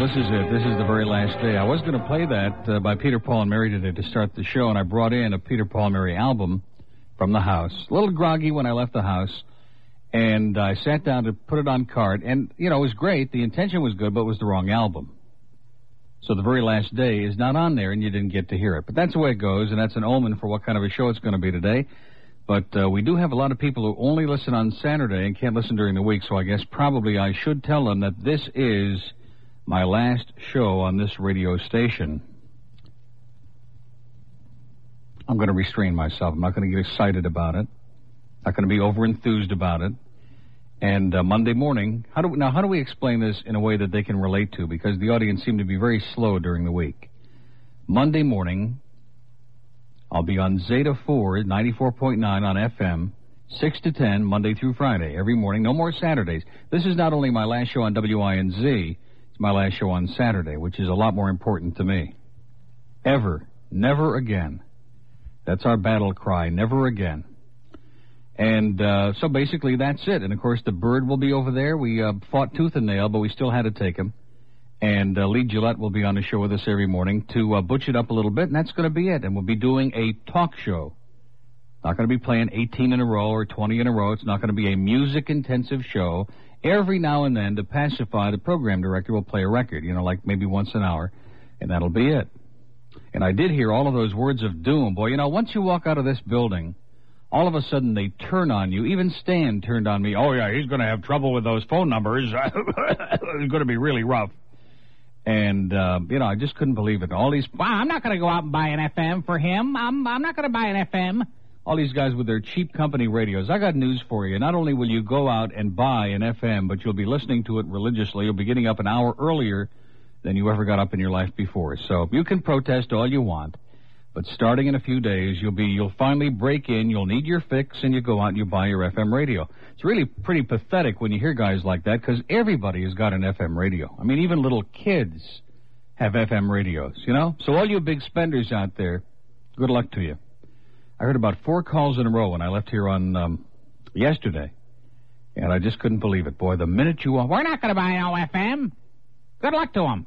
this is it. This is the very last day. I was going to play that uh, by Peter, Paul, and Mary today to start the show, and I brought in a Peter, Paul, and Mary album from the house. A little groggy when I left the house, and I sat down to put it on card, and, you know, it was great. The intention was good, but it was the wrong album. So the very last day is not on there, and you didn't get to hear it. But that's the way it goes, and that's an omen for what kind of a show it's going to be today. But uh, we do have a lot of people who only listen on Saturday and can't listen during the week, so I guess probably I should tell them that this is my last show on this radio station. I'm going to restrain myself. I'm not going to get excited about it. Not going to be overenthused about it. And uh, Monday morning, how do we, now how do we explain this in a way that they can relate to? Because the audience seemed to be very slow during the week. Monday morning, I'll be on Zeta 4, 94.9 on FM, 6 to 10, Monday through Friday, every morning. No more Saturdays. This is not only my last show on WINZ, it's my last show on Saturday, which is a lot more important to me. Ever. Never again. That's our battle cry. Never again. And uh, so basically, that's it. And of course, the bird will be over there. We uh, fought tooth and nail, but we still had to take him. And uh, Lee Gillette will be on the show with us every morning to uh, butch it up a little bit, and that's going to be it. And we'll be doing a talk show. Not going to be playing 18 in a row or 20 in a row. It's not going to be a music intensive show. Every now and then, to pacify the program director, we'll play a record, you know, like maybe once an hour, and that'll be it. And I did hear all of those words of doom. Boy, you know, once you walk out of this building, all of a sudden they turn on you. Even Stan turned on me. Oh, yeah, he's going to have trouble with those phone numbers. it's going to be really rough. And, uh, you know, I just couldn't believe it. All these, wow, I'm not going to go out and buy an FM for him. I'm, I'm not going to buy an FM. All these guys with their cheap company radios. I got news for you. Not only will you go out and buy an FM, but you'll be listening to it religiously. You'll be getting up an hour earlier than you ever got up in your life before. So you can protest all you want. But starting in a few days, you'll be you'll finally break in. You'll need your fix, and you go out and you buy your FM radio. It's really pretty pathetic when you hear guys like that because everybody has got an FM radio. I mean, even little kids have FM radios. You know, so all you big spenders out there, good luck to you. I heard about four calls in a row when I left here on um, yesterday, and I just couldn't believe it. Boy, the minute you are, we're not going to buy no FM. Good luck to 'em.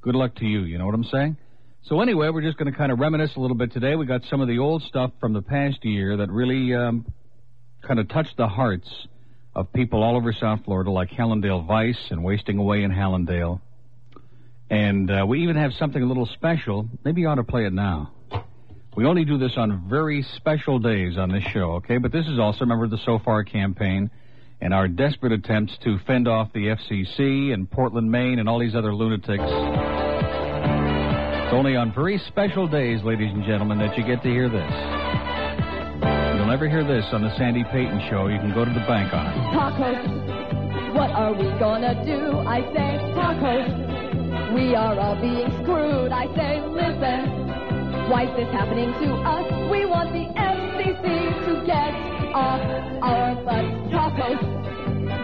Good luck to you. You know what I'm saying? So anyway, we're just going to kind of reminisce a little bit today. We got some of the old stuff from the past year that really um, kind of touched the hearts of people all over South Florida, like Hallandale Vice and Wasting Away in Hallandale. And uh, we even have something a little special. Maybe you ought to play it now. We only do this on very special days on this show, okay? But this is also, remember, the So Far campaign and our desperate attempts to fend off the FCC and Portland, Maine, and all these other lunatics. It's only on very special days, ladies and gentlemen, that you get to hear this. You'll never hear this on the Sandy Payton Show. You can go to the bank on it. Tacos, what are we gonna do? I say, tacos, we are all being screwed. I say, listen, why is this happening to us? We want the FCC to get off our butts. Tacos,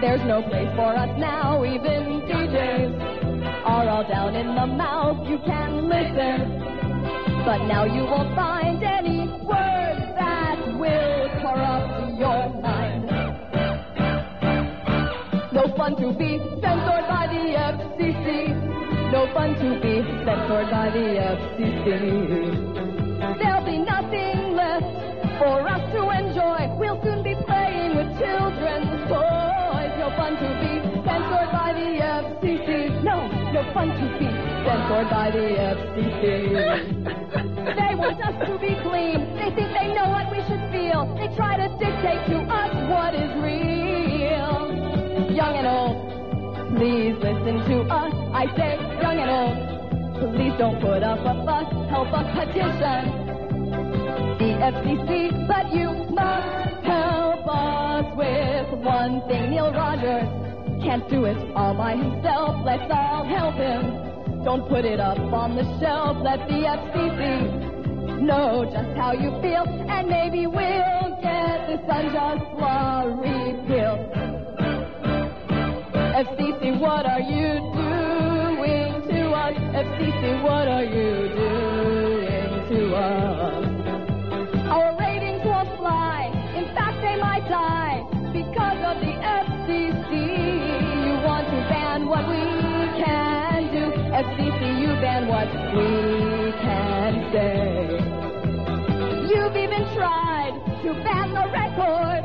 there's no place for us now, even DJs are all down in the mouth. You can listen, but now you won't find any word that will corrupt your mind. No fun to be censored by the FCC. No fun to be censored by the FCC. There'll be nothing left for us to enjoy. We'll soon be playing with children's toys. No fun to be censored by the FCC. No, no fun to be censored by the FCC. they want us to be clean. They think they know what we should feel. They try to dictate to us what is real young and old. Please listen to us. I say, young and old. Please don't put up a fuss. Help us petition the FCC, but you must help us with one thing. Neil Rogers can't do it all by himself. Let's all help him. Don't put it up on the shelf. Let the FCC know just how you feel, and maybe we'll get this unjust law repealed. FCC, what are you doing to us? FCC, what are you doing to us? Our ratings will fly. In fact, they might die because of the FCC. You want to ban what we can. a CCU band what we can say. You've even tried to ban the record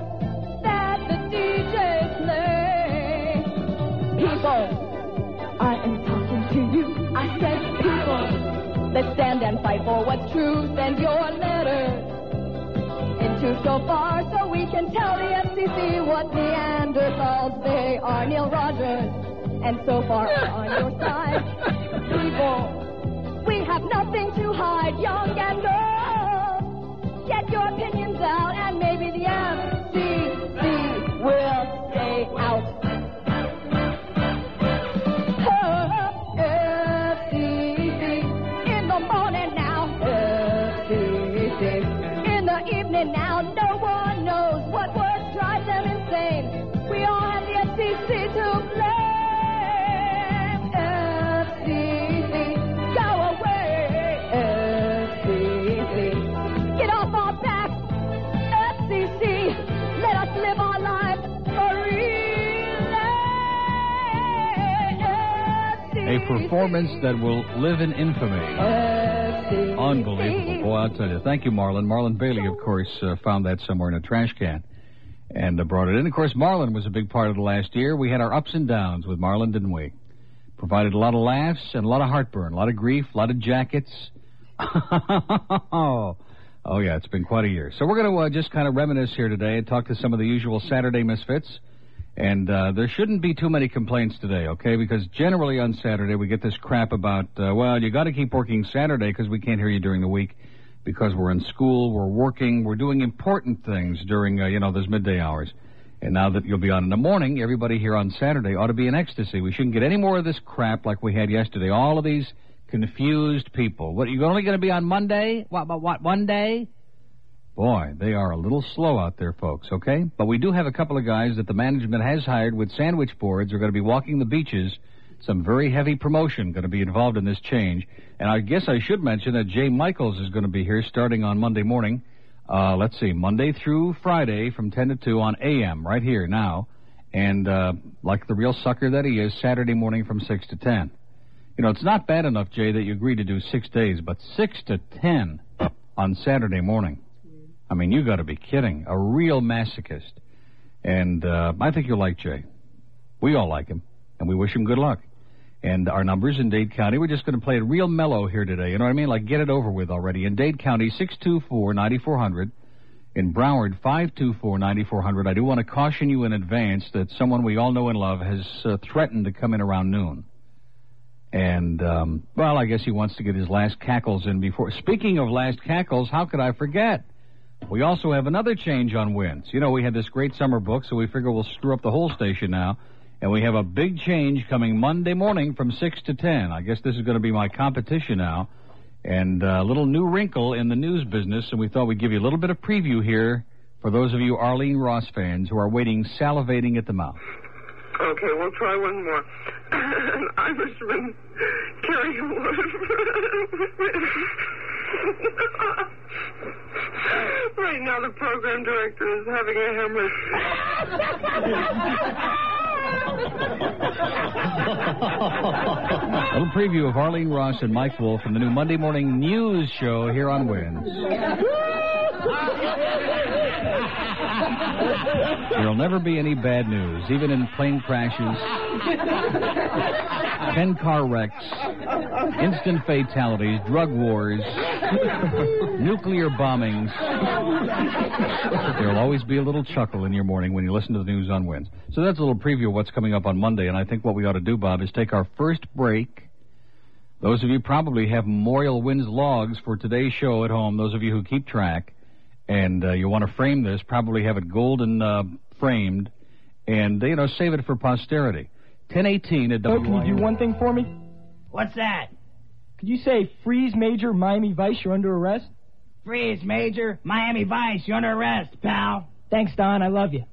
that the DJs play. People, I am talking to you. I said, people, let's stand and fight for what's true. Send your letters into so far so we can tell the FCC what Neanderthals they are. Neil Rogers, and so far on your side, people. We have nothing to hide, young and old. Get your opinions out, and maybe the FCC will stay out. FCC. In the morning now, FCC. In the evening now, no one knows what words drive them insane. We all have the FCC to blame. FCC, go away. FCC, get off our backs. FCC, let us live our lives for real. A performance that will live in infamy. Unbelievable. Unbelievable. Boy, I'll tell you. Thank you, Marlon. Marlon Bailey, of course, uh, found that somewhere in a trash can and uh, brought it in. Of course, Marlon was a big part of the last year. We had our ups and downs with Marlon, didn't we? Provided a lot of laughs and a lot of heartburn, a lot of grief, a lot of jackets. oh, yeah, it's been quite a year. So we're going to uh, just kind of reminisce here today and talk to some of the usual Saturday misfits. And uh, there shouldn't be too many complaints today, okay? Because generally on Saturday we get this crap about, uh, well, you got to keep working Saturday because we can't hear you during the week because we're in school, we're working, we're doing important things during, uh, you know, those midday hours. And now that you'll be on in the morning, everybody here on Saturday ought to be in ecstasy. We shouldn't get any more of this crap like we had yesterday. All of these confused people. What, you're only going to be on Monday? What, what, what, one day? Boy, they are a little slow out there, folks, okay? But we do have a couple of guys that the management has hired with sandwich boards who are going to be walking the beaches. Some very heavy promotion going to be involved in this change. And I guess I should mention that Jay Michaels is going to be here starting on Monday morning. Uh, let's see, Monday through Friday from 10 to 2 on AM, right here now. And uh, like the real sucker that he is, Saturday morning from 6 to 10. You know, it's not bad enough, Jay, that you agree to do six days, but 6 to 10 on Saturday morning. I mean, you got to be kidding. A real masochist. And uh, I think you'll like Jay. We all like him, and we wish him good luck. And our numbers in Dade County, we're just going to play it real mellow here today. You know what I mean? Like, get it over with already. In Dade County, 624 9400. In Broward, 524 9400. I do want to caution you in advance that someone we all know and love has uh, threatened to come in around noon. And, um, well, I guess he wants to get his last cackles in before. Speaking of last cackles, how could I forget? We also have another change on winds. You know, we had this great summer book, so we figure we'll screw up the whole station now. And we have a big change coming Monday morning from 6 to 10. I guess this is going to be my competition now. And uh, a little new wrinkle in the news business, and we thought we'd give you a little bit of preview here for those of you Arlene Ross fans who are waiting, salivating at the mouth. Okay, we'll try one more. An Irishman carrying a wood. right now, the program director is having a A hemorrhage. little preview of Arlene Ross and Mike Wolf in the new Monday morning news show here on Winds. There'll never be any bad news, even in plane crashes, 10 car wrecks, instant fatalities, drug wars, nuclear bombings. There'll always be a little chuckle in your morning when you listen to the news on Winds. So that's a little preview of what's coming up on Monday, and I think what we ought to do, Bob, is take our first break. Those of you probably have Memorial Winds logs for today's show at home, those of you who keep track, and uh, you want to frame this, probably have it golden uh, framed, and, uh, you know, save it for posterity. 1018 at Sir, can you do WYU. one thing for me? What's that? Could you say, freeze Major Miami Vice, you're under arrest? Freeze, Major. Miami Vice, you're under arrest, pal. Thanks, Don, I love you.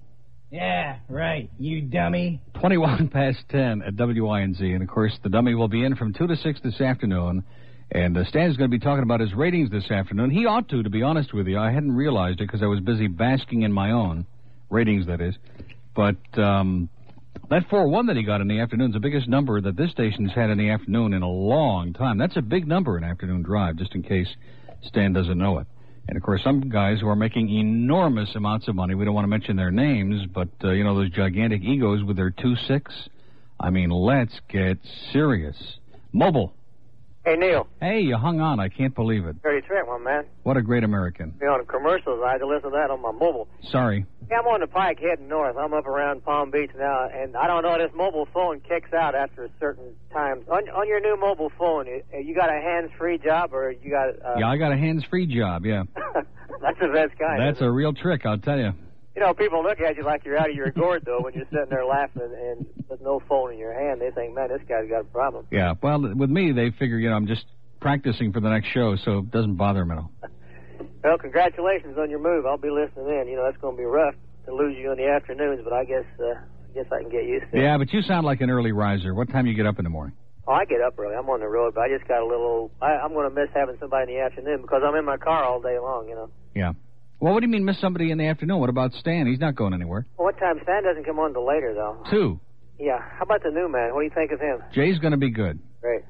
Yeah, right, you dummy. 21 past 10 at WINZ. And of course, the dummy will be in from 2 to 6 this afternoon. And uh, Stan's going to be talking about his ratings this afternoon. He ought to, to be honest with you. I hadn't realized it because I was busy basking in my own ratings, that is. But um, That 4 1 that he got in the afternoon is the biggest number that this station's had in the afternoon in a long time. That's a big number in afternoon drive, just in case Stan doesn't know it. And of course, some guys who are making enormous amounts of money, we don't want to mention their names, but uh, you know, those gigantic egos with their 2 6. I mean, let's get serious. Mobile. Hey, Neil. Hey, you hung on. I can't believe it. Dirty Trent, my man. What a great American. Be on commercials. I had to listen to that on my mobile. Sorry. Hey, I'm on the pike heading north. I'm up around Palm Beach now, and I don't know. This mobile phone kicks out after a certain time. On, on your new mobile phone, i- you got a hands-free job, or you got? Uh, Yeah, I got a hands free job. Yeah. that's the best kind. That's a real trick, I'll tell you. You know, people look at you like you're out of your gourd, though, when you're sitting there laughing and with no phone in your hand. They think, man, this guy's got a problem. Yeah. Well, with me, they figure, you know, I'm just practicing for the next show, so it doesn't bother them at all. Well, congratulations on your move. I'll be listening in. You know, that's going to be rough to lose you in the afternoons, but I guess uh, I guess I can get used to it. Yeah, but you sound like an early riser. What time you get up in the morning? Oh, I get up early. I'm on the road, but I just got a little. I, I'm going to miss having somebody in the afternoon because I'm in my car all day long. You know. Well, what do you mean miss somebody in the afternoon? What about Stan? He's not going anywhere. Well, what time? Stan doesn't come on till later, though. Two. Yeah. How about the new man? What do you think of him? Jay's going to be good. Great.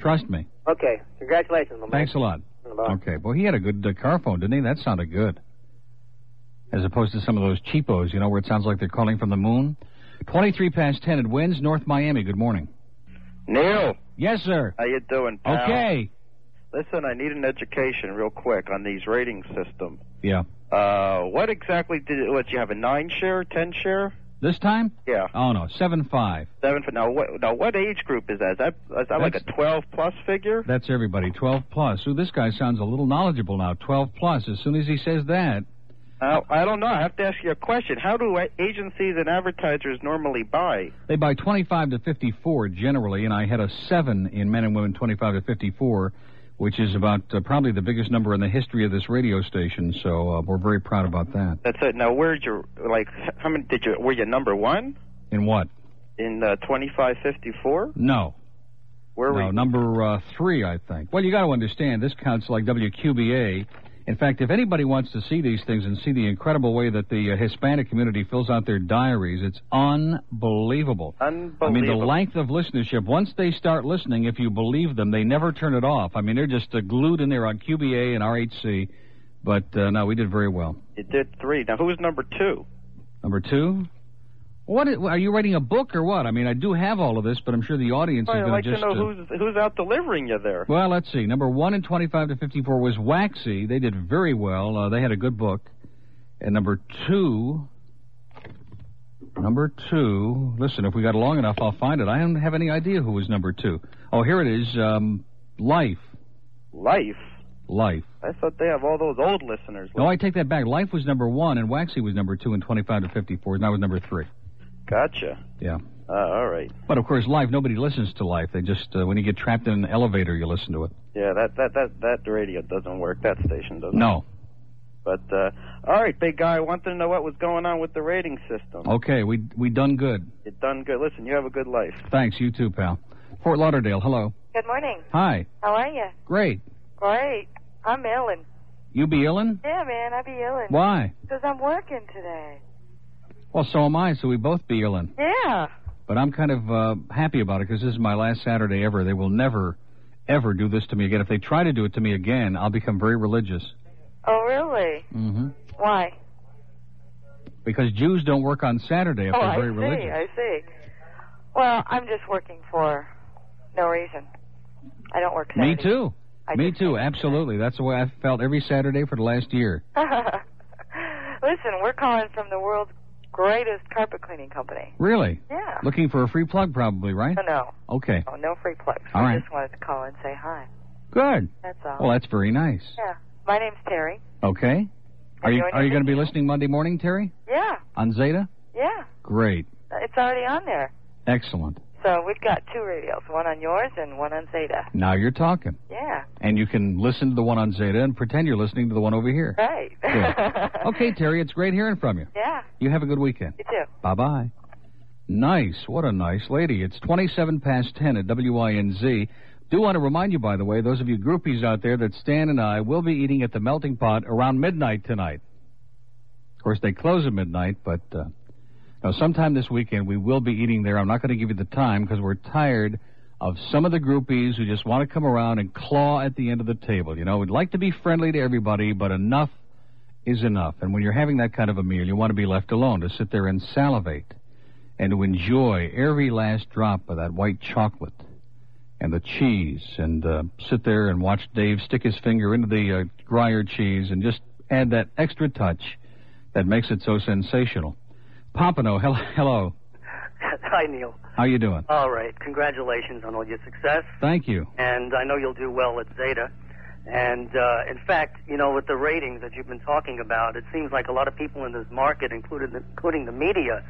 Trust me. Okay. Congratulations, my Thanks a lot. man. Bye. Okay. Well, he had a good uh, car phone, didn't he? That sounded good. As opposed to some of those cheapos, you know, where it sounds like they're calling from the moon. 23 past 10 at Winds, North Miami. Good morning. Neil, Yes, sir. how you doing, pal? Okay. Listen, I need an education real quick on these rating system. Yeah. Uh, what exactly did what you have a nine share, ten share? This time? Yeah, Oh, no. 7 5. seven for now. What now? What age group is that? Is that is that like a That's- twelve plus figure? That's everybody. 12 plus. Ooh, this guy sounds a little knowledgeable now. 12 plus. As soon as he says that, Uh, I don't know. I have to ask you a question. How do a- agencies and advertisers normally buy? they buy 25 to 54 generally, and I had a 7 in men and women 25 to 54, which is about uh, probably the biggest number in the history of this radio station, so uh, we're very proud about that. That's it. Now, where'd you like? How many did you? Were you number one In what? in uh, twenty five fifty four? No. Where were No, you? number uh, three, I think. Well, you got to understand, this counts like WQBA. In fact, if anybody wants to see these things and see the incredible way that the uh, Hispanic community fills out their diaries, it's unbelievable. Unbelievable. I mean, the length of listenership, once they start listening, if you believe them, they never turn it off. I mean, they're just uh, glued in there on QBA and RHC. But uh, no, we did very well. You did three. Now, who was number two? Number two. What is, are you writing a book or what? I mean, I do have all of this, but I'm sure the audience is I'd going like just. to know uh, who's who's out delivering you there. Well, let's see. Number one in 25 to 54 was Waxy. They did very well. Uh, they had a good book. And number two, number two. Listen, if we got long enough, I'll find it. I don't have any idea who was number two. Oh, here it is. Um, Life, Life. Life. I thought they have all those old listeners. No, I take that back. Life was number one, and Waxy was number two in 25 to 54, and I was number three. Gotcha. Yeah. Uh, all right. But of course, Life. Nobody listens to Life. They just uh, when you get trapped in an elevator, you listen to it. Yeah, that that that that radio doesn't work. That station doesn't. No. But uh, all right, big guy. I want to know what was going on with the rating system. Okay, we we done good. You done good. Listen, you have a good life. Thanks. You too, pal. Fort Lauderdale. Hello. Good morning. Hi. How are you? Great. Great. I'm illin. You be illin? Yeah, man, I be illin. Why? Because I'm working today. Well, so am I, so we both be illin. Yeah. But I'm kind of uh, happy about it because this is my last Saturday ever. They will never, ever do this to me again. If they try to do it to me again, I'll become very religious. Oh, really? Mm-hmm. Why? Because Jews don't work on Saturday if oh, they're I very see. religious. I see. Well, I'm just working for no reason. I don't work me Saturdays. too. I me just- too. Absolutely. That's the way I felt every Saturday for the last year. Listen, we're calling from the world's greatest carpet cleaning company. Really? Yeah. Looking for a free plug, probably, right? No, no, Oh, Okay. no, no free plugs. All I right. just wanted to call and say hi. Good. That's all. Well, that's very nice. yeah. My name's Terry. Okay. Are And you your are you name going to is- be listening Monday morning, Terry? Yeah. On Zeta? Yeah. Great. It's already on there. Excellent. So we've got two radios, one on yours and one on Zeta. Now you're talking. Yeah, And you can listen to the one on Zeta and pretend you're listening to the one over here. right. Good. Okay, Terry, it's great hearing from you. Yeah, You have a good weekend. you too. Bye bye. Nice. What a nice lady. It's 27 past 10 at WINZ. Do want to remind you, by the way, those of you groupies out there, that Stan and I will be eating at the Melting Pot around midnight tonight. Of course, they close at midnight, but uh, Now, sometime this weekend, we will be eating there. I'm not going to give you the time because we're tired of some of the groupies who just want to come around and claw at the end of the table. You know, we'd like to be friendly to everybody, but enough is enough. And when you're having that kind of a meal, you want to be left alone to sit there and salivate and to enjoy every last drop of that white chocolate and the cheese and uh, sit there and watch Dave stick his finger into the uh, Gruyere cheese and just add that extra touch that makes it so sensational. Pompano, hel- hello. Hi, Neil. How you doing? All right. Congratulations on all your success. Thank you. And I know you'll do well at Zeta. And uh, in fact, you know, with the ratings that you've been talking about, it seems like a lot of people in this market, including the, including the media,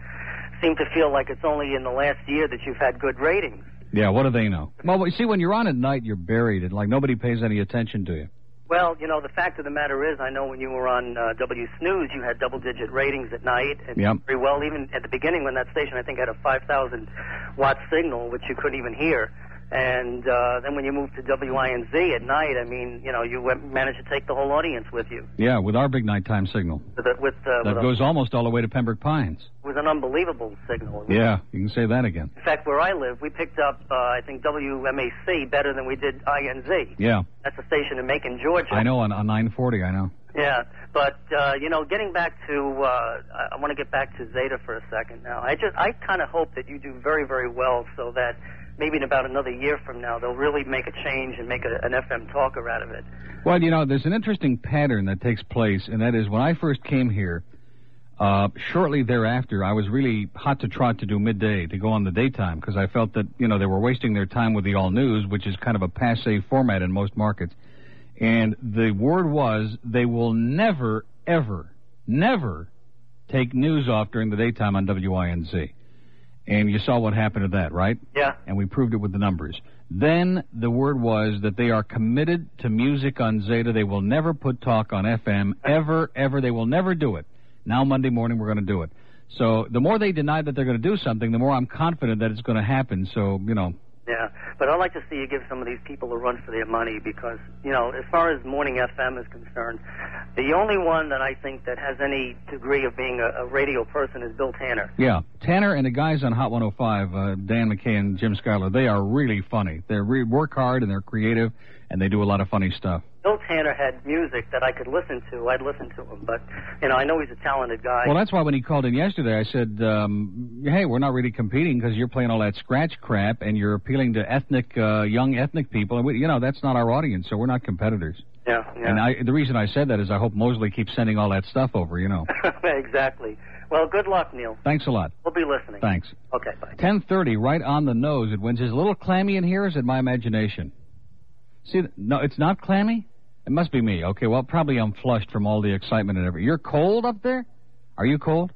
seem to feel like it's only in the last year that you've had good ratings. Yeah, what do they know? Well, you see, when you're on at night, you're buried, and like nobody pays any attention to you. Well, you know, the fact of the matter is, I know when you were on uh, W Snooze, you had double-digit ratings at night, and Yep. very well. Even at the beginning, when that station, I think, had a 5,000 watt signal, which you couldn't even hear. And uh, then when you moved to WINZ at night, I mean, you know, you went, managed to take the whole audience with you. Yeah, with our big nighttime signal With, a, with, uh, that with goes a, almost all the way to Pembroke Pines. It was an unbelievable signal. Yeah, you can say that again. In fact, where I live, we picked up, uh, I think, WMAC better than we did INZ. Yeah, That's a station in Macon, Georgia. I know on, on 940. I know. Yeah, but uh, you know, getting back to, uh, I, I want to get back to Zeta for a second now. I just, I kind of hope that you do very, very well, so that maybe in about another year from now, they'll really make a change and make a, an FM talker out of it. Well, you know, there's an interesting pattern that takes place, and that is when I first came here. Uh, shortly thereafter, I was really hot to trot to do midday to go on the daytime because I felt that you know they were wasting their time with the all news, which is kind of a passe format in most markets. And the word was they will never, ever, never take news off during the daytime on WINZ. And you saw what happened to that, right? Yeah. And we proved it with the numbers. Then the word was that they are committed to music on Zeta. They will never put talk on FM, ever, ever. They will never do it. Now, Monday morning, we're going to do it. So the more they deny that they're going to do something, the more I'm confident that it's going to happen. So, you know, Yeah, but I'd like to see you give some of these people a run for their money because, you know, as far as morning FM is concerned, the only one that I think that has any degree of being a, a radio person is Bill Tanner. Yeah, Tanner and the guys on Hot 105, uh, Dan McKay and Jim Schuyler, they are really funny. They re- work hard and they're creative, and they do a lot of funny stuff. Bill Tanner had music that I could listen to. I'd listen to him, but you know, I know he's a talented guy. Well, that's why when he called in yesterday, I said, um, "Hey, we're not really competing because you're playing all that scratch crap and you're appealing to ethnic, uh, young ethnic people, and we, you know that's not our audience, so we're not competitors." yeah, yeah. And I, the reason I said that is I hope Mosley keeps sending all that stuff over. You know. exactly. Well, good luck, Neil. Thanks a lot. We'll be listening. Thanks. Okay, bye. 10:30, right on the nose. It wins. Is it a little clammy in here? Is it my imagination? See, th- no, it's not clammy. It must be me. Okay, well, probably I'm flushed from all the excitement and everything. You're cold up there? Are you cold?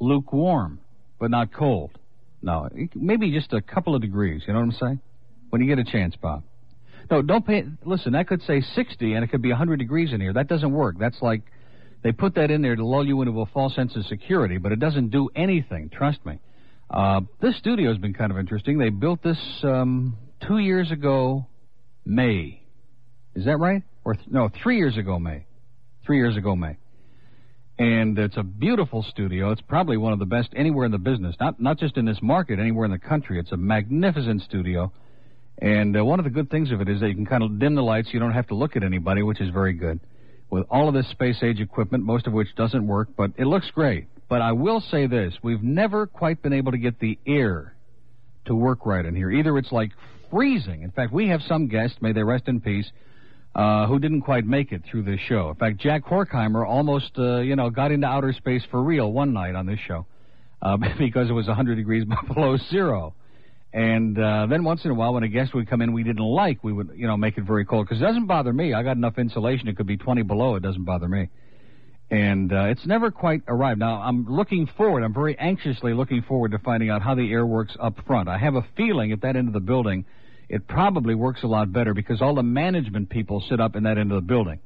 Lukewarm, but not cold. No, it- maybe just a couple of degrees. You know what I'm saying? When you get a chance, Bob. No, don't pay. Listen, that could say 60 and it could be 100 degrees in here. That doesn't work. That's like they put that in there to lull you into a false sense of security, but it doesn't do anything. Trust me. Uh, this studio has been kind of interesting. They built this um, two years ago, May. Is that right? Or th- no, three years ago, May. Three years ago, May. And it's a beautiful studio. It's probably one of the best anywhere in the business. Not not just in this market, anywhere in the country. It's a magnificent studio. And uh, one of the good things of it is that you can kind of dim the lights. You don't have to look at anybody, which is very good. With all of this space age equipment, most of which doesn't work, but it looks great. But I will say this we've never quite been able to get the air to work right in here. Either it's like freezing. In fact, we have some guests, may they rest in peace, uh, who didn't quite make it through this show. In fact, Jack Horkheimer almost, uh, you know, got into outer space for real one night on this show uh, because it was 100 degrees below zero. And uh, then once in a while, when a guest would come in we didn't like, we would, you know, make it very cold. Because it doesn't bother me. I got enough insulation. It could be 20 below. It doesn't bother me. And uh, it's never quite arrived. Now, I'm looking forward. I'm very anxiously looking forward to finding out how the air works up front. I have a feeling at that end of the building, it probably works a lot better because all the management people sit up in that end of the building.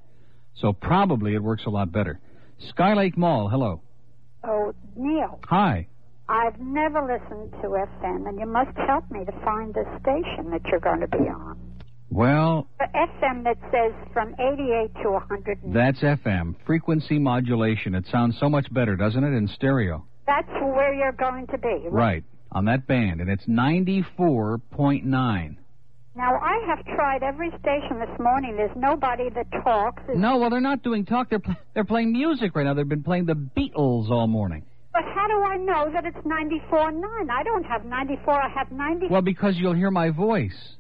So probably it works a lot better. Skylake Mall, hello. Oh, Neil, Hi. I've never listened to FM, and you must help me to find the station that you're going to be on. Well, The FM that says from 88 to 100. That's FM, frequency modulation. It sounds so much better, doesn't it, in stereo? That's where you're going to be. Right. On that band, and it's 94.9. Now, I have tried every station this morning. There's nobody that talks. There's- No, well, they're not doing talk. They're pl- they're playing music right now. They've been playing the Beatles all morning. But how do I know that it's 94.9? I don't have 94. I have 90. Well, because you'll hear my voice.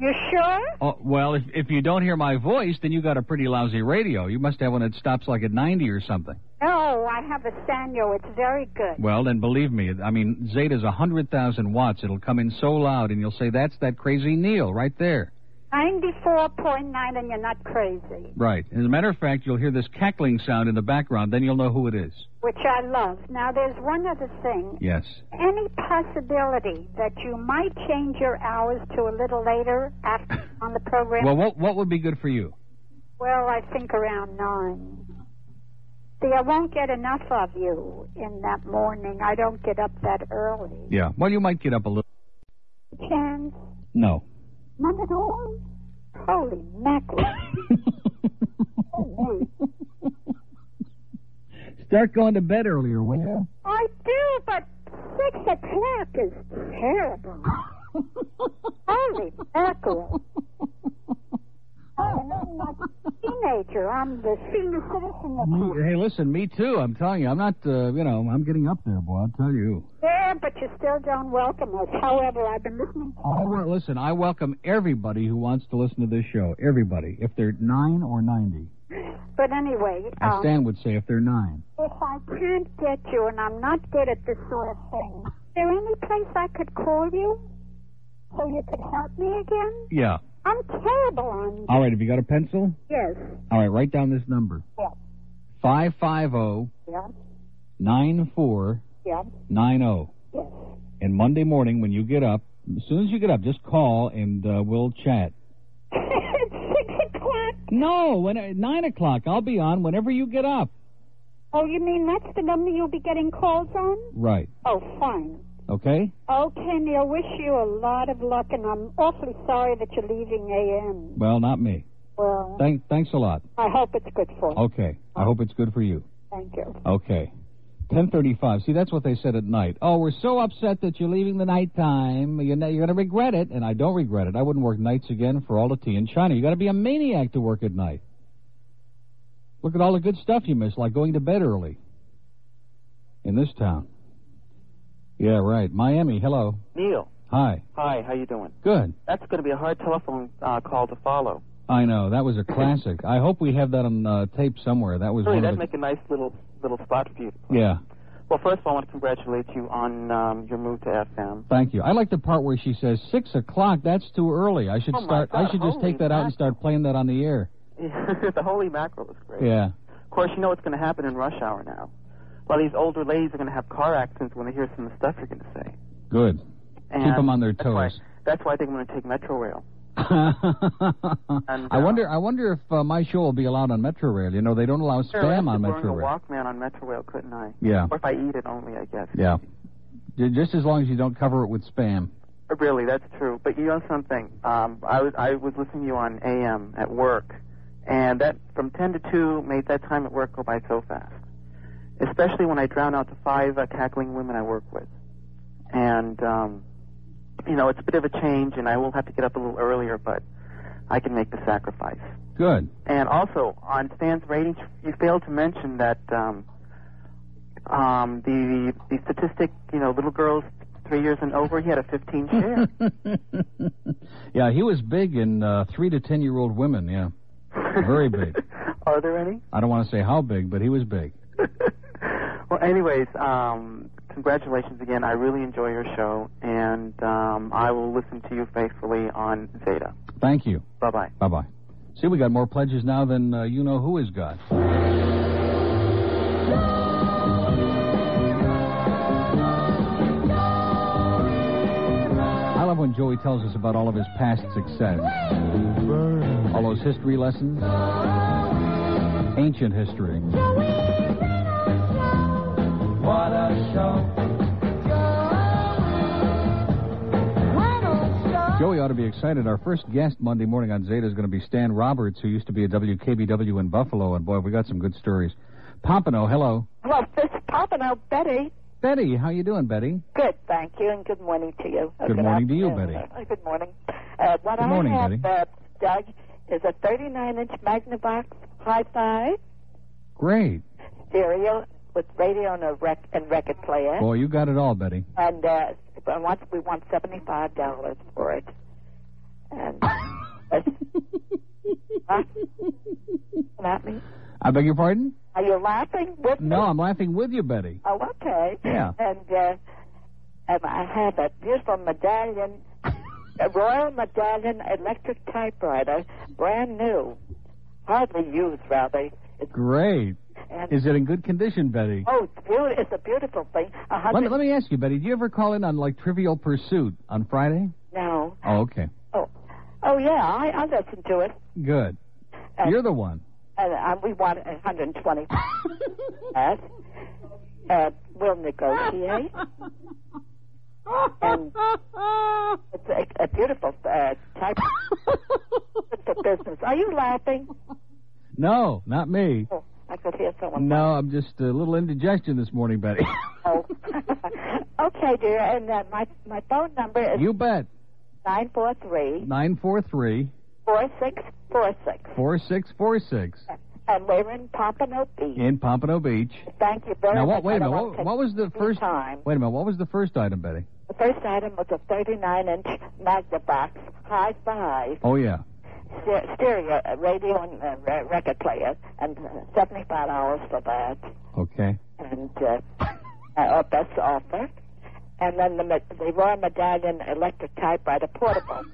you sure? Oh, well, if if you don't hear my voice, then you got a pretty lousy radio. You must have one that stops like at 90 or something. No, I have a Sanyo. It's very good. Well, then believe me. I mean, Zeta's 100,000 watts. It'll come in so loud, and you'll say, that's that crazy Neil right there. 94.9, and you're not crazy, Right. As a matter of fact, you'll hear this cackling sound in the background, then you'll know who it is. which I love. Now, there's one other thing. Yes. Any possibility that you might change your hours to a little later after on the program? Well, what, what would be good for you? Well, I think around nine. See, I won't get enough of you in that morning. I don't get up that early. Yeah. Well, you might get up a little. Chance? No. None at all? Holy mackerel. Oh, wait. Start going to bed earlier, will you? I do, but six o'clock is terrible. Holy mackerel. Oh, I'm not a teenager. I'm the senior citizen. of- Hey, listen, me too. I'm telling you, I'm not, uh, you know, I'm getting up there, boy. I'll tell you. Yeah, but you still don't welcome us. However, I've been listening to All right, listen, I welcome everybody who wants to listen to this show. Everybody. If they're 9 or 90. But anyway, As um, Stan would say, if they're 9. if I can't get you and I'm not good at this sort of thing, is there any place I could call you so you could help me again? Yeah. I'm terrible on All right, have you got a pencil? Yes. All right, write down this number. Yeah. 550 Yeah. 9490. Yeah. oh. Yes. And Monday morning when you get up, as soon as you get up, just call and uh, we'll chat. it's six o'clock. No, when at 9 o'clock. I'll be on whenever you get up. Oh, you mean that's the number you'll be getting calls on? Right. Oh, fine. Okay? Okay, Neil, wish you a lot of luck, and I'm awfully sorry that you're leaving AM. Well, not me. Well, Thank, Oh. thanks a lot. I hope it's good for you. Okay. I hope it's good for you. Thank you. Okay. 10:35. See, that's what they said at night. Oh, we're so upset that you're leaving the nighttime. You're, you're going to regret it, and I don't regret it. I wouldn't work nights again for all the tea in China. You got to be a maniac to work at night. Look at all the good stuff you miss, like going to bed early. In this town. Yeah, right. Miami. Hello. Neil, Hi. hi, how you doing? Good. That's going to be a hard telephone uh, call to follow. I know that was a classic. I hope we have that on uh, tape somewhere. That was really, one that'd of the. make a nice little little spot for you. yeah. Well, first of all, I want to congratulate you on um, your move to FM. Thank you. I like the part where she says six o'clock. That's too early. I should Oh, my start. I God, should just holy take that out and start playing that on the air. the holy mackerel is great. Yeah. Of course, you know what's going to happen in rush hour now. Well, these older ladies are going to have car accidents when they hear some of the stuff you're going to say. Good. And Keep them on their that's why- toes. That's why I think I'm going to take Metro Rail. I wonder. I wonder if uh, my show will be allowed on Metro Rail. You know, they don't allow Sure, I spam on could Metro bring a Rail. Walkman on Metro Rail, couldn't I? Yeah. Or if I eat it only, I guess. Yeah. J- Just as long as you don't cover it with spam. Uh, Really, that's true. But you know something? Um, I was I was listening to you on AM at work, and that from ten to two made that time at work go by so fast. Especially when I drown out the five uh, cackling women I work with, and um, you know it's a bit of a change, and I will have to get up a little earlier, but I can make the sacrifice. Good. And also on Stan's ratings, you failed to mention that um, um, the the statistic, you know, little girls three years and over, he had a 15 share. Yeah, he was big in uh, three to ten year old women. Yeah. Very big. Are there any? I don't want to say how big, but he was big. Well, anyways, um, congratulations again. I really enjoy your show, and um, I will listen to you faithfully on Zeta. Thank you. Bye bye. Bye bye. See, we got more pledges now than uh, you know who has got. I love when Joey tells us about all of his past success, all those history lessons, ancient history. What a show. Joey ought to be excited. Our first guest Monday morning on Zeta is going to be Stan Roberts, who used to be a WKBW in Buffalo, and boy, we got some good stories. Pompano, hello. Well, first Pompano, Betty. Betty, how you doing, Betty? Good, thank you, and good morning to you. Good morning to you, afternoon. Betty. Uh, Good morning. Uh, what Good I morning, have, uh, Doug, is a 39-inch Magnavox hi-fi Great. stereo with radio and a rec- and record player, Boy, you got it all, Betty. and uh, I want, we want seventy-five dollars for it. And Huh? Not me. I beg your pardon? Are you laughing with me? No, I'm laughing with you, Betty. Oh, okay. Yeah. And uh, um, I have a beautiful medallion, a Royal Medallion electric typewriter, brand new, hardly used, rather. Great. And, Is it in good condition, Betty? Oh, it's, beautiful. it's a beautiful thing. A Let me, hundred let me ask you, Betty, do you ever call in on like Trivial Pursuit on Friday? now. Oh, okay. Oh yeah, I, I listen to it, Good. You're the one. and uh, we want 120. uh, uh, we'll negotiate. and it's a, a beautiful uh, type of business. Are you laughing? No, not me. I could hear someone. No, I'm just a little indigestion this morning, Betty. Oh. okay, dear. And uh, my my phone number is you bet. nine four three 943 four six four six, 4646 and we're in Pompano Beach. in Pompano Beach. Thank you very Now, much. what, wait I a minute. don't What, want what was the to take first. any time? Wait a minute. What was the first item, Betty? The first item was a 39-inch Magnavox Hi-Fi Oh, yeah. ste- stereo uh, radio and uh, re- record player, and uh, 75 hours for that, Okay. and uh, our best offer. And then the, me- the Royal Medallion electric typewriter portable.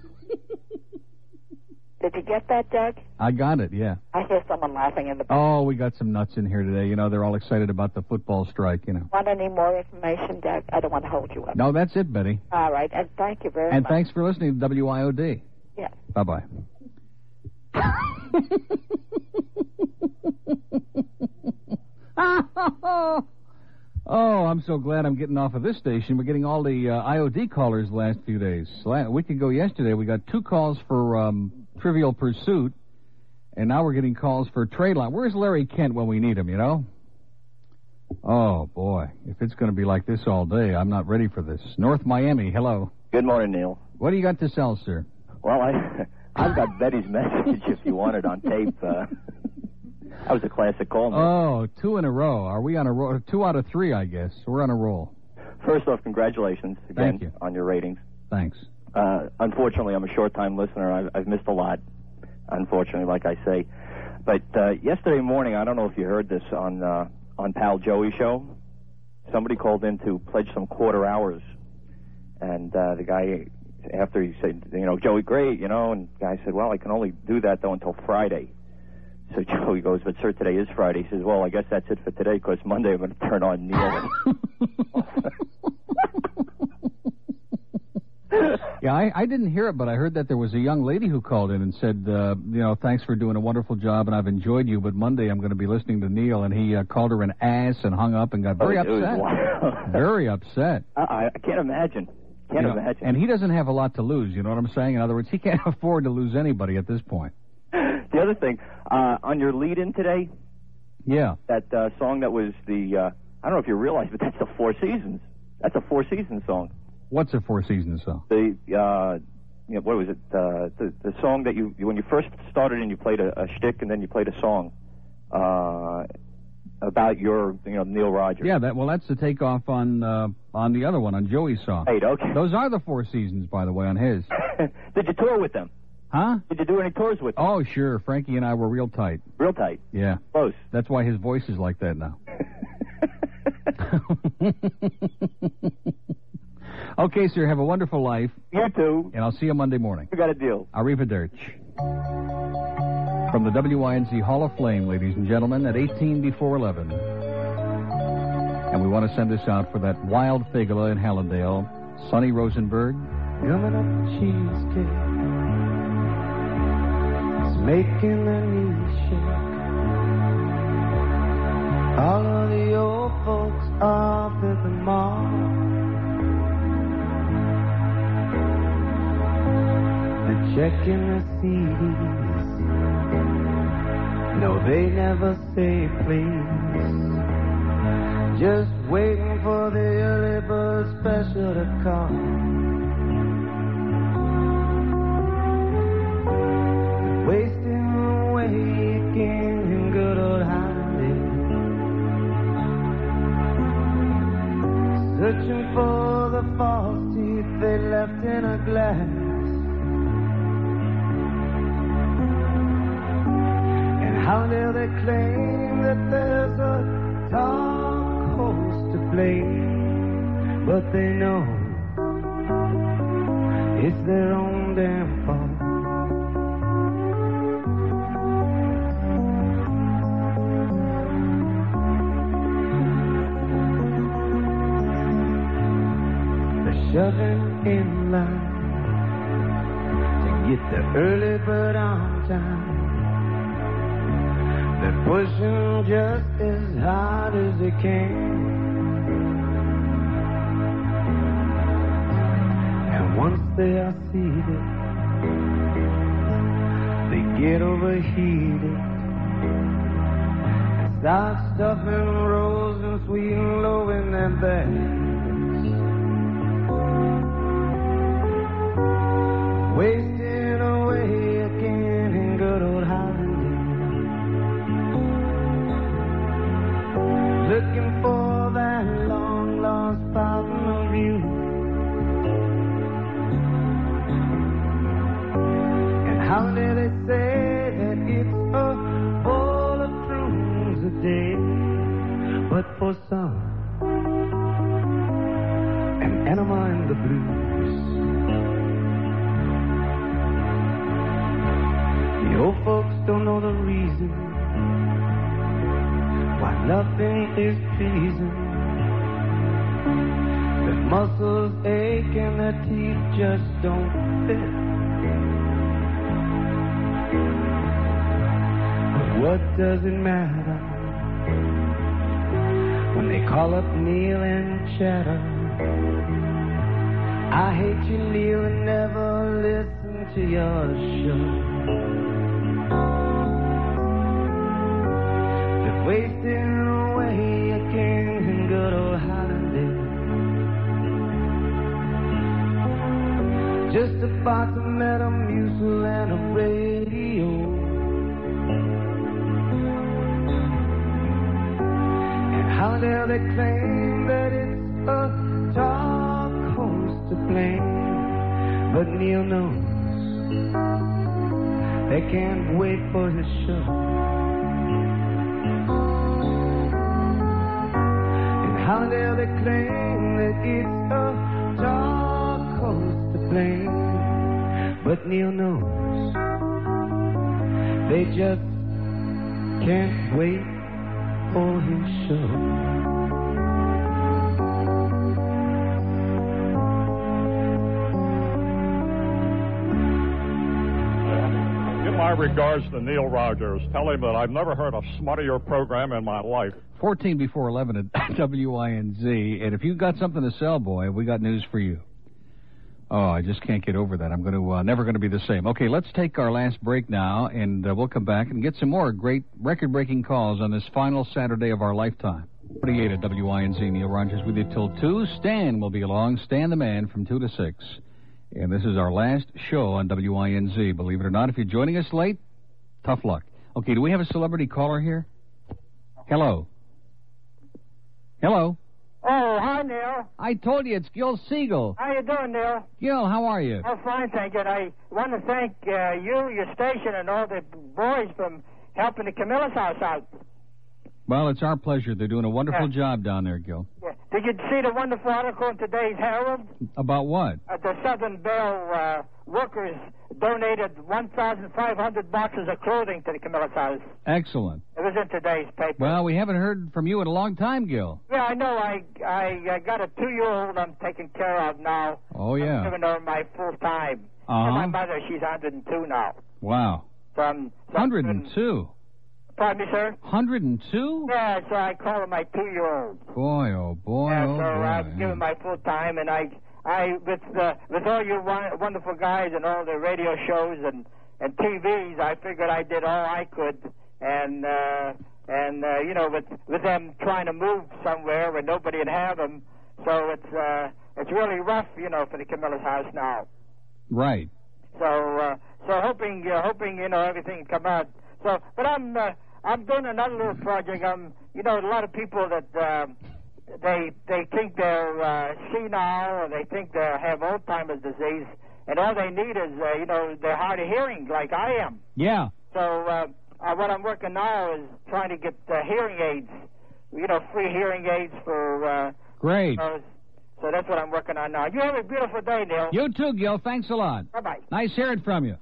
Did you get that, Doug? I got it, yeah. I hear someone laughing in the. Oh, we got some nuts in here today. You know, they're all excited about the football strike, you know. Want any more information, Doug? I don't want to hold you up. No, that's it, Betty. All right, and thank you very And much. thanks for listening to WIOD. Yeah. Bye bye. oh, I'm so glad I'm getting off of this station. We're getting all the uh, IOD callers the last few days. La- A week ago yesterday, we got two calls for um, Trivial Pursuit, and now we're getting calls for Trade Line. Where's Larry Kent when we need him, you know? Oh, boy. If it's going to be like this all day, I'm not ready for this. North Miami, hello. Good morning, Neil. What do you got to sell, sir? Well, I, I've got Betty's message if you want it on tape. Uh, that was a classic call. man. Oh, two in a row. Are we on a roll? Two out of three, I guess. We're on a roll. First off, congratulations again Thank you. on your ratings. Thanks. Uh, unfortunately, I'm a short-time listener. I've, I've missed a lot, unfortunately, like I say. But uh, yesterday morning, I don't know if you heard this on uh, on Pal Joey show. Somebody called in to pledge some quarter hours, and uh, the guy, after he said, you know, Joey, great, you know, and the guy said, well, I can only do that though until Friday. So Joey goes, but sir, today is Friday. He says, well, I guess that's it for today because Monday I'm going to turn on Neil. Yeah, I, I didn't hear it, but I heard that there was a young lady who called in and said, uh, you know, thanks for doing a wonderful job and I've enjoyed you, but Monday I'm going to be listening to Neil. And he uh, called her an ass and hung up and got very Oh, It was- upset. It was, very upset. I, I can't imagine. Can't You know, imagine. And he doesn't have a lot to lose, you know what I'm saying? In other words, he can't afford to lose anybody at this point. the other thing, uh, on your lead in today, Yeah. that uh, song that was the, uh, I don't know if you realize, but that's the Four Seasons. That's a Four Seasons song. What's a Four Seasons song? The, uh, you know, what was it? Uh, the, the song that you, when you first started and you played a, a shtick and then you played a song uh, about your, you know, Neil Rogers. Yeah, that well, that's the takeoff on uh, on the other one on Joey's song. Right, okay. Those are the Four Seasons, by the way, on his. Did you tour with them? Huh? Did you do any tours with them? Oh, sure. Frankie and I were real tight. Real tight. Yeah. Close. That's why his voice is like that now. okay, sir. Have a wonderful life. You too. And I'll see you Monday morning. You got a deal. Arrivederci. From the WINZ Hall of Flame, ladies and gentlemen, at 18 before 11. And we want to send this out for that wild figula in Hallandale, Sonny Rosenberg. Gummin' up cheesecake. It's making the knees shake. All of the old folks up at the mall. They're checking the CDs. No, they never say please. Just waiting for the early bird special to come. Wasting away again in good old Hyde. Searching for the false teeth they left in a glass. And how dare they claim that there's a dark horse to blame? But they know it's their own damn fault. They're shoving in line to get the early bird on time. They're pushing just as hard as they can. And once they are seated, they get overheated. and Start stuffing rolls and sweet and low in their bags. Wasting away again in good old Holland. Looking for that long lost fountain of youth. And how did it say that it's a bowl of prunes a day? But for some, an enema in the blues. The old folks don't know the reason why nothing is pleasing. Their muscles ache and their teeth just don't fit. But what does it matter when they call up Neil and Cheddar? I hate you, Neil, and never listen to your show. They're wasting away again in good old holiday. Just a box of Metamucil and a radio. And how dare they claim that it's a dark horse to blame? But Neil knows they can't wait for his show. And how dare they claim that it's a dark horse to blame? But Neil knows they just can't wait for his show. Give my regards to Neil Rogers. Tell him that I've never heard a smuttier program in my life. 14 before 11 at WINZ. And if you've got something to sell, boy, we got news for you. Oh, I just can't get over that. I'm going to uh, never going to be the same. Okay, let's take our last break now, and uh, we'll come back and get some more great record-breaking calls on this final Saturday of our lifetime. 48 at WINZ. Neil Rogers with you till two. Stan will be along. Stan the man from two to six. And this is our last show on WINZ. Believe it or not, if you're joining us late, tough luck. Okay, do we have a celebrity caller here? Hello. Hello. Oh, hi, Neil. I told you it's Gil Siegel. How you doing, Neil? Gil, how are you? I'm fine, thank you. And I want to thank uh, you, your station, and all the boys from helping the Camilla's house out. Well, it's our pleasure. They're doing a wonderful Yeah. job down there, Gil. Yeah. Did you see the wonderful article in today's Herald? About what? Uh, the Southern Bell uh, workers donated 1,500 boxes of clothing to the Camilla's house. Excellent. It was in today's paper. Well, we haven't heard from you in a long time, Gil. Yeah, I know. I I, I got a two-year-old I'm taking care of now. Oh I'm yeah. giving her my full time. My Uh huh. mother, she's 102 now. Wow. So I'm, so I'm Hundred and doing- two. Pardon me, sir? Hundred and two. Yeah, so I call her my two-year-old. Boy, oh boy, yeah, oh so uh, I'm boy. giving my full time, and I, I with uh, with all you won- wonderful guys and all the radio shows and and TVs, I figured I did all I could, and uh, and uh, you know, with with them trying to move somewhere and nobody would have them, so it's uh, it's really rough, you know, for the Camilla's house now. Right. So uh, so hoping uh, hoping you know everything come out. So but I'm uh, I'm doing another little project. Um, you know, a lot of people that um they they think they're uh, senile or they think they have Alzheimer's disease, and all they need is uh, you know they're hard of hearing like I am. Yeah. So uh, uh, what I'm working now is trying to get uh, hearing aids, you know, free hearing aids for. Uh, Great. those. so that's what I'm working on now. You have a beautiful day, Neil. You too, Gil. Thanks a lot. Bye bye. Nice hearing from you.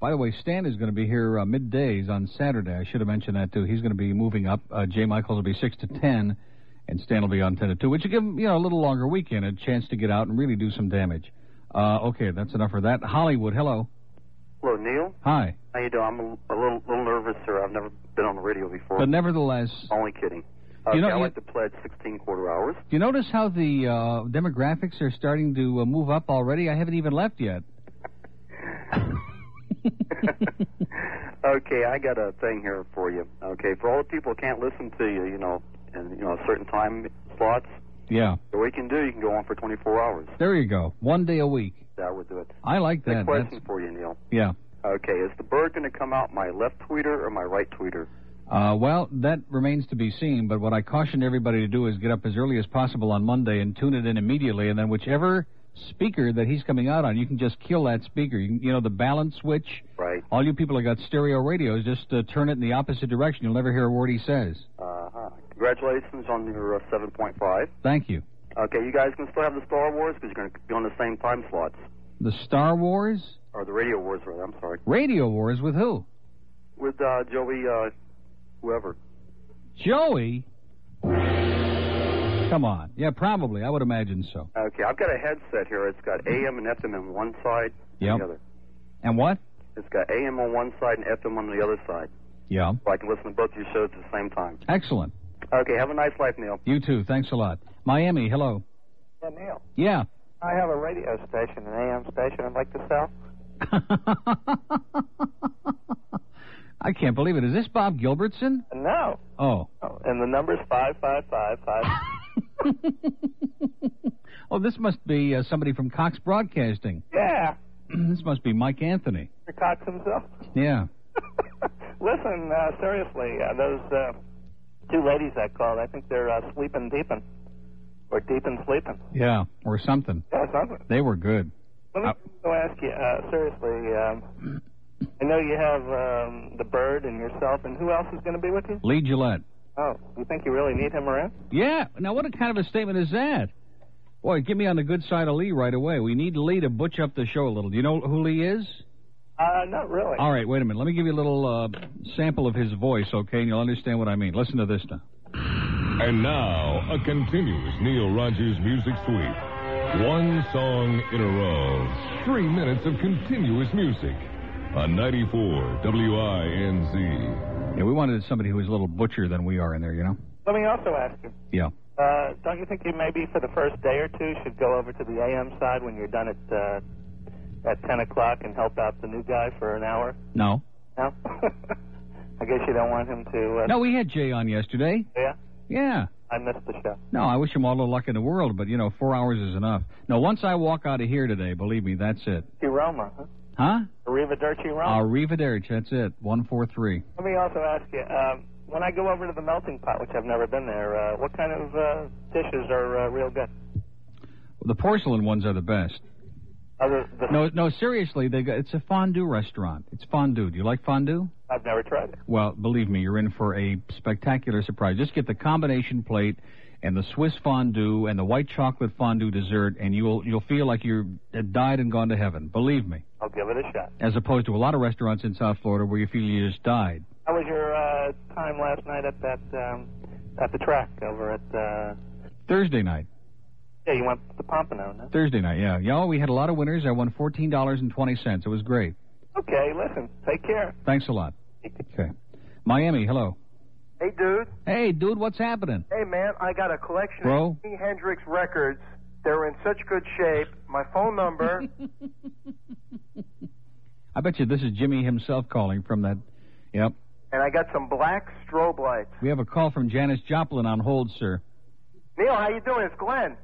By the way, Stan is going to be here uh, middays on Saturday. I should have mentioned that too. He's going to be moving up. Uh, Jay Michaels will be six to ten, and Stan will be on ten to two, which will give him you know a little longer weekend, a chance to get out and really do some damage. Uh, okay, that's enough for that. Hollywood, hello. Hello, Neil. Hi. How you doing? I'm a, a little little nervous, sir. I've never been on the radio before. But nevertheless, Only kidding. Okay, You know, I you- like to pledge 16 quarter hours. do you notice how the uh, demographics are starting to uh, move up already? I haven't even left yet. Okay, I got a thing here for you. Okay, for all the people who can't listen to you, you know, in you know certain time slots, Yeah. what you can do, you can go on for 24 hours. There you go. One day a week. That would do it. I like The that. question That's- for you, Neil. yeah. Okay, is the bird going to come out my left tweeter or my right tweeter? Uh, well, that remains to be seen, but what I caution everybody to do is get up as early as possible on Monday and tune it in immediately, and then whichever speaker that he's coming out on, you can just kill that speaker. You, can, you know, the balance switch. Right. All you people that got stereo radios, just uh, turn it in the opposite direction. You'll never hear a word he says. Uh huh. Congratulations on your uh, 7.5. Thank you. Okay, you guys can still have the Star Wars because you're going to be on the same time slots. The Star Wars? Or the Radio Wars, rather. I'm sorry. Radio Wars with who? With uh, Joey, uh, whoever. Joey? Come on. Yeah, probably. I would imagine so. Okay, I've got a headset here. It's got AM and FM on one side Yeah. and the other. And what? It's got AM on one side and FM on the other side. Yeah. So I can listen to both of your shows at the same time. Excellent. Okay, have a nice life, Neil. You too. Thanks a lot. Miami, hello. Yeah, Neil, Yeah. I have a radio station, an AM station I'd like to sell. I can't believe it. Is this Bob Gilbertson? No. Oh. And the number's 5555. Oh, this must be uh, somebody from Cox Broadcasting. yeah, this must be Mike Anthony. Mr. Cox himself. Yeah. Listen, uh, seriously, uh, those uh, two ladies I called, I think they're uh, sleeping deepin'. Or deepin' sleeping. Yeah. Or something. Yeah, something. They were good. Let me go ask you, uh, seriously, um, I know you have um, the bird and yourself, and who else is going to be with you? Lee Gillette. Oh, you think you really need him around? Yeah. Now, what a kind of a statement is that? Boy, get me on the good side of Lee right away. We need Lee to butch up the show a little. Do you know who Lee is? Uh, not really. All right, wait a minute. Let me give you a little uh, sample of his voice, okay? And you'll understand what I mean. Listen to this now. And now, a continuous Neil Rogers music sweep. One song in a row. Three minutes of continuous music. On 94 WINZ. Yeah, we wanted somebody who was a little butcher than we are in there, you know? Let me also ask you. Yeah. Uh, don't you think you maybe for the first day or two should go over to the AM side when you're done at uh, at 10 o'clock and help out the new guy for an hour? No. No. I guess you don't want him to. Uh, No, we had Jay on yesterday. Yeah. Yeah. I missed the show. No, I wish him all the luck in the world, but, you know, four hours is enough. No, once I walk out of here today, believe me, that's it. To Roma, huh? Huh? Arrivederci Roma. Arrivederci, that's it. 143. Let me also ask you. Um, when I go over to the melting pot, which I've never been there, uh, what kind of uh, dishes are uh, real good? The porcelain ones are the best. Other the, No, no, seriously, they got, it's a fondue restaurant. It's fondue. Do you like fondue? I've never tried it. Well, believe me, you're in for a spectacular surprise. Just get the combination plate and the Swiss fondue and the white chocolate fondue dessert, and you'll you'll feel like you are died and gone to heaven. Believe me. I'll give it a shot. As opposed to a lot of restaurants in South Florida where you feel you just died. How was your uh, time last night at that um, at the track over at? Uh, Thursday night. yeah, you went to Pompano. No? Thursday night, yeah. Y'all, we had a lot of winners. I won $14.20. It was great. Okay, listen. Take care. Thanks a lot. Okay. Miami, hello. Hey, dude. Hey, dude, what's happening? Hey, man. I got a collection Bro? of Jimi Hendrix records. They're in such good shape. My phone number. I bet you this is Jimmy himself calling from that. Yep. and I got some black strobe lights. We have a call from Janice Joplin on hold, sir. Neil, how you doing? It's Glenn.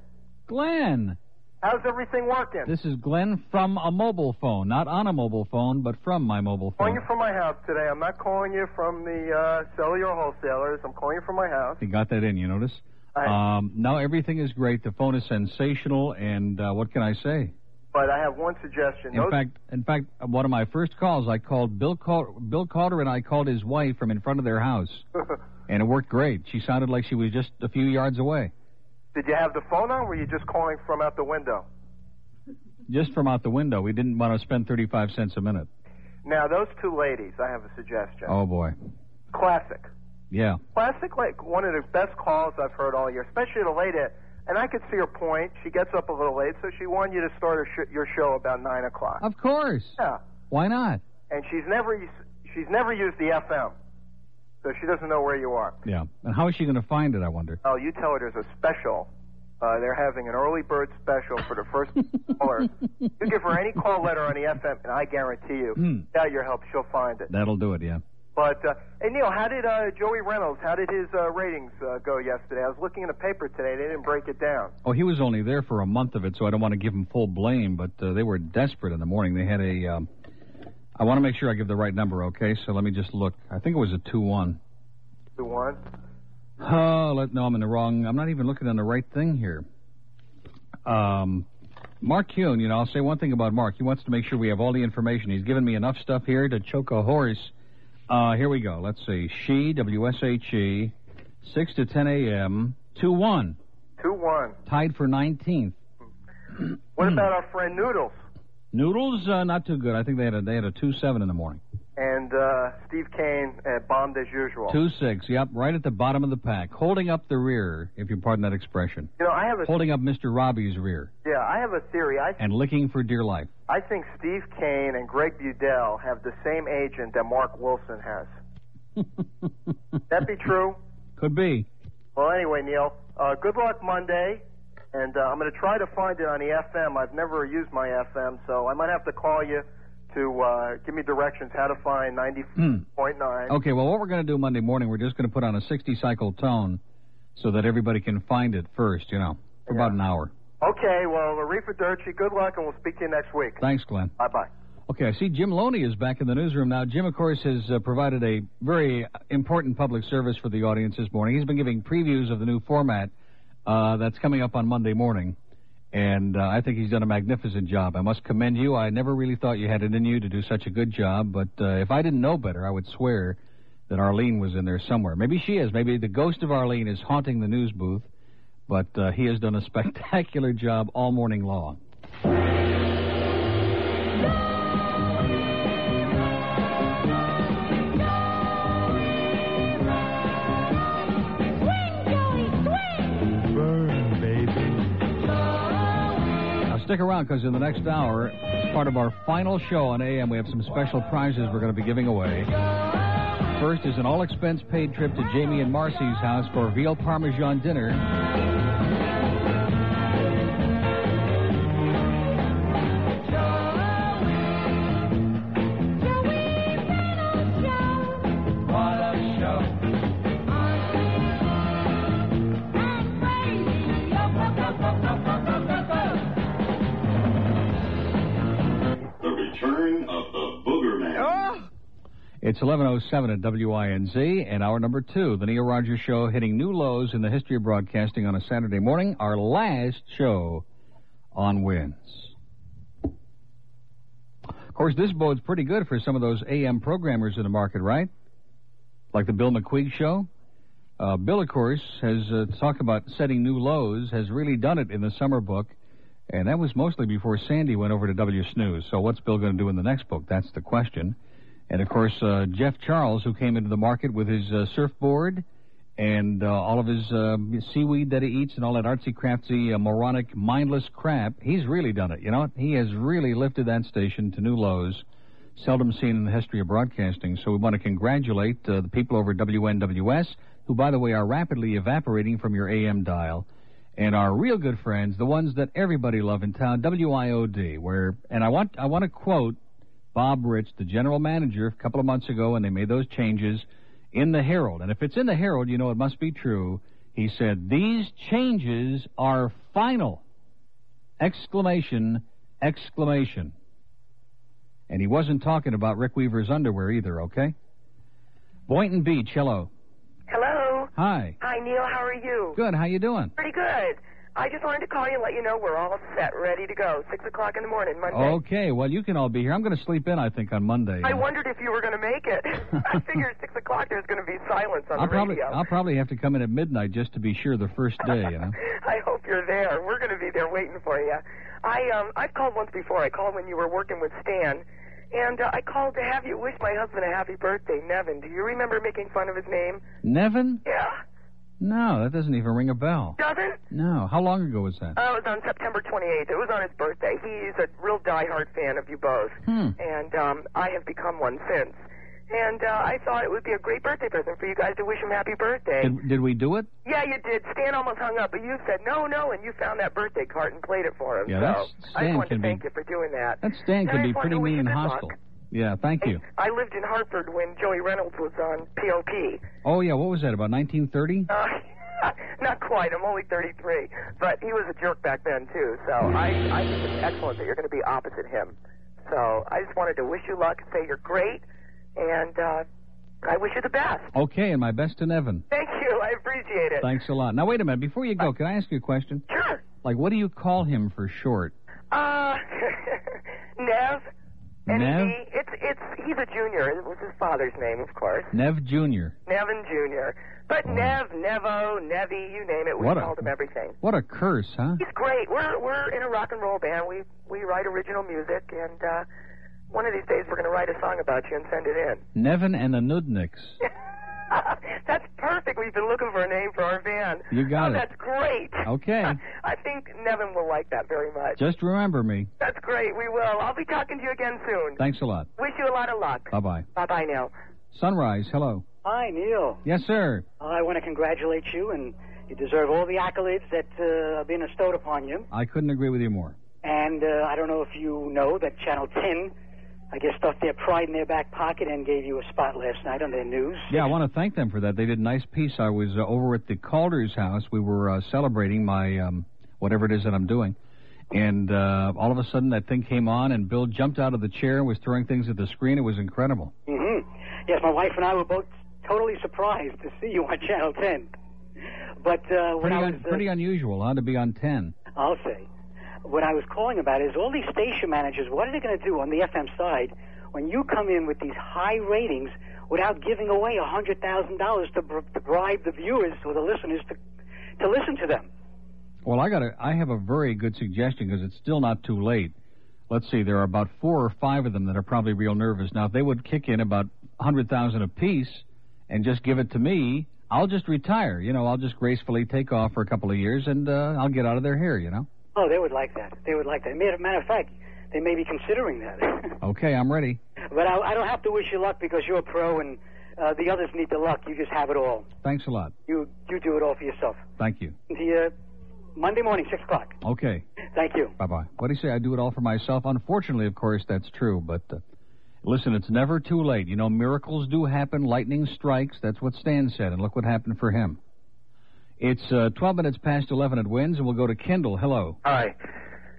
Glenn, How's everything working? this is Glenn from a mobile phone, not on a mobile phone, but from my mobile I'm calling phone. you from my house today. I'm not calling you from the uh, cellular wholesalers. I'm calling you from my house. You got that in, you notice? Um, now everything is great. The phone is sensational, and uh, what can I say? But I have one suggestion. In Those- fact, in fact, one of my first calls, I called Bill Cal- Bill Calder, and I called his wife from in front of their house, and it worked great. She sounded like she was just a few yards away, did you have the phone on? Or were you just calling from out the window? just from out the window. We didn't want to spend thirty-five cents a minute. Now those two ladies, I have a suggestion. Oh boy, Classic, yeah. classic, like one of the best calls I've heard all year, especially the late. At, and I could see her point. She gets up a little late, so she wanted you to start her sh- your show about nine o'clock. Of course. Yeah. Why not? and she's never us- she's never used the FM, so she doesn't know where you are. Yeah. And how is she going to find it? I wonder. Oh, you tell her there's a special. Uh, they're having an early bird special for the first caller. You give her any call letter on the FM, and I guarantee you, Hmm. without your help, she'll find it. That'll do it. Yeah. But uh, hey, Neil, how did uh, Joey Reynolds? How did his uh, ratings uh, go yesterday? I was looking in the paper today; they didn't break it down. Oh, he was only there for a month of it, so I don't want to give him full blame, but uh, they were desperate in the morning. They had a. Um, I want to make sure I give the right number, okay? So let me just look. I think it was a 2 1. The one. Oh, let, no, I'm in the wrong. I'm not even looking on the right thing here. Um, Mark Kuhn, you know, I'll say one thing about Mark. He wants to make sure we have all the information. He's given me enough stuff here to choke a horse. Uh, here we go. Let's see. She, W S H E, 6 to 10 a.m., 2 1, Two one. tied for 19th. What about our friend Noodles Noodles, uh, not too good. I think they had a they had a two seven in the morning, and uh, Steve Kane uh, bombed as usual? two six. Yep, right at the bottom of the pack, holding up the rear, if you pardon that expression, You know, I have a holding up Mr. Robbie's rear yeah, I have a theory. I and licking for dear life. I think Steve Kane and Greg Budell have the same agent that Mark Wilson has. that be true? Could be. Well, anyway, Neil, uh, good luck Monday, and uh, I'm going to try to find it on the FM. I've never used my FM, so I might have to call you to uh, give me directions how to find 90.9. Hmm. Okay, well, what we're going to do Monday morning, we're just going to put on a sixty cycle tone, so that everybody can find it first. You know, for about an hour. Okay, well, Arifa Durchi, good luck, and we'll speak to you next week. Thanks, Glenn. Bye bye. Okay, I see Jim Loney is back in the newsroom now. Jim, of course, has uh, provided a very important public service for the audience this morning. He's been giving previews of the new format uh, that's coming up on Monday morning, and uh, I think he's done a magnificent job. I must commend you. I never really thought you had it in you to do such a good job, but uh, if I didn't know better, I would swear that Arlene was in there somewhere. Maybe she is. Maybe the ghost of Arlene is haunting the news booth, but uh, he has done a spectacular job all morning long. Burn, baby. Now stick around because in the next hour, as part of our final show on AM, we have some special prizes we're going to be giving away. First is an all-expense-paid trip to Jamie and Marcy's house for veal parmesan dinner. What a show. The return of the Booger Man. It's 11:07 at WINZ, and hour number two, the Neil Rogers Show, hitting new lows in the history of broadcasting on a Saturday morning. Our last show on wins. Of course, this bodes pretty good for some of those AM programmers in the market, right? Like the Bill McQueig Show. Uh, Bill, of course, has uh, talked about setting new lows. Has really done it in the summer book, and that was mostly before Sandy went over to W Snooze. So, what's Bill going to do in the next book? That's the question. And of course, uh, Jeff Charles, who came into the market with his uh, surfboard and uh, all of his uh, seaweed that he eats and all that artsy craftsy, uh, moronic, mindless crap, he's really done it. You know, he has really lifted that station to new lows, seldom seen in the history of broadcasting. So we want to congratulate uh, the people over at WNWS, who, by the way, are rapidly evaporating from your AM dial. And our real good friends, the ones that everybody love in town, WIOD, where, and I want, I want to quote Bob Rich, the general manager, a couple of months ago, and they made those changes in the Herald. And if it's in the Herald, you know it must be true. He said, These changes are final! Exclamation, exclamation. And he wasn't talking about Rick Weaver's underwear either, okay? Boynton Beach, hello. Hello. Hi. Hi, Neil. How are you? Good, how you doing? Pretty good. I just wanted to call you and let you know we're all set, ready to go. Six o'clock in the morning, Monday. Okay, well, you can all be here. I'm going to sleep in, I think, on Monday. I wondered if you were going to make it. I figured six o'clock there's going to be silence on I'll the probably, radio. I'll probably have to come in at midnight just to be sure the first day, you know? I hope you're there. We're going to be there waiting for you. I um I've called once before. I called when you were working with Stan, and uh, I called to have you wish my husband a happy birthday, Nevin. Do you remember making fun of his name? Nevin? Yeah. No, that doesn't even ring a bell. Doesn't? No. How long ago was that? Oh, it was on September 28th. It was on his birthday. He's a real diehard fan of you both, Hmm. and um I have become one since. And uh, I thought it would be a great birthday present for you guys to wish him happy birthday. Did, did we do it? Yeah, you did. Stan almost hung up, but you said no, no, and you found that birthday card and played it for him. Yeah, so that's- I Stan just wanted can to be- thank you for doing that. That Stan And can I be just wanted pretty to wish mean you and good hostile. luck. Yeah, thank you. I lived in Hartford when Joey Reynolds was on POP. Oh, yeah, what was that, about 1930? Uh, not quite. I'm only 33, but he was a jerk back then too. So I, I think it's excellent that you're going to be opposite him. So I just wanted to wish you luck and say you're great, and uh, I wish you the best. Okay, and my best to Nevin. Thank you. I appreciate it. Thanks a lot. Now, wait a minute. Before you go, can I ask you a question? Sure. Like, what do you call him for short? Uh, Nev. And Nev? he- It's it's he's a junior. It was his father's name, of course, Nev Jr. Nevin Junior. But Nev, Nevo, Nevi, you name it, we What a- called him everything. What a curse, huh? He's great. We're we're in a rock and roll band. We we write original music, and uh, one of these days we're going to write a song about you and send it in. Nevin and the Nudniks. that's perfect. We've been looking for a name for our band. You got oh, it. That's great. Okay. I think Nevin will like that very much. Just remember me. That's great. We will. I'll be talking to you again soon. Thanks a lot. Wish you a lot of luck. Bye bye. Bye bye now. Sunrise, hello. Hi, Neil. Yes, sir. I want to congratulate you, and you deserve all the accolades that uh, have been bestowed upon you. I couldn't agree with you more. And uh, I don't know if you know that Channel 10, I guess, stuffed their pride in their back pocket and gave you a spot last night on their news. Yeah, I want to thank them for that. They did a nice piece. I was uh, over at the Calder's house. We were uh, celebrating my um, whatever it is that I'm doing. And uh, all of a sudden, that thing came on, and Bill jumped out of the chair and was throwing things at the screen. It was incredible. hmm Yes, my wife and I were both totally surprised to see you on Channel 10. But uh, when Pretty, I was un- pretty unusual, huh, to be on 10. I'll say. What I was calling about is all these station managers, what are they going to do on the FM side when you come in with these high ratings without giving away $100,000 to, br- to bribe the viewers or the listeners to, to listen to them? Well, I got a, I have a very good suggestion because it's still not too late. Let's see, there are about four or five of them that are probably real nervous. Now, if they would kick in about a hundred thousand apiece and just give it to me, I'll just retire. You know, I'll just gracefully take off for a couple of years and uh, I'll get out of their hair. You know. Oh, they would like that. They would like that. Matter, matter of fact, they may be considering that. Okay, I'm ready. but I, I don't have to wish you luck because you're a pro and uh, the others need the luck. You just have it all. Thanks a lot. You, you do it all for yourself. Thank you. The, uh, Monday morning, 6 o'clock. Okay. Thank you. Bye bye. What do you say? I do it all for myself. Unfortunately, of course, that's true. But uh, listen, it's never too late. You know, miracles do happen. Lightning strikes. That's what Stan said, and look what happened for him. It's uh, 12 minutes past 11 at Winds, and we'll go to Kendall. Hello. Hi.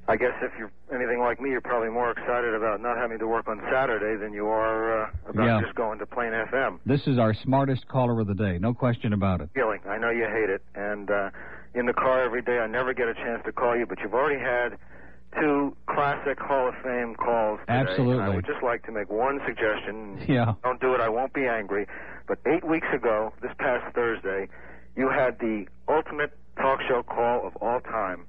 I guess if you're anything like me, you're probably more excited about not having to work on Saturday than you are uh, about Yeah. just going to plain FM. This is our smartest caller of the day. No question about it. Feeling. I know you hate it. And uh, in the car every day, I never get a chance to call you, but you've already had two classic Hall of Fame calls. Today, And Absolutely. I would just like to make one suggestion. Yeah. Don't do it. I won't be angry. But eight weeks ago, this past Thursday, you had the ultimate talk show call of all time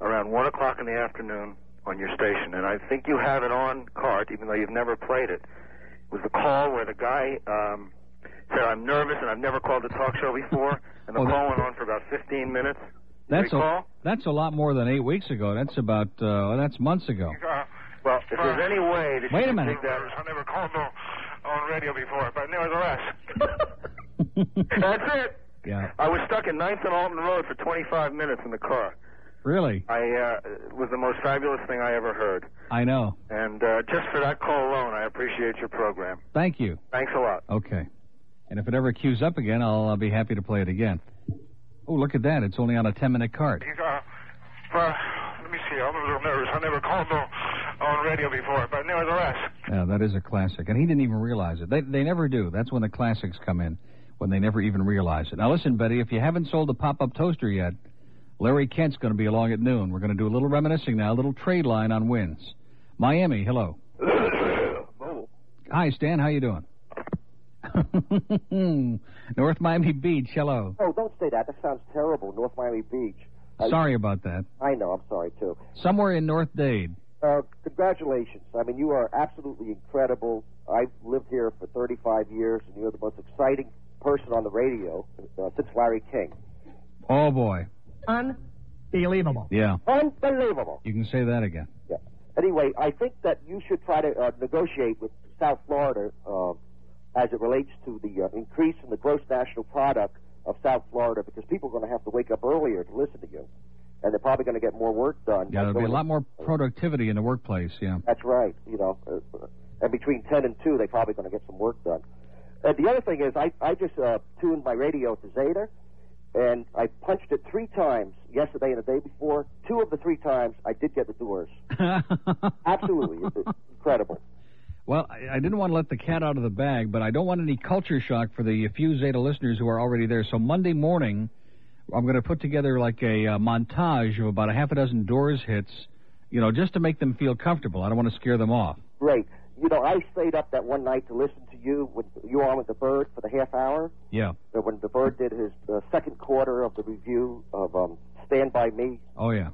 around 1 o'clock in the afternoon on your station. And I think you have it on cart, even though you've never played it. It was the call where the guy um, said, I'm nervous and I've never called a talk show before. And the Oh, that- call went on for about 15 minutes. That's Recall? a, that's a lot more than eight weeks ago. That's about, uh, that's months ago. Well, if there's any way that Wait you a can minute. dig that I never called no, on radio before, but nevertheless. That's it. Yeah. I was stuck in Ninth and Alton Road for 25 minutes in the car. Really? I uh, it was the most fabulous thing I ever heard. I know. And uh, just for that call alone, I appreciate your program. Thank you. Thanks a lot. Okay. And if it ever queues up again, I'll uh, be happy to play it again. Oh, look at that. It's only on a 10 minute card. He's, uh, well, let me see. I'm a little nervous. I never called on, on radio before, but nevertheless, Yeah, that is a classic. And he didn't even realize it. They, they never do. That's when the classics come in, when they never even realize it. Now, listen, Betty, if you haven't sold a pop up toaster yet, Larry Kent's going to be along at noon. We're going to do a little reminiscing now, a little trade line on wins. Miami, hello. Hi, Stan. How you doing? North Miami Beach, hello. Oh, don't say that. That sounds terrible. North Miami Beach. Uh, Sorry about that. I know. I'm sorry too. Somewhere in North Dade. Uh, congratulations. I mean, you are absolutely incredible. I've lived here for 35 years, and you're the most exciting person on the radio uh, since Larry King. Oh boy. Unbelievable. Yeah. Unbelievable. You can say that again. Anyway, I think that you should try to uh, negotiate with South Florida uh, as it relates to the uh, increase in the gross national product of South Florida, because people are going to have to wake up earlier to listen to you, and they're probably going to get more work done. Yeah, there'll be a lot more productivity in the workplace. Yeah. That's right. You know, uh, and between ten and two, they're probably going to get some work done. And the other thing is, I I just uh, tuned my radio to Zeta, and I punched it three times yesterday and the day before. Two of the three times, I did get the doors. Absolutely it's incredible. Well, I, I didn't want to let the cat out of the bag, but I don't want any culture shock for the few Zeta listeners who are already there. So Monday morning, I'm going to put together like a uh, montage of about a half a dozen Doors hits, you know, just to make them feel comfortable. I don't want to scare them off. Great. You know, I stayed up that one night to listen to you when you were on with the bird for the half hour. Yeah. uh, When the bird did his uh, second quarter of the review of um, Stand By Me, Oh yeah.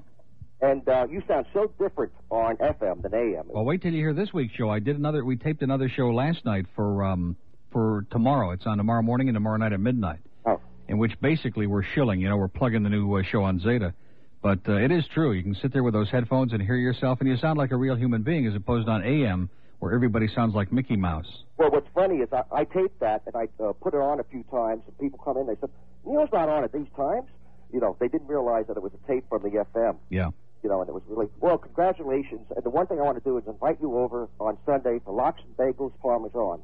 and uh, you sound so different on FM than AM. Well, wait till you hear this week's show. I did another. We taped another show last night for um for tomorrow. It's on tomorrow morning and tomorrow night at midnight. Oh. In which basically we're shilling. You know, we're plugging the new uh, show on Zeta. But uh, it is true. You can sit there with those headphones and hear yourself, and you sound like a real human being, as opposed to on AM where everybody sounds like Mickey Mouse. Well, what's funny is I, I taped that and I uh, put it on a few times, and people come in. They said, "Neil's not on at these times." You know, they didn't realize that it was a tape from the FM. Yeah. You know, and it was really well. Congratulations! And the one thing I want to do is invite you over on Sunday for Locks and Bagels Parmesan.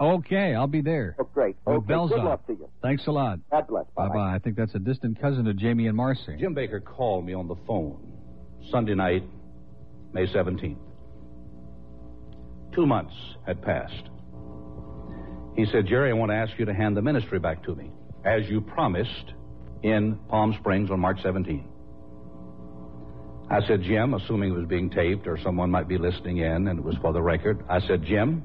Okay, I'll be there. Oh, great! With okay, bells good on. luck to you. Thanks a lot. God bless. Bye bye. I think that's a distant cousin of Jamie and Marcy. Jim Baker called me on the phone Sunday night, May 17th. Two months had passed. He said, Jerry, I want to ask you to hand the ministry back to me, as you promised in Palm Springs on March 17th. I said, Jim, assuming it was being taped or someone might be listening in and it was for the record, I said, Jim,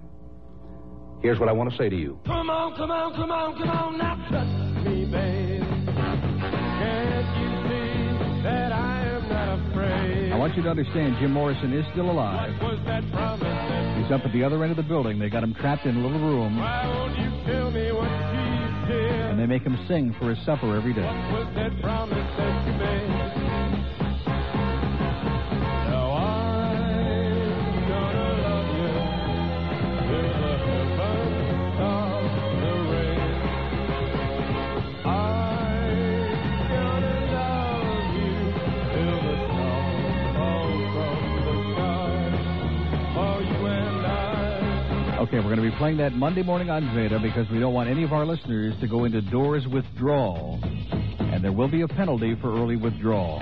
here's what I want to say to you. Come on, come on, come on, come on, now touch me, babe. Can't you see that I am not afraid? I want you to understand Jim Morrison is still alive. What was that promise that He's up at the other end of the building. They got him trapped in a little room, why won't you tell me what she did? and they make him sing for his supper every day. was that promise that you made? Now I'm gonna love you till the heavens stop the rain. I'm gonna love you till the snow falls from the sky. For you and I. Okay, we're going to be playing that Monday morning on Zeta because we don't want any of our listeners to go into Doors withdrawal, and there will be a penalty for early withdrawal.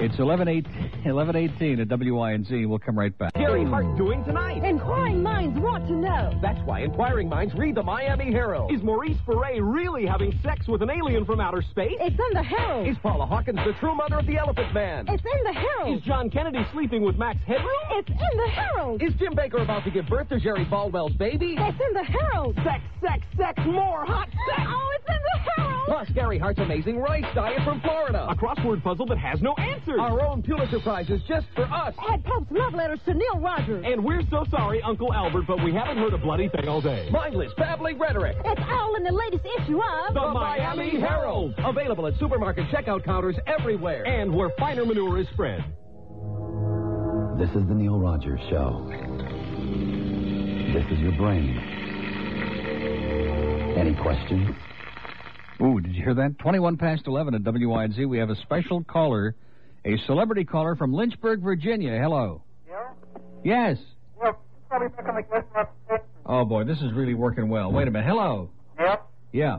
It's 11:18 11:18 at WINZ. We'll come right back. Gary Hart doing tonight? Inquiring minds want to know. That's why inquiring minds read the Miami Herald. Is Maurice Ferre really having sex with an alien from outer space? It's in the Herald. Is Paula Hawkins the true mother of the Elephant Man? It's in the Herald. Is John Kennedy sleeping with Max Headroom? It's in the Herald. Is Jim Baker about to give birth to Jerry Falwell's baby? It's in the Herald. Sex, sex, sex, more hot sex. Oh, it's in the Herald. Plus, Gary Hart's amazing rice diet from Florida. A crossword puzzle that has no answers. Our own Pulitzer Prizes just for us. Ed Pope's love letters to Neil Rogers. And we're so sorry, Uncle Albert, but we haven't heard a bloody thing all day. Mindless, babbling rhetoric. It's all in the latest issue of The Miami Herald. Available at supermarket checkout counters everywhere. And where finer manure is spread. This is the Neil Rogers Show. This is your brain. Any questions? Ooh, did you hear that? 21 past 11 at WINZ. We have a special caller a celebrity caller from Lynchburg, Virginia. Hello. Yeah? Yes. Well, probably back on the question about Oh boy, this is really working well. Wait a minute. Hello. Yeah? Yeah.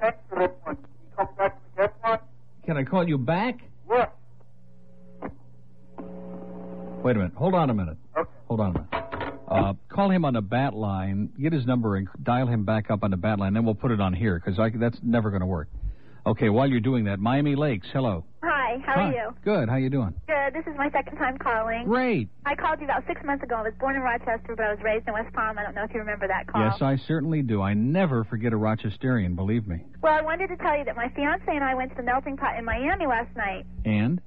Thanks for this one. Can you come back to that one? Can I call you back? Yeah. Wait a minute. Hold on a minute. Hold on a minute. Uh, call him on the bat line. Get his number and dial him back up on the bat line. Then we'll put it on here because that's never going to work. Okay. While you're doing that, Miami Lakes. Hello. Hi, how Hi. are you? Good. How you doing? Good. This is my second time calling. Great. I called you about six months ago. I was born in Rochester, but I was raised in West Palm. I don't know if you remember that call. Yes, I certainly do. I never forget a Rochesterian. Believe me. Well, I wanted to tell you that my fiance and I went to the melting pot in Miami last night. And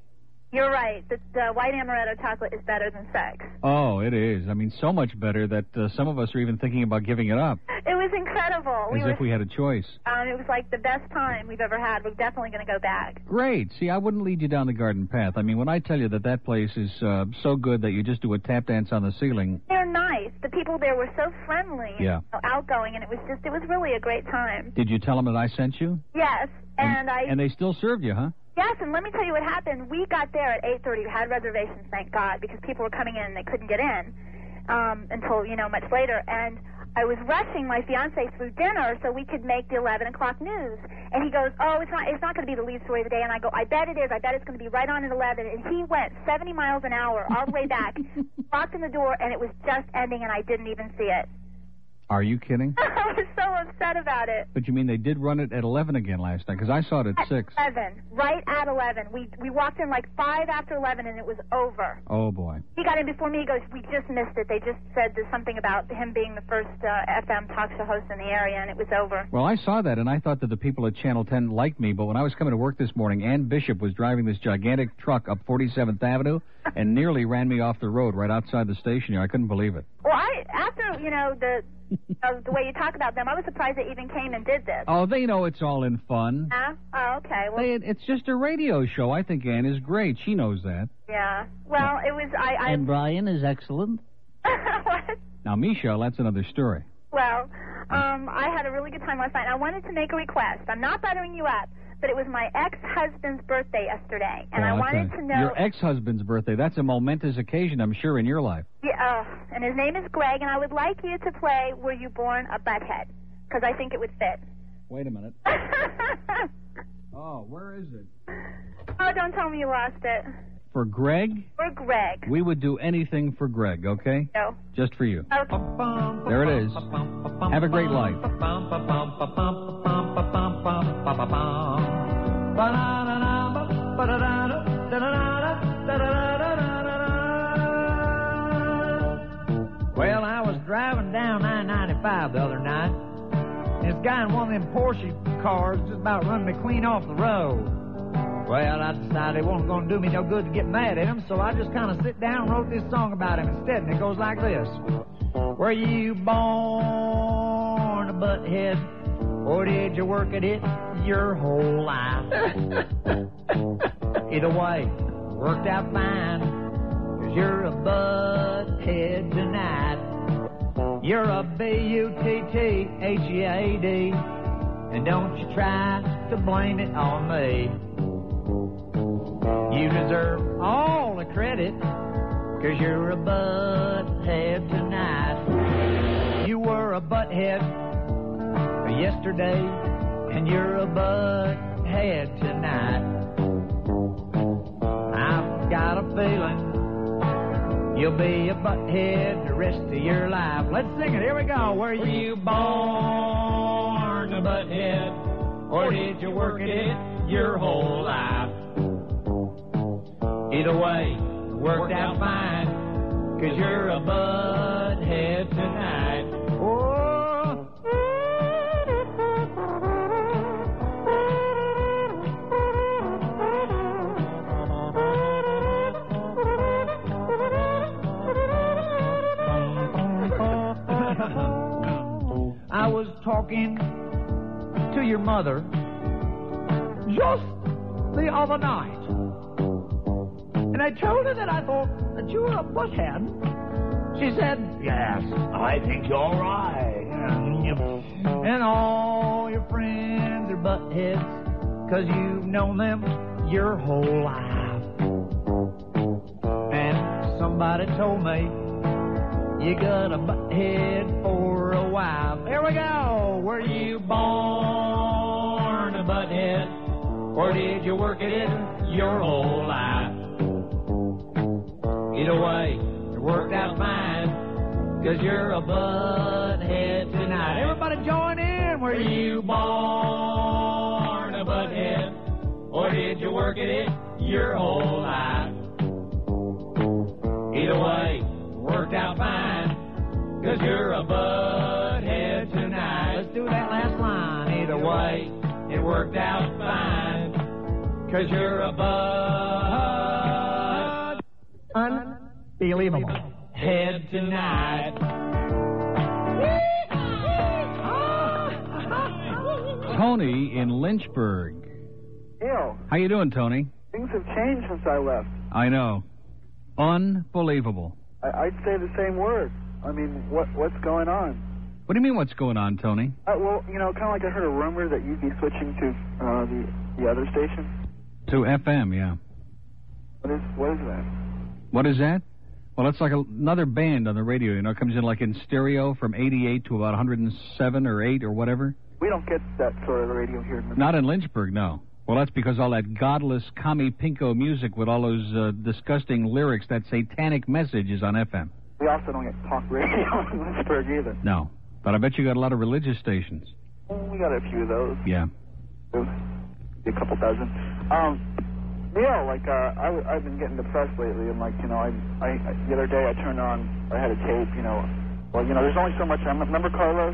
You're right. The, the white amaretto chocolate is better than sex. oh, it is. I mean, so much better that uh, some of us are even thinking about giving it up, It was incredible. as we if were, we had a choice. um, it was like the best time we've ever had. We're definitely going to go back. Great. See, I wouldn't lead you down the garden path. I mean, when I tell you that that place is uh, so good that you just do a tap dance on the ceiling, They're nice. The people there were so friendly, and Yeah. so outgoing, and it was just it was really a great time. did you tell them that I sent you? Yes, and, I And they still served you, huh? yes, and let me tell you what happened. We got there at 8:30. We had reservations, thank God, because people were coming in and they couldn't get in um, until you know much later. And I was rushing my fiance through dinner so we could make the 11 o'clock news. And he goes, "Oh, it's not it's not going to be the lead story of the day." And I go, "I bet it is. I bet it's going to be right on at 11." And he went 70 miles an hour all the way back, locked in the door, and it was just ending, and I didn't even see it. Are you kidding? I was so upset about it. But you mean they did run it at 11 again last night? Because I saw it at 6. Eleven, right at eleven. We we walked in like five after eleven, and it was over. Oh, boy. He got in before me. He goes, "We just missed it. They just said there's something about him being the first uh, FM talk show host in the area, and it was over." Well, I saw that, and I thought that the people at Channel 10 liked me, but when I was coming to work this morning, Ann Bishop was driving this gigantic truck up 47th Avenue and nearly ran me off the road right outside the station here. I couldn't believe it. Well, I after you know the uh, the way you talk about them, I was surprised they even came and did this. Oh, they know it's all in fun. Huh? Oh, okay. Well, They, it's just a radio show. I think Ann is great. She knows that. yeah. Well, it was I. I Brian is excellent. What? Now, Michelle, that's another story. Well, um, I had a really good time last night. and I wanted to make a request. I'm not buttering you up, but it was my ex-husband's birthday yesterday, and I Well, that's wanted a- to know. Oh, Your ex husband's birthday. That's a momentous occasion, I'm sure, in your life. Yeah, uh, and his name is Greg, and I would like you to play "Were You Born a Butthead" because I think it would fit. Wait a minute. oh, where is it? Oh, don't tell me you lost it. For Greg, We're Greg. we would do anything for Greg, okay? No. Just for you. Okay. There it is. Have a great life. Well, I was driving down I 95 the other night, and this guy in one of them Porsche cars just about run me clean off the road. Well, I decided it wasn't going to do me no good to get mad at him, so I just kind of sit down and wrote this song about him instead, and it goes like this Were you born a butthead, or did you work at it your whole life? Either way, worked out fine, cause you're a butthead tonight. You're a E B-U-T-T-H-E-A-D. And don't you try to blame it on me. You deserve all the credit, cause you're a butthead tonight. You were a butthead yesterday, and you're a butthead tonight. I've got a feeling you'll be a butthead the rest of your life. Let's sing it. Here we go. Were you born a butthead, or did you work at it your whole life? Either way, worked out fine, cause you're a butthead tonight. Oh. I was talking to your mother just the other night. And I told her that I thought that you were a butthead. She said, Yes, I think you're right. And all your friends are buttheads because you've known them your whole life. Somebody told me you got a butt head for a wife. Here we go. Were you born a butt head, or did you work it in your whole life? Either way, it worked out fine, cause you're a butt head tonight. Everybody join in. Were you born a butt head, or did you work it in your whole life? Either way, worked out fine. Cause you're a butthead tonight. Let's do that last line. Either way, it worked out fine. Cause you're a butt. Unbelievable. Head tonight. Tony in Lynchburg. Ew, How you doing, Tony? things have changed since I left. I know. Unbelievable. I, I'd say the same word. I mean, what what's going on? What do you mean what's going on, Tony? Uh, well, you know, kind of like I heard a rumor that you'd be switching to uh, the the other station. To FM, yeah. What is what is that? What is that? Well, it's like a, another band on the radio, you know, it comes in like in stereo from 88 to about 107 or 8 or whatever. We don't get that sort of radio here. In the- Not in Lynchburg, no. Well, that's because all that godless commie pinko music with all those uh, disgusting lyrics, that satanic message is on FM. we also don't get talk radio in Lynchburg either. No. But I bet you got a lot of religious stations. We got a few of those, Yeah. a couple dozen. Um, Neil, like uh, I w- I've been getting depressed lately, and like you know, I, I I- the other day I turned on, I had a tape, you know, well, you know, there's only so much. I remember Carlos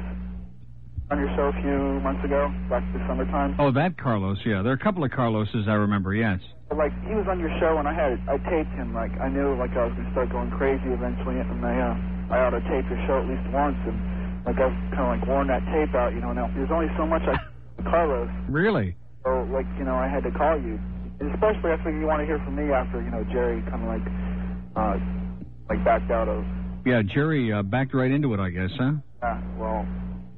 on your show a few months ago, back this summertime. Oh, that Carlos, yeah. There are a couple of Carloses I remember, yes. But, like he was on your show and I had I taped him like I knew like I was gonna start going crazy eventually and I uh I ought to tape your show at least once and like I've kind of like worn that tape out you know now there's only so much I Carlos Really? so like you know I had to call you and especially I figure you want to hear from me after you know Jerry kind of like uh like backed out of Yeah, Jerry uh, backed right into it, I guess, huh? uh, well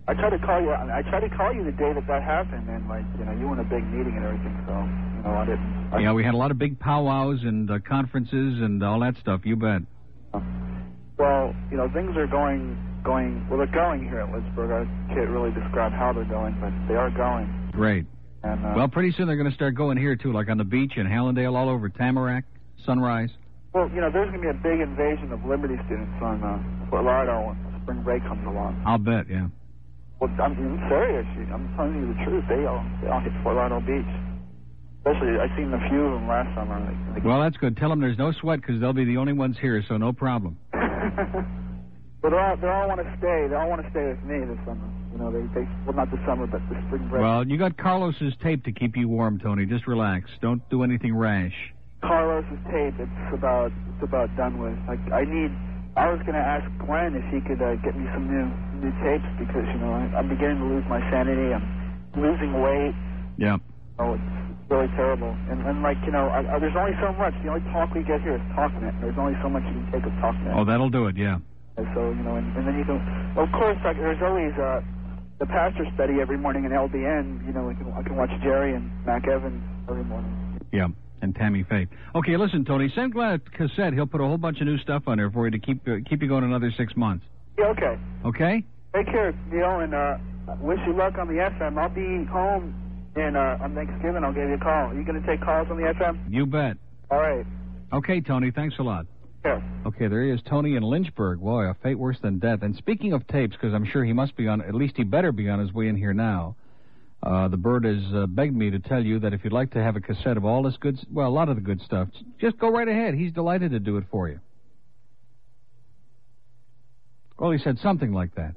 I tried to call you and I tried to call you the day that that happened and like you know you were in a big meeting and everything so you know Oh, I didn't Yeah, we had a lot of big powwows and uh, conferences and all that stuff, you bet. Well, you know, things are going, going, well, they're going here at Lynchburg. I can't really describe how they're going, but they are going. Great. And, uh, Well, pretty soon they're going to start going here, too, like on the beach in Hallandale, all over Tamarack, Sunrise. well, you know, there's going to be a big invasion of Liberty students on uh, Fort Lauderdale when spring break comes along. I'll bet, yeah. Well, I'm, I'm serious. You- I'm telling you the truth. They all, they all hit Fort Lauderdale Beach. Especially, I seen a few of them last summer. Like, Well, that's good. Tell them there's no sweat because they'll be the only ones here, so no problem. but they all, they all want to stay. They all want to stay with me this summer. You know, they, they, well, not this summer, but the spring break. Well, you got Carlos's tape to keep you warm, Tony. Just relax. Don't do anything rash. Carlos's tape. It's about it's about done with. Like I need. I was gonna ask Glenn if he could uh, get me some new new tapes because you know I, I'm beginning to lose my sanity. I'm losing weight. Yeah. Oh, it's really terrible. And, and like you know, I, I, there's only so much. The only talk we get here is TalkNet. There's only so much you can take of TalkNet. Oh, that'll do it, yeah. And so you know, and, and then you go. Of course, like there's always uh, the pastor study every morning in LDN. You know, I can, I can watch Jerry and Mac Evans every morning. Yeah. And Tammy Faye. Okay, listen, Tony. Send Glenn a cassette. He'll put a whole bunch of new stuff on there for you to keep uh, keep you going another six months. Yeah, okay. Okay? Take care, Neil, and uh, wish you luck on the FM. I'll be home, and uh, on Thanksgiving I'll give you a call. Are you going to take calls on the FM? You bet. All right. Okay, Tony. Thanks a lot. Yeah. Okay, there he is, Tony in Lynchburg. Boy, a fate worse than death. And speaking of tapes, because I'm sure he must be on, at least he better be on his way in here now. Uh, the bird has uh, begged me to tell you that if you'd like to have a cassette of all this good, s- well, a lot of the good stuff, j- just go right ahead. He's delighted to do it for you. Well, he said something like that.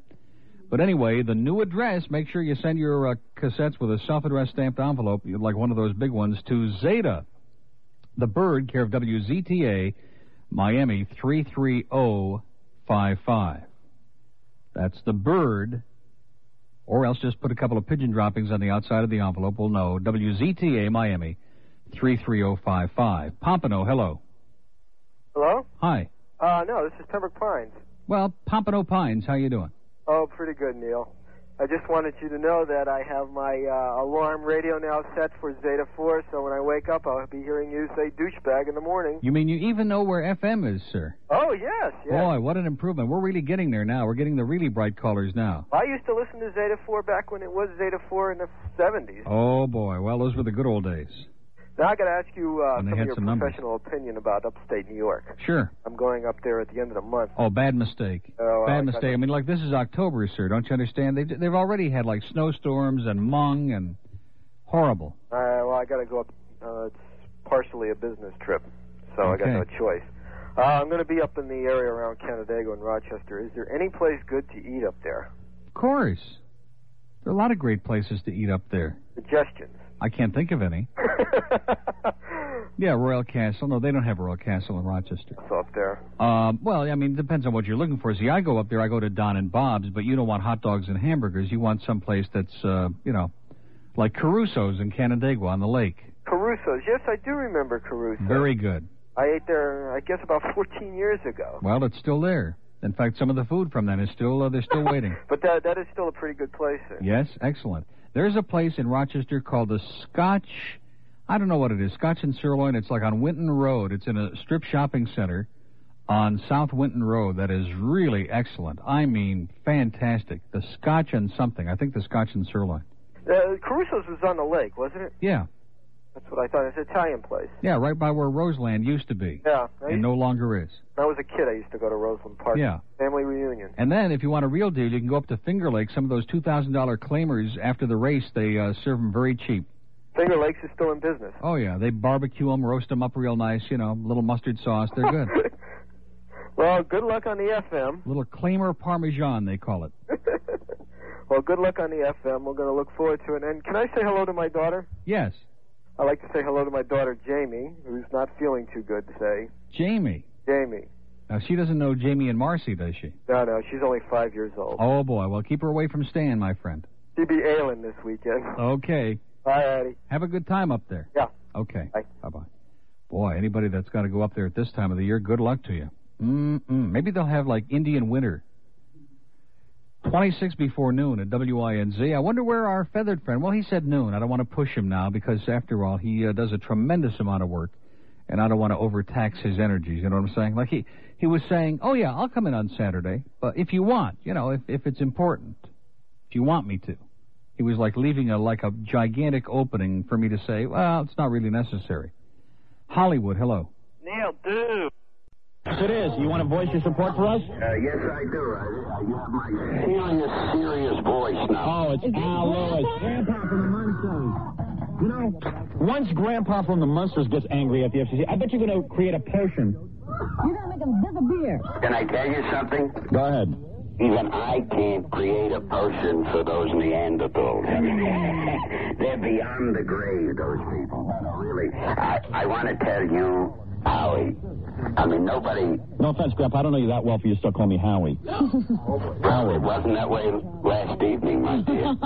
But anyway, the new address, make sure you send your uh, cassettes with a self addressed stamped envelope, like one of those big ones, to Zeta, the bird, care of WZTA, Miami 33055. That's the bird, or else just put a couple of pigeon droppings on the outside of the envelope. We'll know. WZTA Miami 33055. Pompano, hello. Hello? Hi. Uh, no, this is Pembroke Pines. Well, Pompano Pines, how you doing? Oh, pretty good, Neil. I just wanted you to know that I have my uh, alarm radio now set for Zeta 4, so when I wake up, I'll be hearing you say douchebag in the morning. You mean you even know where FM is, sir? Oh, yes, yes. Boy, what an improvement. We're really getting there now. We're getting the really bright callers now. I used to listen to Zeta 4 back when it was Zeta 4 in the 70s. Oh, boy. Well, those were the good old days. Now I got to ask you uh, When they some had of your some numbers. professional opinion about upstate New York. Sure. I'm going up there at the end of the month. Oh, bad mistake. So, uh, I Bad got mistake. I mean, like this is October, sir. Don't you understand? They they've already had like snowstorms and mung and horrible. Uh, well, I got to go up. Uh, it's partially a business trip, so I got Okay. no choice. Uh, I'm going to be up in the area around Canandaigua and Rochester. Is there any place good to eat up there? Of course, there are a lot of great places to eat up there. Suggestions. I can't think of any. yeah, Royal Castle. No, they don't have Royal Castle in Rochester. It's up there. Um, well, I mean, it depends on what you're looking for. See, I go up there, I go to Don and Bob's, but you don't want hot dogs and hamburgers. You want someplace that's, uh, you know, like Caruso's in Canandaigua on the lake. Caruso's. Yes, I do remember Caruso's. Very good. I ate there, I guess, about 14 years ago. Well, it's still there. In fact, some of the food from then is still, uh, they're still waiting. But that that is still a pretty good place. There. Yes, excellent. There's a place in Rochester called the Scotch. I don't know what it is. Scotch and Sirloin. It's like on Winton Road. It's in a strip shopping center on South Winton Road that is really excellent. I mean, fantastic. The Scotch and something. I think the Scotch and Sirloin. Uh, Caruso's was on the lake, wasn't it? Yeah, That's what I thought. It's an Italian place. yeah, right by where Roseland used to be. Yeah. I It used, no longer is. when I was a kid, I used to go to Roseland Park. Yeah. Family reunion. And then, if you want a real deal, you can go up to Finger Lake. Some of those $2,000 claimers, after the race, they uh, serve them very cheap. Finger Lakes is still in business. Oh yeah, they barbecue them, roast them up real nice. You know, little mustard sauce. They're good. Well, good luck on the FM. little claimer parmesan, they call it. Well, good luck on the FM. We're going to look forward to it. And can I say hello to my daughter? Yes, I'd like to say hello to my daughter, Jamie, who's not feeling too good today. Jamie. Jamie. Now she doesn't know Jamie and Marcy, does she? No, no, she's only five years old. Oh boy, well keep her away from Stan, my friend. She'll be ailing this weekend. Okay, Bye, Eddie. have a good time up there. Yeah. Okay. Bye bye. Boy, anybody that's got to go up there at this time of the year, good luck to you. Mm-mm. Maybe they'll have like Indian winter. 26 before noon at WINZ. I wonder where our feathered friend. Well, he said noon. I don't want to push him now because, after all, he uh, does a tremendous amount of work, and I don't want to overtax his energies. You know what I'm saying? Like he he was saying, "Oh yeah, I'll come in on Saturday, but if you want, you know, if if it's important, if you want me to." He was like leaving a like a gigantic opening for me to say, "Well, it's not really necessary." Hollywood, hello. Neil, dude. Yes, it is. You want to voice your support for us? Uh, yes, I do. I, I you have my serious, serious voice now. Oh, it's Al Lewis. Grandpa from the Munsters. You know, once Grandpa from the Munsters gets angry at the FCC, I bet you're going to create a potion. You're going to make him a beer. Can I tell you something? Go ahead. Even I can't create a potion for those Neanderthals. They're beyond the grave, those people. No, no, really. I, I want to tell you, Howie. I mean, nobody. No offense, Grandpa. I don't know you that well for you to still call me Howie. Ah, Well, it wasn't that way last evening, my dear.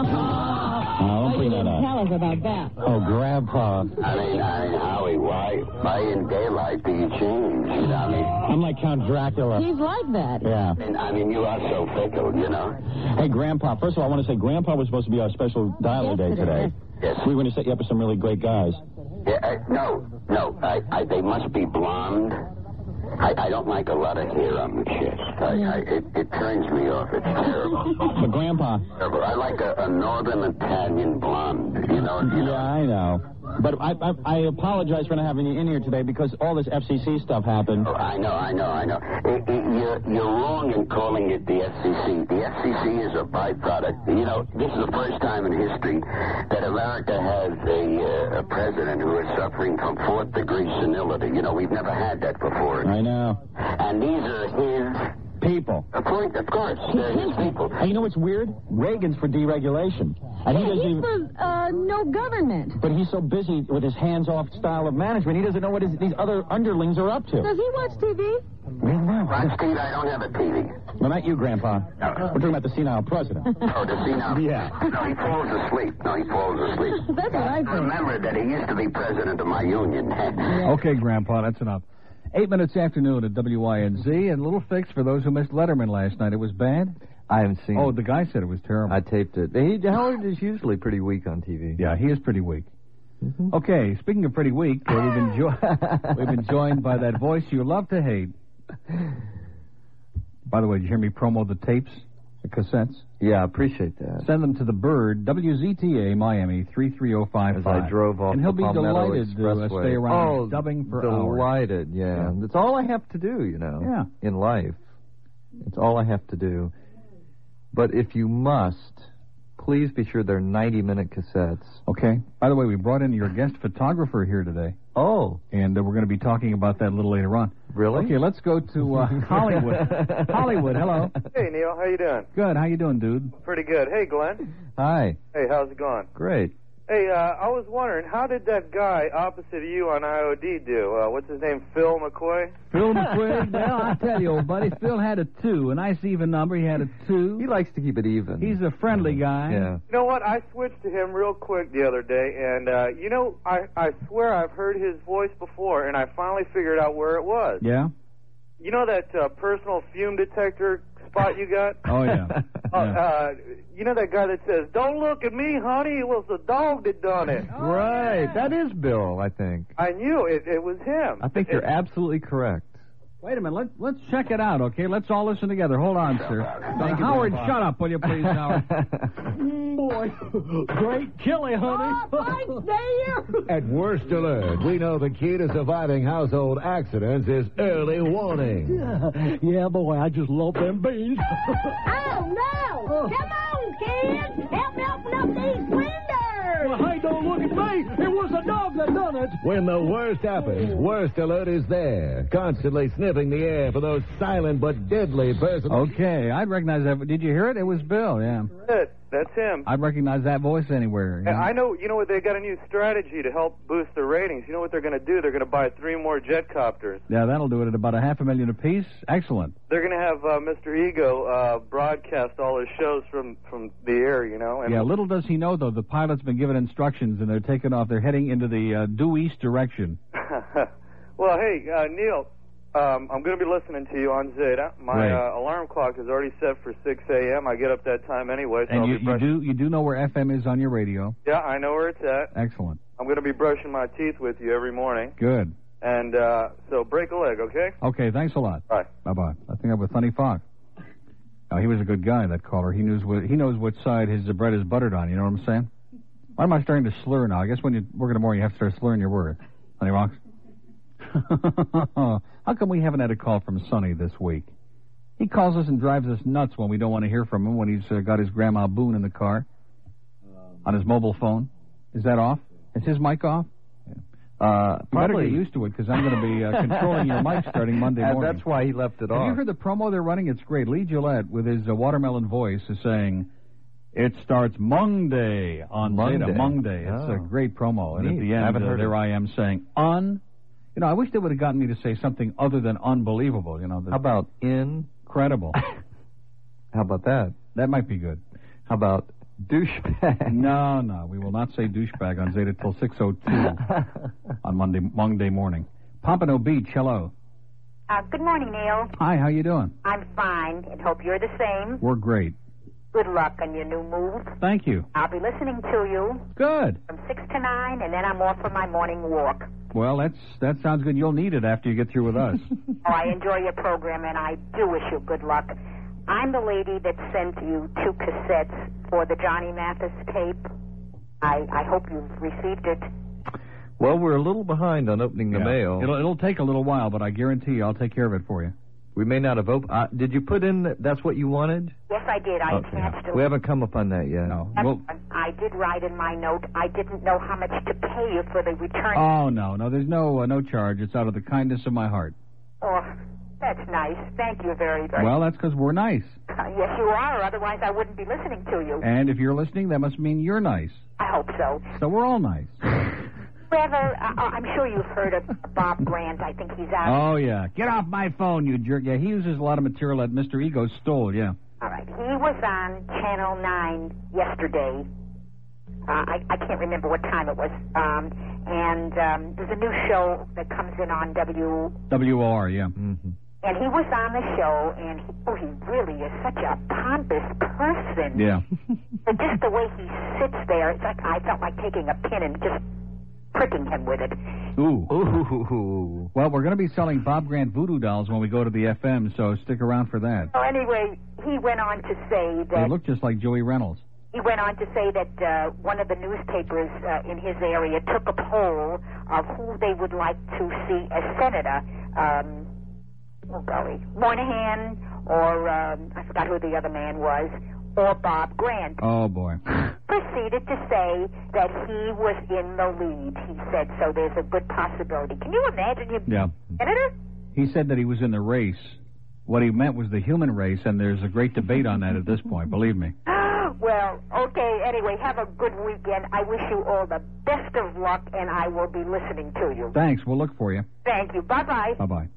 Now, don't bring that up. us about that. Oh, Grandpa. I mean, I mean, Howie, why, why in daylight do you change? You know, I mean, I'm like Count Dracula. He's like that. Yeah. I mean, I mean, you are so fickle, you know. Hey, Grandpa. First of all, I want to say Grandpa was supposed to be our special dialer day today. Yes. We were going to set you up with some really great guys. Yeah, I, no, no, I, I, they must be blonde. I, I don't like a lot of hair on the chest. I, I, it, it turns me off. It's terrible. But Grandpa. I like a, a northern Italian blonde. You know, you Yeah, I know. But I, I, I apologize for not having you in here today because all this FCC stuff happened. Oh, I know, I know, I know. It, it, you're, you're wrong in calling it the FCC. The FCC is a byproduct. You know, this is the first time in history that America has a, uh, a president who is suffering from fourth degree senility. You know, we've never had that before. I know. And these are his People. appoint, of course, they're his people. And you know what's weird? Reagan's for deregulation. And he Yeah, doesn't he's even. For, uh, no government. But he's so busy with his hands off style of management, he doesn't know what his, these other underlings are up to. Does he watch TV? No. Steve, I don't have a TV. No, not you, Grandpa. We're talking about the senile president. Oh, does he now? Yeah. No, he falls asleep. No, he falls asleep. That's what I think. Remember that he used to be president of my union. Okay, Grandpa, that's enough. Eight minutes afternoon at WINZ, and a little fix for those who missed Letterman last night. It was bad. I haven't seen. Oh, the guy said it was terrible. I taped it. He, Howard is usually pretty weak on TV. Yeah, he is pretty weak. Mm-hmm. Okay, speaking of pretty weak, uh, we've been jo- we've been joined by that voice you love to hate. By the way, did you hear me promo the tapes, the cassettes? Yeah, I appreciate that. Send them to the bird WZTA Miami three three zero five As five. I drove off and he'll the be Palmetto delighted to uh, Expressway. stay around Oh, dubbing for hours. delighted. Yeah. Yeah. that's all I have to do. You know. Yeah. In life, it's all I have to do. But if you must, please be sure they're ninety-minute cassettes. Okay. By the way, we brought in your guest photographer here today. Oh. And uh, we're going to be talking about that a little later on. Really? Okay, let's go to uh, Hollywood. Hollywood, hello. Hey Neil, how you doing? Good. How you doing, dude? Pretty good. Hey Glenn. Hi. Hey, how's it going? Great. Hey, uh, I was wondering how did that guy opposite of you on IOD do? Uh, what's his name? Phil McCoy. Phil McQuigg. Well, I tell you, old buddy, Phil had a two, a nice even number. He had a two. He likes to keep it even. He's a friendly guy. Yeah. You know what? I switched to him real quick the other day, and uh, you know, I I swear I've heard his voice before, and I finally figured out where it was. Yeah. You know that uh, personal fume detector spot you got? Oh yeah. Uh, uh, you know that guy that says, "Don't look at me, honey. It was the dog that done it." right. That is Bill, I think. I knew it. It was him. I think you're absolutely correct. Wait a minute. Let's let's check it out. Okay, let's all listen together. Hold on, sir. Thank you, Howard, Bob. shut up, will you please, Howard? Mm, Boy, great chili, honey. At Worst Alert, we know the key to surviving household accidents is early warning. yeah, boy, I just love them beans. Oh, no! Come on, kids! Help me open up these windows! well, hey, don't look at me. It was a dog that done it. When the worst happens, Worst Alert is there, constantly sniffing the air for those silent but deadly personal. okay, I'd recognize that. Did you hear it? It was Bill. Yeah. It. That's him. I'd recognize that voice anywhere. And I know, you know what? They got a new strategy to help boost their ratings. You know what they're going to do? They're going to buy three more jet copters. Yeah, that'll do it at about a half a million apiece. Excellent. They're going to have uh, Mr. Ego uh, broadcast all his shows from from the air. You know, and Yeah, little does he know, though, the pilot's been given instructions and they're taking off. They're heading into the uh, due east direction. well, hey, uh, Neil, um, I'm going to be listening to you on Zeta. My Right. uh, alarm clock is already set for 6 a.m. I get up that time anyway, so and I'll you, be you brushing. do you do know where FM is on your radio. Yeah, I know where it's at. Excellent. I'm going to be brushing my teeth with you every morning, Good. and uh, so break a leg, okay? Okay, thanks a lot. Bye. Bye bye. I think I'm with Thunny Fox. Oh, he was a good guy, that caller. He knows what he knows which side his bread is buttered on. You know what I'm saying? Why am I starting to slur now? I guess when you work in the morning, you have to start slurring your words. Sonny Rocks. How come we haven't had a call from Sonny this week? He calls us and drives us nuts when we don't want to hear from him when he's uh, got his grandma Boone in the car on his mobile phone. Is that off? Is his mic off? Uh, You better probably- get used to it because I'm going to be uh, controlling your mic starting Monday And morning. that's why he left it Have you off. heard the promo they're running? It's great. Lee Gillette, with his uh, watermelon voice, is saying, "It starts Monday on Monday. Zeta Monday." It's a Oh. great promo, and Neat. at the end, Haven't uh, heard there it. I am saying, "Un." You know, I wish they would have gotten me to say something other than unbelievable. You know, the, How about in? incredible? How about that? That might be good. How about douchebag? No, no, we will not say douchebag on Zeta till six oh two on Monday Monday morning. Pompano Beach, hello. Uh, good morning, Neil. Hi, how you doing? I'm fine and hope you're the same. We're great. Good luck on your new move. Thank you. I'll be listening to you Good. from 6 to 9, and then I'm off for my morning walk. Well, that's that sounds good. You'll need it after you get through with us. Oh, I enjoy your program, and I do wish you good luck. I'm the lady that sent you two cassettes for the Johnny Mathis tape. I, I hope you've received it. Well, we're a little behind on opening the Yeah. mail. It'll, it'll take a little while, but I guarantee you, I'll take care of it for you. We may not have opened. Uh, did you put in that that's what you wanted? Yes, I did. I Oh, attached it. We haven't come upon that yet. No. That's one. I did write in my note. I didn't know how much to pay you for the return. Oh no, no, there's no uh, no charge. It's out of the kindness of my heart. Oh, that's nice. Thank you very, very Well, that's because we're nice, Uh, Yes, you are. Otherwise, I wouldn't be listening to you. and if you're listening, that must mean you're nice. I hope so. So we're all nice. Whoever, uh, I'm sure you've heard of Bob Grant. I think he's out. Oh yeah, get off my phone, you jerk! Yeah, he uses a lot of material that Mr. Ego stole. Yeah. All right. He was on Channel 9 yesterday. Uh, I, I can't remember what time it was. Um, and um, there's a new show that comes in on W. Mm. W O R. Yeah. And he was on the show, and he, oh, he really is such a pompous person. Yeah. But just the way he sits there, it's like I felt like taking a pin and just pricking him with it. Ooh. Ooh. Well, we're going to be selling Bob Grant voodoo dolls when we go to the FM, so stick around for that. So anyway, he went on to say They that look just like Joey Reynolds. he went on to say that uh, one of the newspapers uh, in his area took a poll of who they would like to see as senator. Um, oh golly, Moynihan, or um, I forgot who the other man was, or Bob Grant. Oh, boy. Proceeded to say that he was in the lead. He said so. There's a good possibility. Can you imagine him Yeah. being senator? He said that he was in the race. What he meant was the human race, and there's a great debate on that at this point, believe me. Well, okay. Anyway, have a good weekend. I wish you all the best of luck, and I will be listening to you. Thanks. We'll look for you. Thank you. Bye bye. Bye bye.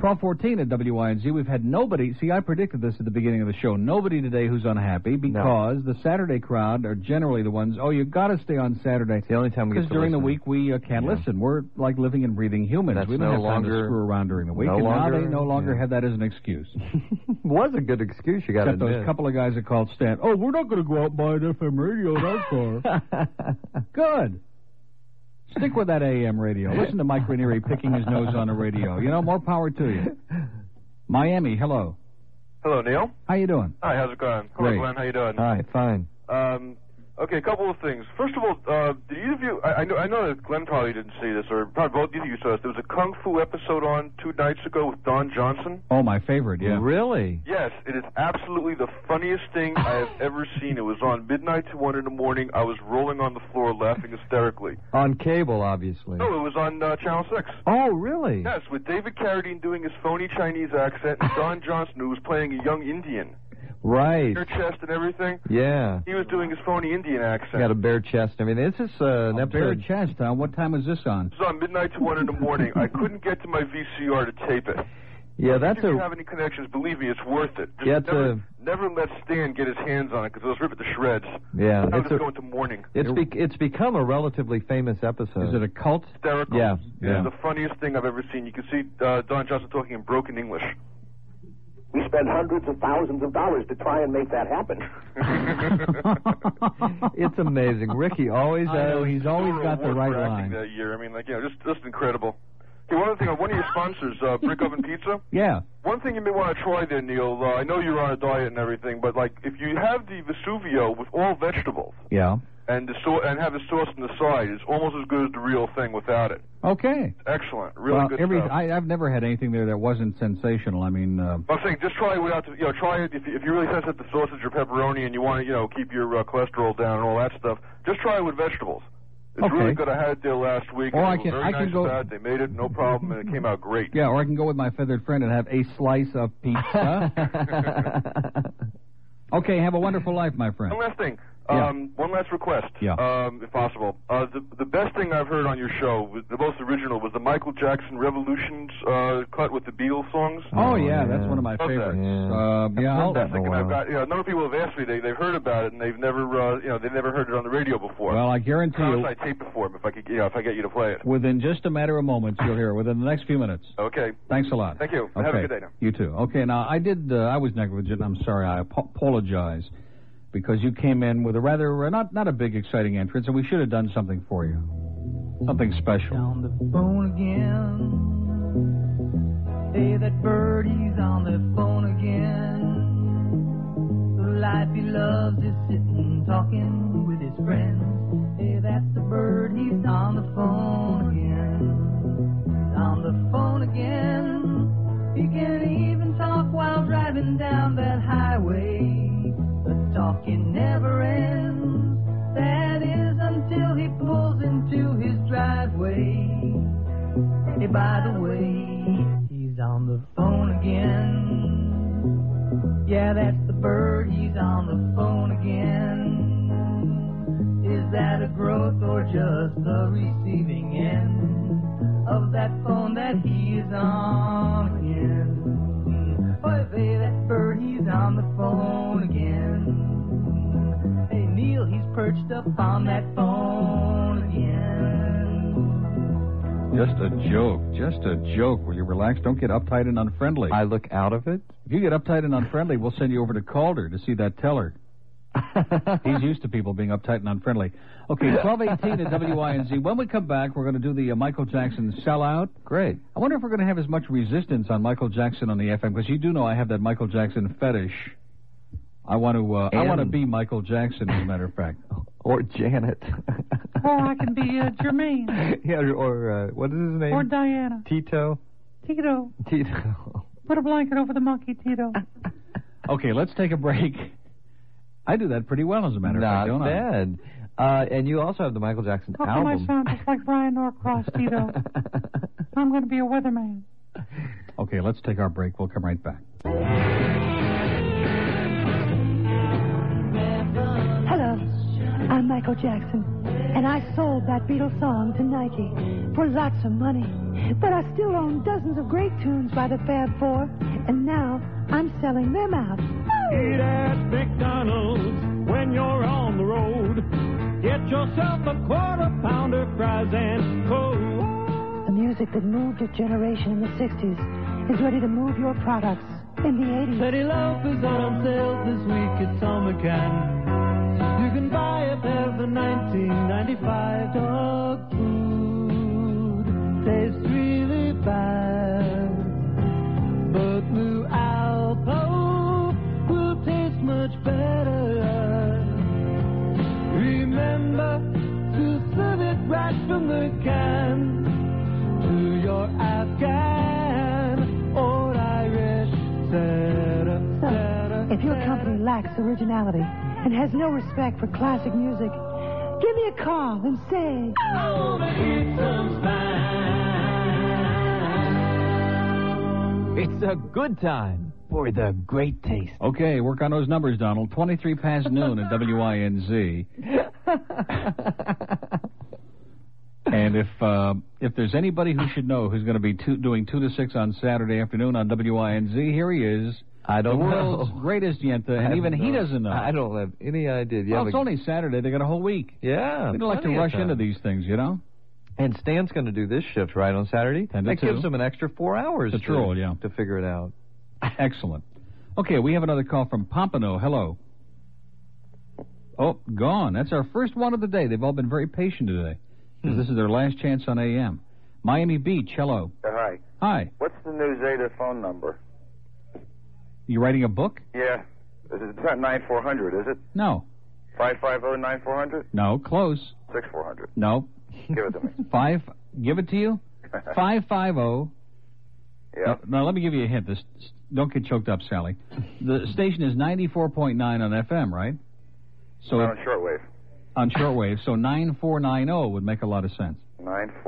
1214 at WINZ. We've had nobody. See, I predicted this at the beginning of the show. Nobody today who's unhappy because the Saturday crowd are generally the ones, oh, you've got to stay on Saturday. It's the only time we get Because to during the listen. week we uh, can't Yeah. listen. We're like living and breathing humans. That's we don't no have time to longer- screw around during the week. no and now longer- they no longer have that as an excuse. was a good excuse. You got to Except admit. those couple of guys that called Stan. Oh, we're not going to go out and buy an FM radio in our car. Good. Stick with that AM radio. Listen to Mike Ranieri picking his nose on the radio. You know, more power to you. Miami, hello. Hello, Neil. How you doing? Hi, how's it going? Hello, Great. Glenn. How you doing? Hi, fine. Um, okay, a couple of things. First of all, uh, did either of you? I, I know I know that Glenn probably didn't see this, or probably both of you saw this. There was a kung fu episode on two nights ago with Don Johnson. Oh, my favorite, yeah. Really? Yes, it is absolutely the funniest thing I have ever seen. It was on midnight to one in the morning. I was rolling on the floor laughing hysterically. On cable, obviously. No, it was on uh, Channel Six. Oh, really? Yes, with David Carradine doing his phony Chinese accent and Don Johnson, who was playing a young Indian, Right. bare chest and everything. Yeah. He was doing his phony Indian accent. Got a bare chest. I mean, this is uh, an bare episode. Bare chest. What time is this on? It was on midnight to one in the morning. I couldn't get to my VCR to tape it. Yeah, that's if you a have any connections, believe me, it's worth it. Just Yeah, it's never, a- never let Stan get his hands on it because it'll rip it to shreds. yeah. I was Uh, It's a going to mourning. it's be, it's become a relatively famous episode. Is it a cult? hysterical. Yeah. It is the funniest thing I've ever seen. You can see uh, Don Johnson talking in broken English. We spend hundreds of thousands of dollars to try and make that happen. it's amazing. Ricky always I uh, know, has- he's always got the right line. That year, I mean, like you know, just just incredible. Hey, one other thing, one of your sponsors, uh, Brick Oven Pizza. Yeah. One thing you may want to try there, Neil. Uh, I know you're on a diet and everything, but like if you have the Vesuvio with all vegetables Yeah. and the so- and have the sauce on the side, it's almost as good as the real thing without it. Okay. It's excellent, really well, good every, stuff. I, I've never had anything there that wasn't sensational. I mean, uh, I'm saying just try it without the, you know try it if you, if you really sense that the sausage or pepperoni and you want to you know keep your uh, cholesterol down and all that stuff. Just try it with vegetables. It's Okay. really good. I had it there last week. Or and I it was can- very I can nice go- about it. They made it no problem and it came out great. yeah, or I can go with my feathered friend and have a slice of pizza. okay, have a wonderful life, my friend. One last thing. Yeah. Um, One last request, Yeah. um, if possible. Uh, the, the best thing I've heard on your show, was- the most original, was the Michael Jackson Revolutions uh, cut with the Beatles songs. Oh, yeah, that's one of my Love favorites. That. Uh, yeah, I'll- That's like, and I've got, you know, a number of people have asked me. They, they've heard about it and they've never, uh, you know, they've never heard it on the radio before. Well, I guarantee Promise you, I taped it for them if I could, you know, if I get you to play it. within just a matter of moments, you'll hear it within the next few minutes. Okay. Thanks a lot. Thank you. Okay. Have a good day now. You too. Okay, now I did, uh, I was negligent. I'm sorry. I ap- apologize because you came in with a rather, uh, not, not a big, exciting entrance, and we should have done something for you. Something special. phone again. Hey, that birdie's on the phone again. The life he loves is sitting talking with his friends. Hey, that's the bird, he's on the phone again. He's on the phone again. He can even talk while driving down that highway. But talking never ends. That is until he pulls into his driveway. Hey, by the way, he's on the phone again. Yeah, that's the bird, he's on the phone again. Is that a growth or just the receiving end of that phone that he is on again? Boy, hey, that bird, he's on the phone again. Hey, Neil, he's perched up on that phone again. You Just a joke. Just a joke. Will you relax? Don't get uptight and unfriendly. I look out of it? If you get uptight and unfriendly, we'll send you over to Calder to see that teller. He's used to people being uptight and unfriendly. Okay, 1218 at WINZ. When we come back, we're going to do the uh, Michael Jackson sellout. Great. I wonder if we're going to have as much resistance on Michael Jackson on the FM, because you do know I have that Michael Jackson fetish. I want to. Uh, I And- want to be Michael Jackson, as a matter of fact. Or Janet. Or I can be uh, Jermaine. yeah, or uh, what is his name? Or Diana. Tito. Tito. Tito. Put a blanket over the monkey, Tito. Uh, Okay, let's take a break. I do that pretty well, as a matter of fact, don't Not bad. Uh, and you also have the Michael Jackson How come I album. sound just like Brian Norcross, Tito? I'm going to be a weatherman. I? Okay, let's take our break. We'll come right back. Hello, I'm Michael Jackson, and I sold that Beatles song to Nike for lots of money. But I still own dozens of great tunes by the Fab Four, and now I'm selling them out. Eat at McDonald's when you're on the road. Get yourself a quarter pounder, fries and coke. The music that moved a generation in the 60s is ready to move your products in the 80s. Betty Loaf is on sale this week at Tom McCann. You can buy a pair for $19.95. Dog food tastes really bad, but Blue Alpo will taste much better. Remember to serve it right from the can to your Afghan or Irish setup. So, if your company lacks originality and has no respect for classic music, give me a call and say. It's a good time for the great taste. Okay, work on those numbers, Donald. 23 past noon at WINZ. And if uh, if there's anybody who should know who's going to be two, doing 2 to 6 on Saturday afternoon on WINZ, here he is. I don't the world's know. greatest Yenta, I and even he don't- doesn't know. I don't have any idea. Do you Well, have it's a- only Saturday. They got a whole week. Yeah, We don't like to plenty of rush time. into these things, you know? And Stan's going to do this shift right on Saturday. Ten to that two. gives him an extra four hours It's a troll, to, yeah. to figure it out. Excellent. Okay, we have another call from Pompano. Hello. Oh, gone. That's our first one of the day. They've all been very patient today. Hmm. 'cause This is their last chance on AM. Miami Beach, hello. Uh, Hi. Hi. What's the new Zeta phone number? You writing a book? Yeah. Is it- It's not 9400, is it? No. 550 9400? No, close. 6400. No. Give it to me. Five. Give it to you. Five five zero. Yeah. Now, now let me give you a hint. This don't get choked up, Sally. The station is ninety four point nine on FM, right? So Not on shortwave. on shortwave, so nine four nine zero would make a lot of sense.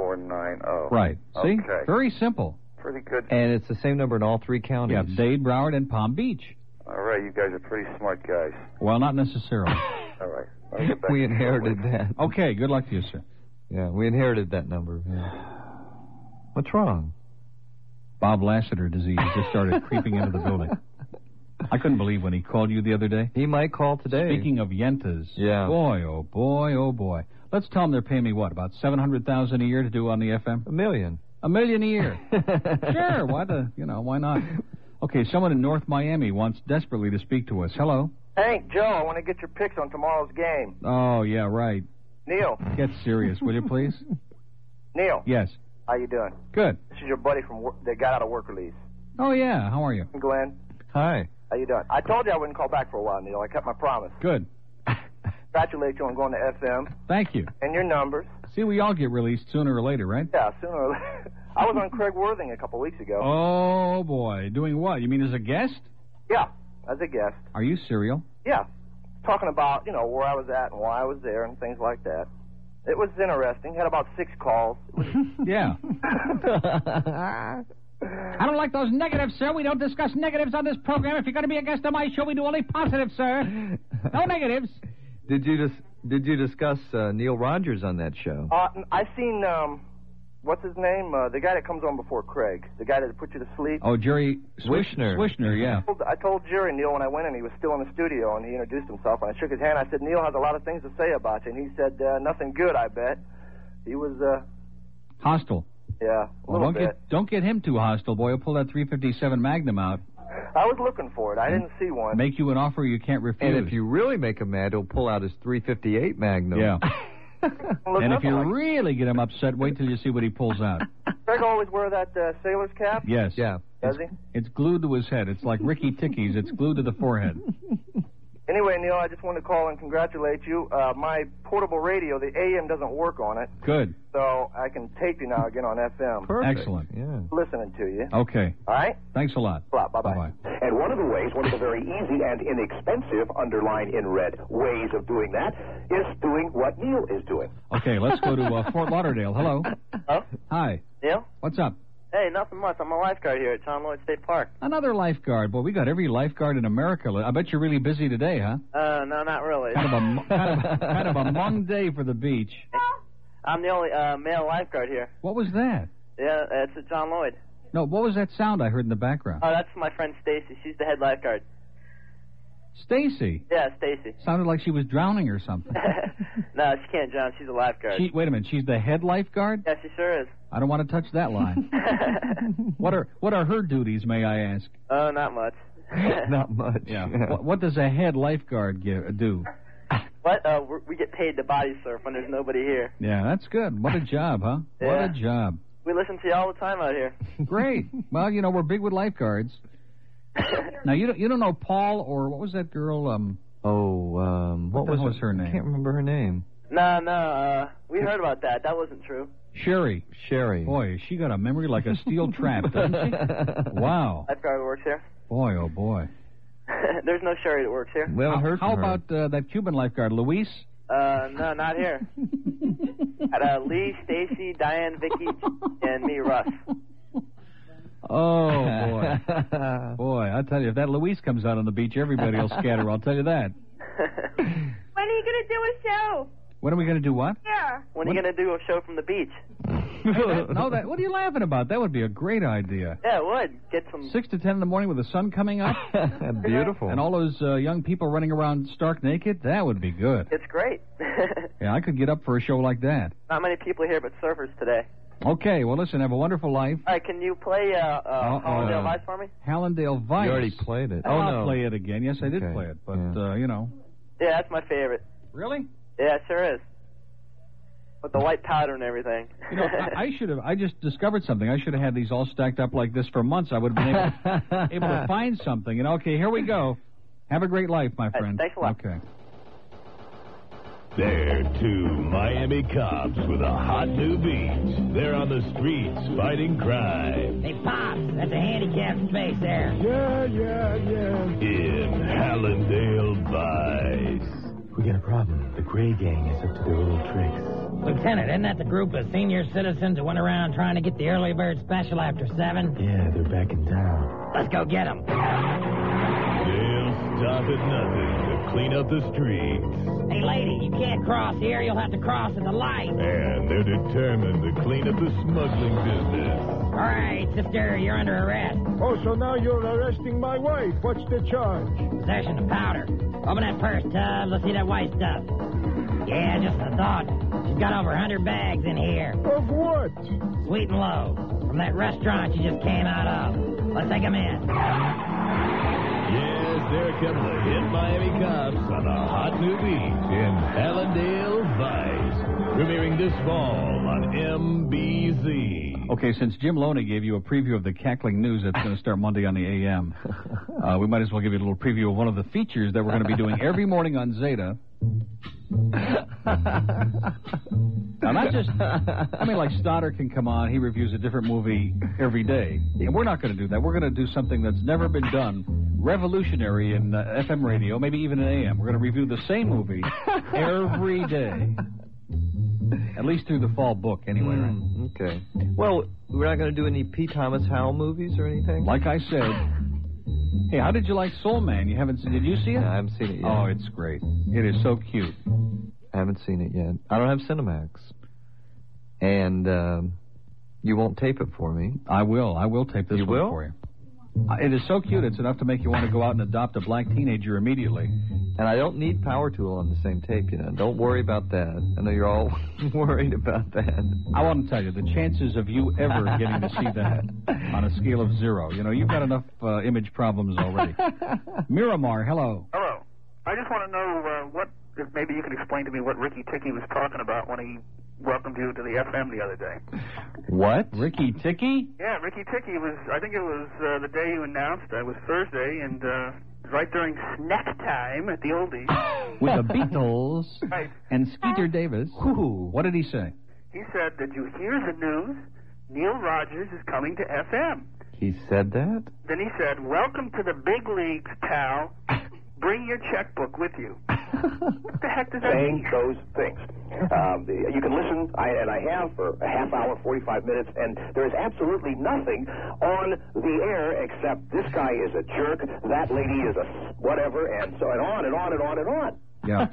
9490. Right. See? Oh, Okay. Very simple. Pretty good. And it's the same number in all three counties. Yeah, Dade, Broward, and Palm Beach. All right, you guys are pretty smart guys. Well, not necessarily. All right. Let me get back we to inherited that. Okay, good luck to you, sir. Yeah, we inherited that number. yeah. What's wrong? Bob Lasseter disease just started creeping into the building. I couldn't believe when he called you the other day. He might call today. Speaking of yentas, Yeah. boy, oh boy, oh boy. Let's tell them they're paying me what about seven hundred thousand a year to do on the FM? A million. A million a year. sure. Why the you know why not? Okay, someone in North Miami wants desperately to speak to us. Hello. Hank, Joe, I want to get your picks on tomorrow's game. Oh yeah, right. Neil, Get serious, will you please? Neil, Yes. how you doing? Good. This is your buddy from work, that got out of work release. Oh yeah. How are you? Glenn, Hi. how you doing? I told you I wouldn't call back for a while, Neil. I kept my promise. Good. Congratulate you on going to FM Thank you. and your numbers. See, we all get released sooner or later, right? Yeah, sooner or later. I was on Craig Worthing a couple weeks ago. Oh boy, doing what? You mean as a guest? Yeah, as a guest. Are you serial? Yeah, talking about you know where I was at and why I was there and things like that. It was interesting. Had about six calls. Yeah. I don't like those negatives, sir. We don't discuss negatives on this program. If you're going to be a guest on my show, we do only positives, sir. No negatives. Did you dis- did you discuss uh, Neil Rogers on that show? Uh, I seen um, what's his name? Uh, the guy that comes on before Craig. The guy that put you to sleep. Oh, Jerry Swish- Wishner. Wishner, yeah. I told- I told Jerry Neil when I went in, he was still in the studio, and he introduced himself. And I shook his hand. I said, Neil has a lot of things to say about you, and he said uh, nothing good. I bet he was uh, Hostile. Yeah, a Well, little don't bit. get don't get him too hostile, boy. He'll pull that 357 Magnum out, I was looking for it. I didn't see one. make you an offer you can't refuse. And if you really make him mad, he'll pull out his 358 Magnum. Yeah. and if nothing you like- really get him upset, wait till you see what he pulls out. Greg always wear that uh, sailor's cap. Yes. Yeah. Does he? It's glued to his head. It's like Ricky Ticky's. It's glued to the forehead. Anyway, Neil, I just wanted to call and congratulate you. Uh, my portable radio, the AM, doesn't work on it, Good. so I can tape you now again on FM. Excellent. Yeah. Listening to you. Okay. All right. Thanks a lot. Bye bye. And one of the ways, one of the very easy and inexpensive, underline in red, ways of doing that is doing what Neil is doing. Okay, let's go to uh, Fort Lauderdale. Hello. Hello? Hi. Neil? What's up? Hey, nothing much. I'm a lifeguard here at Tom Lloyd State Park. Another lifeguard. Boy, we got every lifeguard in America. I bet you're really busy today, huh? Uh, no, not really. Kind of a mo- kind of, kind of a mung day for the beach. I'm the only uh, male lifeguard here. What was that? Yeah, it's at John Lloyd. No, what was that sound I heard in the background? Oh, that's my friend Stacy. She's the head lifeguard. Stacy. Yeah, Stacy. Sounded like she was drowning or something. no, she can't drown. She's a lifeguard. She, wait a minute. She's the head lifeguard. Yeah, she sure is. I don't want to touch that line. what are what are her duties, may I ask? Oh, not much. Not much. Yeah. What, what does a head lifeguard give, do? But uh, we're, we get paid to body surf when there's nobody here. Yeah, that's good. What a job, huh? What Yeah. a job. We listen to you all the time out here. Great. Well, you know we're big with lifeguards. now you don't you don't know Paul or what was that girl? Um, Oh, um, what, What the was, hell was her name? I can't remember her name. No, no. Uh, we heard about that. That wasn't true. Sherry. Sherry. Boy, she got a memory like a steel trap, doesn't she? Wow. Lifeguard works here. Boy, oh boy. there's no Sherry that works here. how how about uh, that Cuban lifeguard, Luis? Uh, no, not here. At uh, Lee, Stacy, Diane, Vicky, and me, Russ. Oh boy, boy! I tell you, if that Luis comes out on the beach, everybody will scatter. I'll tell you that. When are you gonna do a show? When are we going to do what? Yeah. When are you gonna do a show from the beach? no, that. What are you laughing about? That would be a great idea. Yeah, it would get some. Six to ten in the morning with the sun coming up. Beautiful. And all those uh, young people running around stark naked. That would be good. It's great. Yeah, I could get up for a show like that. Not many people here, but surfers today. Okay, well, listen, have a wonderful life. All right, can you play uh, uh, Hollandale Vice for me? Hallandale Vice. You already played it. Oh, Oh, I'll no. play it again. Yes, I did play it, but uh, you know, Yeah, that's my favorite. Really? Yeah, it sure is. With the white powder and everything. you know, I, I should have. I just discovered something. I should have had these all stacked up like this for months. I would have been able, able to find something. And okay, here we go. Have a great life, my friend. thanks a lot. Okay. They're two Miami cops with a hot new beat. They're on the streets fighting crime Hey, Pops, that's a handicapped space there. Yeah, yeah, yeah. in Hallandale Vice. We got a problem. The Gray Gang is up to their little tricks. Lieutenant, isn't that the group of senior citizens that went around trying to get the early bird special after seven? Yeah, they're back in town. Let's go get them. They'll stop at nothing to clean up the streets, Hey, lady, you can't cross here. You'll have to cross at the light. and they're determined to clean up the smuggling business. All right, sister, you're under arrest. Oh, so now you're arresting my wife. What's the charge? Possession of powder. Open that purse, Tubbs. Let's see that white stuff. Yeah, just a thought. She's got over a 100 bags in here. Of what? Sweet and low. From that restaurant you just came out of. Let's take 'em in. Yes, there come the hit Miami cops on a hot new beat in Hallandale Vice. Premiering this fall on MBZ. Okay, since Jim Loney gave you a preview of the cackling news that's going to start Monday on the AM, uh, we might as well give you a little preview of one of the features that we're going to be doing every morning on Zeta. now, not just, I mean, like Stoddard can come on, he reviews a different movie every day. And we're not going to do that. We're going to do something that's never been done, revolutionary in uh, FM radio, maybe even in AM. We're going to review the same movie every day. At least through the fall book, anyway, right? Hmm, Okay. Well, we're not going to do any P. Thomas Howell movies or anything. Like I said. Hey, how did you like Soul Man? You haven't seen? Did you see it? I haven't seen it yet. Oh, it's great. It is so cute. I haven't seen it yet. I don't have Cinemax, and um, you won't tape it for me. I will. I will tape this you one will? for you. Uh, It is so cute. It's enough to make you want to go out and adopt a black teenager immediately. And I don't need Power Tool on the same tape, you know. Don't worry about that. I know you're all worried about that. I want to tell you, the chances of you ever getting to see that on a scale of zero, you know, you've got enough uh, image problems already. Miramar, hello. Hello. I just want to know uh, what, if maybe you could explain to me what Ricky Ticky was talking about when he welcomed you to the FM the other day. What? Ricky Ticky? Yeah, Ricky Ticky was, I think it was uh, the day you announced, uh, it was Thursday, and uh, right during snack time at the oldies. With the Beatles and Skeeter Davis. What did he say? He said, Did you hear the news? Neil Rogers is coming to FM. He said that? Then he said, Welcome to the big leagues, pal. Bring your checkbook with you. what the heck does that saying mean? those things. Um, the- you can listen, I, and I have for a half hour, 45 minutes, and there is absolutely nothing on the air except this guy is a jerk, that lady is a whatever, and so and on and on and on and on. Yeah.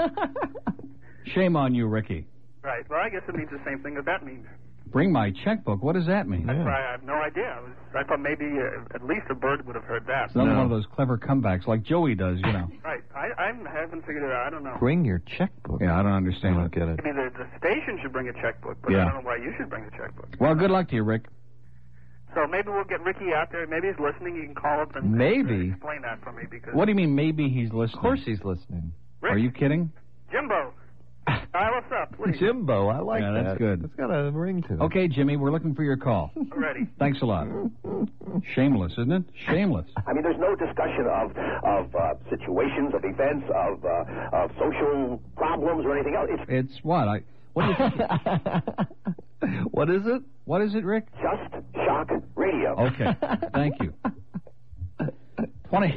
Shame on you, Ricky. Right. Well, I guess it means the same thing that that means. Bring my checkbook. What does that mean? I have no idea. I, was, I thought maybe uh, at least a bird would have heard that. It's another one of those clever comebacks like Joey does, you know. Right. I, I haven't figured it out. I don't know. Bring your checkbook. Yeah, I don't understand. I don't get I mean, the, the station should bring a checkbook, but Yeah. I don't know why you should bring the checkbook. Well, good luck to you, Rick. So maybe we'll get Ricky out there. Maybe he's listening. You can call up and Maybe. explain that for me because What do you mean maybe he's listening? Of course he's listening. Are you kidding? Jimbo. Hi, what's up? Please. Jimbo, I like yeah, that's that. good. It's got a ring to it. Okay, Jimmy, we're looking for your call. Already. Thanks a lot. Shameless, isn't it? Shameless. I mean, there's no discussion of of uh, situations, of events, of uh, of social problems or anything else. It's It's what? I what is it? What is it? What is it, Rick? just shock radio. Okay. Thank you. 20,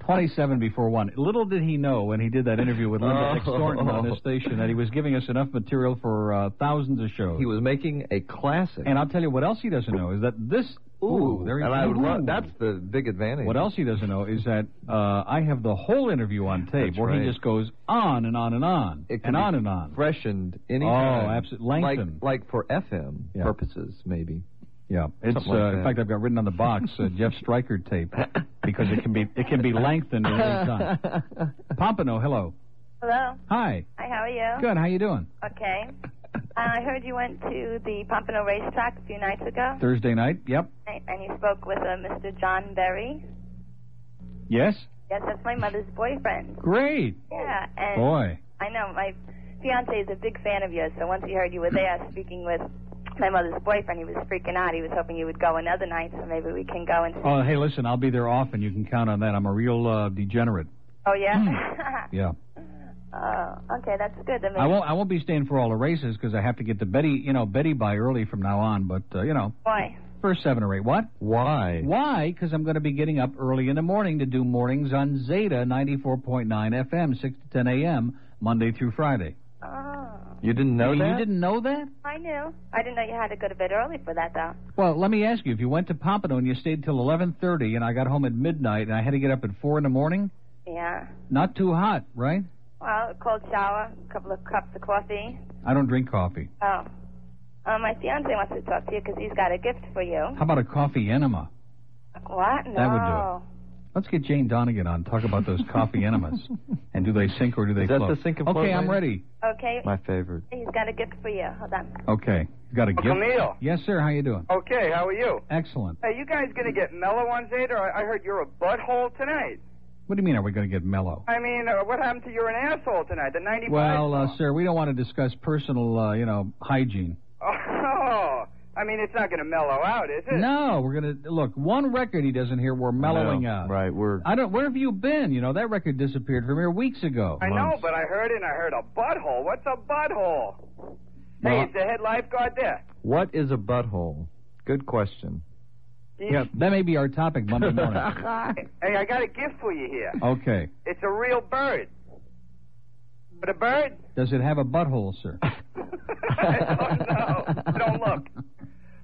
27 before 1. Little did he know when he did that interview with Linda X. Thornton on this station that he was giving us enough material for uh, thousands of shows. He was making a classic. And I'll tell you what else he doesn't know is that this. Ooh, there he and I would love- that's the big advantage. What else he doesn't know is that uh, I have the whole interview on tape That's where right. he just goes on and on and on It can and be on and on. Freshened any Oh, time. absolutely. Lengthened. Like, like for FM Yeah. purposes, maybe. Yeah, It's Something uh, like in that. fact I've got written on the box uh, Jeff Stryker tape because it can be it can be lengthened at any time. Pompano, hello. Hello. Hi. Hi, how are you? Good. How you doing? Okay. Uh, I heard you went to the Pompano racetrack a few nights ago, Thursday night. Yep. and you spoke with uh, Mr. John Berry. Yes. Yes, that's my mother's boyfriend. Great. Yeah, and Boy. I know my fiance is a big fan of yours. So once he heard you were there speaking with my mother's boyfriend, he was freaking out. He was hoping you would go another night, so maybe we can go and. Uh, Oh, hey, listen, I'll be there often. You can count on that. I'm a real uh, degenerate. Oh yeah. hmm. Yeah. oh, okay, that's good. Then I won't I won't be staying for all the races because I have to get to Betty, you know, Betty by early from now on, but uh, you know, Why? first 7 or 8. What? Why? Why? Cuz I'm going to be getting up early in the morning to do mornings on Zeta 94.9 FM 6 to 10 a.m. Monday through Friday. Oh, You didn't know You that? didn't know that? I knew. I didn't know you had to go to bed early for that though. Well, let me ask you: If you went to Pompano and you stayed till eleven thirty, and I got home at midnight, and I had to get up at four in the morning, Yeah. not too hot, right? Well, a cold shower, a couple of cups of coffee. I don't drink coffee. Oh. Uh, my fiance wants to talk to you because he's got a gift for you. How about a coffee enema? What? No. That would do Let's get Jane Donegan on. Talk about those coffee enemas, and do they sink or do they Is that float? the sink and okay, float I'm lady? ready. Okay. favorite. He's got a gift for you. Hold on. Okay, you got a gift. Camille. Yes, sir. How you doing? Okay, how are you? Excellent. Hey, you guys gonna get mellow on Zeta? I I heard you're a butthole tonight. What do you mean? Are we going to get mellow? I mean, uh, what happened to you're an asshole tonight? The 95. Well, uh, sir, we don't want to discuss personal, uh, you know, hygiene. Oh, I mean, it's not gonna mellow out, is it? No, we're gonna look. One record he doesn't hear. We're mellowing No, out. Right. We're. I don't. Where have you been? You know that record disappeared from here weeks ago. I know, but I heard it and I heard a butthole. What's a butthole? Hey, is the head lifeguard there? What is a butthole? Good question. Yeah, that may be our topic Monday morning. Oh. hey, I got a gift for you here. okay. It's a real bird. But a bird? Oh, Does it have a butthole, sir? no, don't look.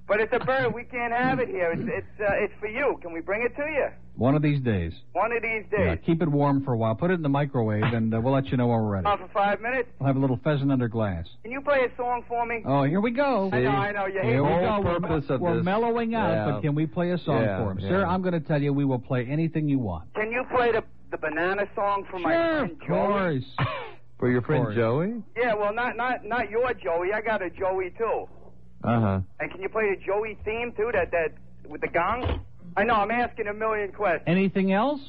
But it's a bird. We can't have it here. It's it's, uh, it's for you. Can we bring it to you? One of these days. One of these Yeah, days. keep it warm for a while. Put it in the microwave, and uh, we'll let you know when we're ready. Uh, for five minutes. We'll have a little pheasant under glass. Can you play a song for me? Oh, here we go. I know, I know. You hate Here we me. go. We're- purpose we're of this- mellowing out, Yeah. but can we play a song Yeah, for him? yeah. Sir, I'm going to tell you we will play anything you want. Can you play the the banana song from my friend Joey? For your friend course. Joey? Yeah, well, not not not your Joey. I got a Joey too. Uh huh. And can you play the Joey theme too? That that with the gong. I know. I'm asking a million questions. Anything else?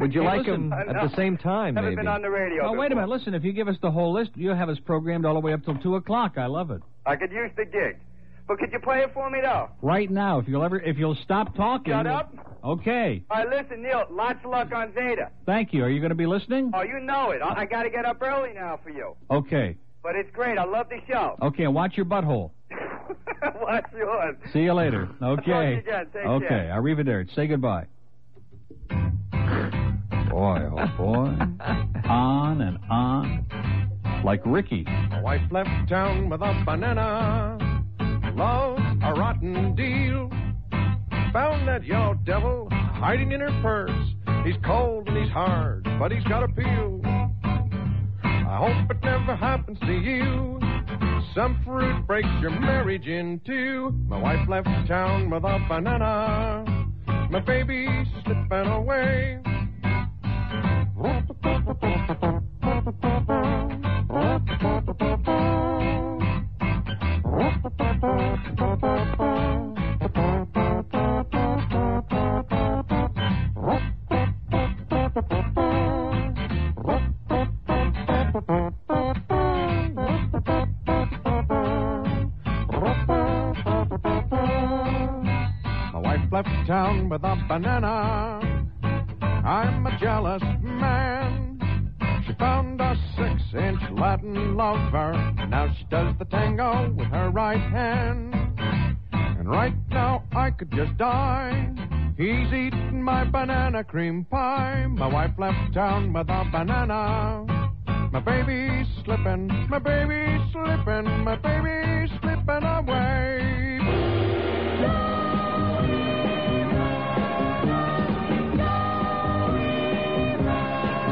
Would you Hey, like listen, him uh, at no. the same time, Haven't maybe? been on the radio. Oh, wait a minute. Listen, if you give us the whole list, you'll have us programmed all the way up till 2 o'clock. I love it. I could use the gig, but could you play it for me though? Right now, if you'll ever, if you'll stop talking. Shut up. Okay. All right, listen, Neil. Lots of luck on Zeta. Thank you. Are you going to be listening? Uh, Oh, you know it. I, I got to get up early now for you. Okay. But it's great. I love the show. Okay, and watch your butthole. Watch yours. See you later. Talk to you Okay. again. Take okay. care. Arrivederci. Say goodbye. Boy, oh boy. on and on. Like Ricky. My wife left town with a banana. Love, a rotten deal. Found that yellow devil hiding in her purse. He's cold and he's hard, but he's got appeal. I hope it never happens to you. Some fruit breaks your marriage in two. My wife left town with a banana. My baby's slipping away. My wife left town with a banana. I'm a jealous man. She found a six inch Latin lover. Now she does the tango with her right hand. And right now I could just die. He's eating my banana cream pie. My wife left town with a banana. My baby's slipping, my baby's slipping, my baby's slipping away.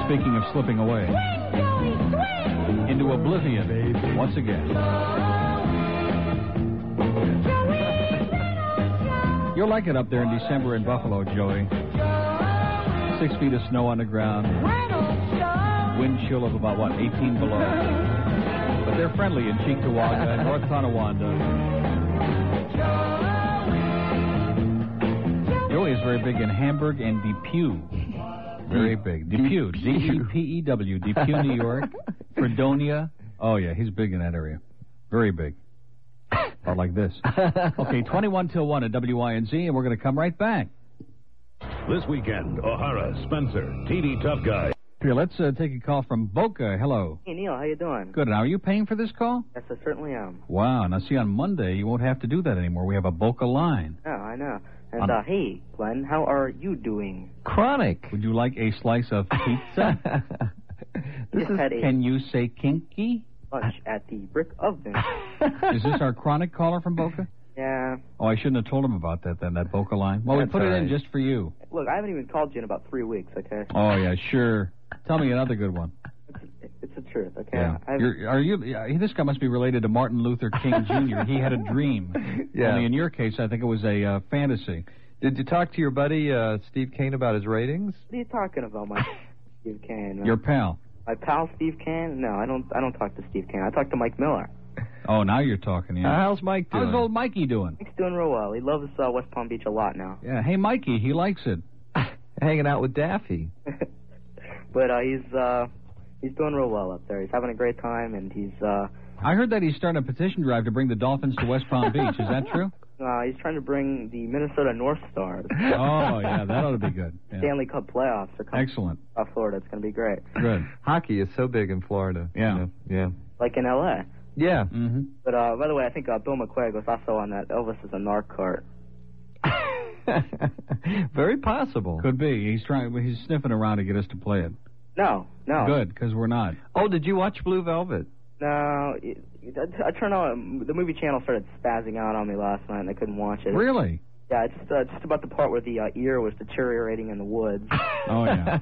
Speaking of slipping away. Into oblivion. Once again. You'll like it up there in December in Buffalo, Joey. Six feet of snow on the ground. Wind chill of about, what, 18 below. But they're friendly in Cheektowaga and North Tonawanda. Joey is very big in Hamburg and Depew. Very big. Depew. D E P E W. Depew, New York. Fredonia. Oh, yeah, he's big in that area. Very big. About like this. Okay, 21 till 1 at WINZ, and we're going to come right back. This weekend, O'Hara, Spencer, TD Tough Guy. Here, let's uh, take a call from Boca. Hello. Hey Neil, how you doing? Good. Now, are you paying for this call? Yes, I certainly am. Wow. Now, see, on Monday, you won't have to do that anymore. We have a Boca line. Yeah, I know. And Um, uh, hey, Glenn, how are you doing? Chronic. Would you like a slice of pizza? Just had a Can you say kinky? lunch at the Brick Oven. Is this our chronic caller from Boca? yeah. Oh, I shouldn't have told him about that then, that Boca line. Well, That's we put all it in right. just for you. Look, I haven't even called you in about three weeks. Okay. Oh, yeah, sure. Tell me another good one. It's the truth. Okay. I haven't- You're, are you? yeah, This guy must be related to Martin Luther King Jr. he had a dream. Yeah. Only in your case, I think it was a uh, fantasy. Did you talk to your buddy uh, Steve Kane about his ratings? What are you talking about, my Steve Kane? Your pal. my pal Steve Kane? No, I don't. I don't talk to Steve Kane. I talk to Mike Miller. Oh, now you're talking. Yeah. Uh, how's Mike How's doing? old Mikey doing? Mike's doing real well. He loves uh, West Palm Beach a lot now. Yeah. Hey, Mikey, he likes it. Hanging out with Daffy. But uh, he's uh, he's doing real well up there. He's having a great time, and he's uh, I heard that he's starting a petition drive to bring the Dolphins to West Palm Beach. Is that true? uh, he's trying to bring the Minnesota North Stars. Oh, yeah, that ought to be good. Yeah. Stanley Cup playoffs are coming Excellent. to Florida. It's going to be great. Good. Hockey is so big in Florida. Yeah. Yeah. Like in L.A. Yeah. Mm-hmm. But uh, by the way, I think uh, Bill McQuaig was also on that Elvis is a narc cart. Very possible. Could be. He's trying. He's sniffing around to get us to play it. No, no. Good, because we're not. Oh, did you watch Blue Velvet? No, it, it, I turned on the movie channel started spazzing out on me last night, and I couldn't watch it. Really? Yeah, it's uh, just about the part where the uh, ear was deteriorating in the woods. Oh yeah.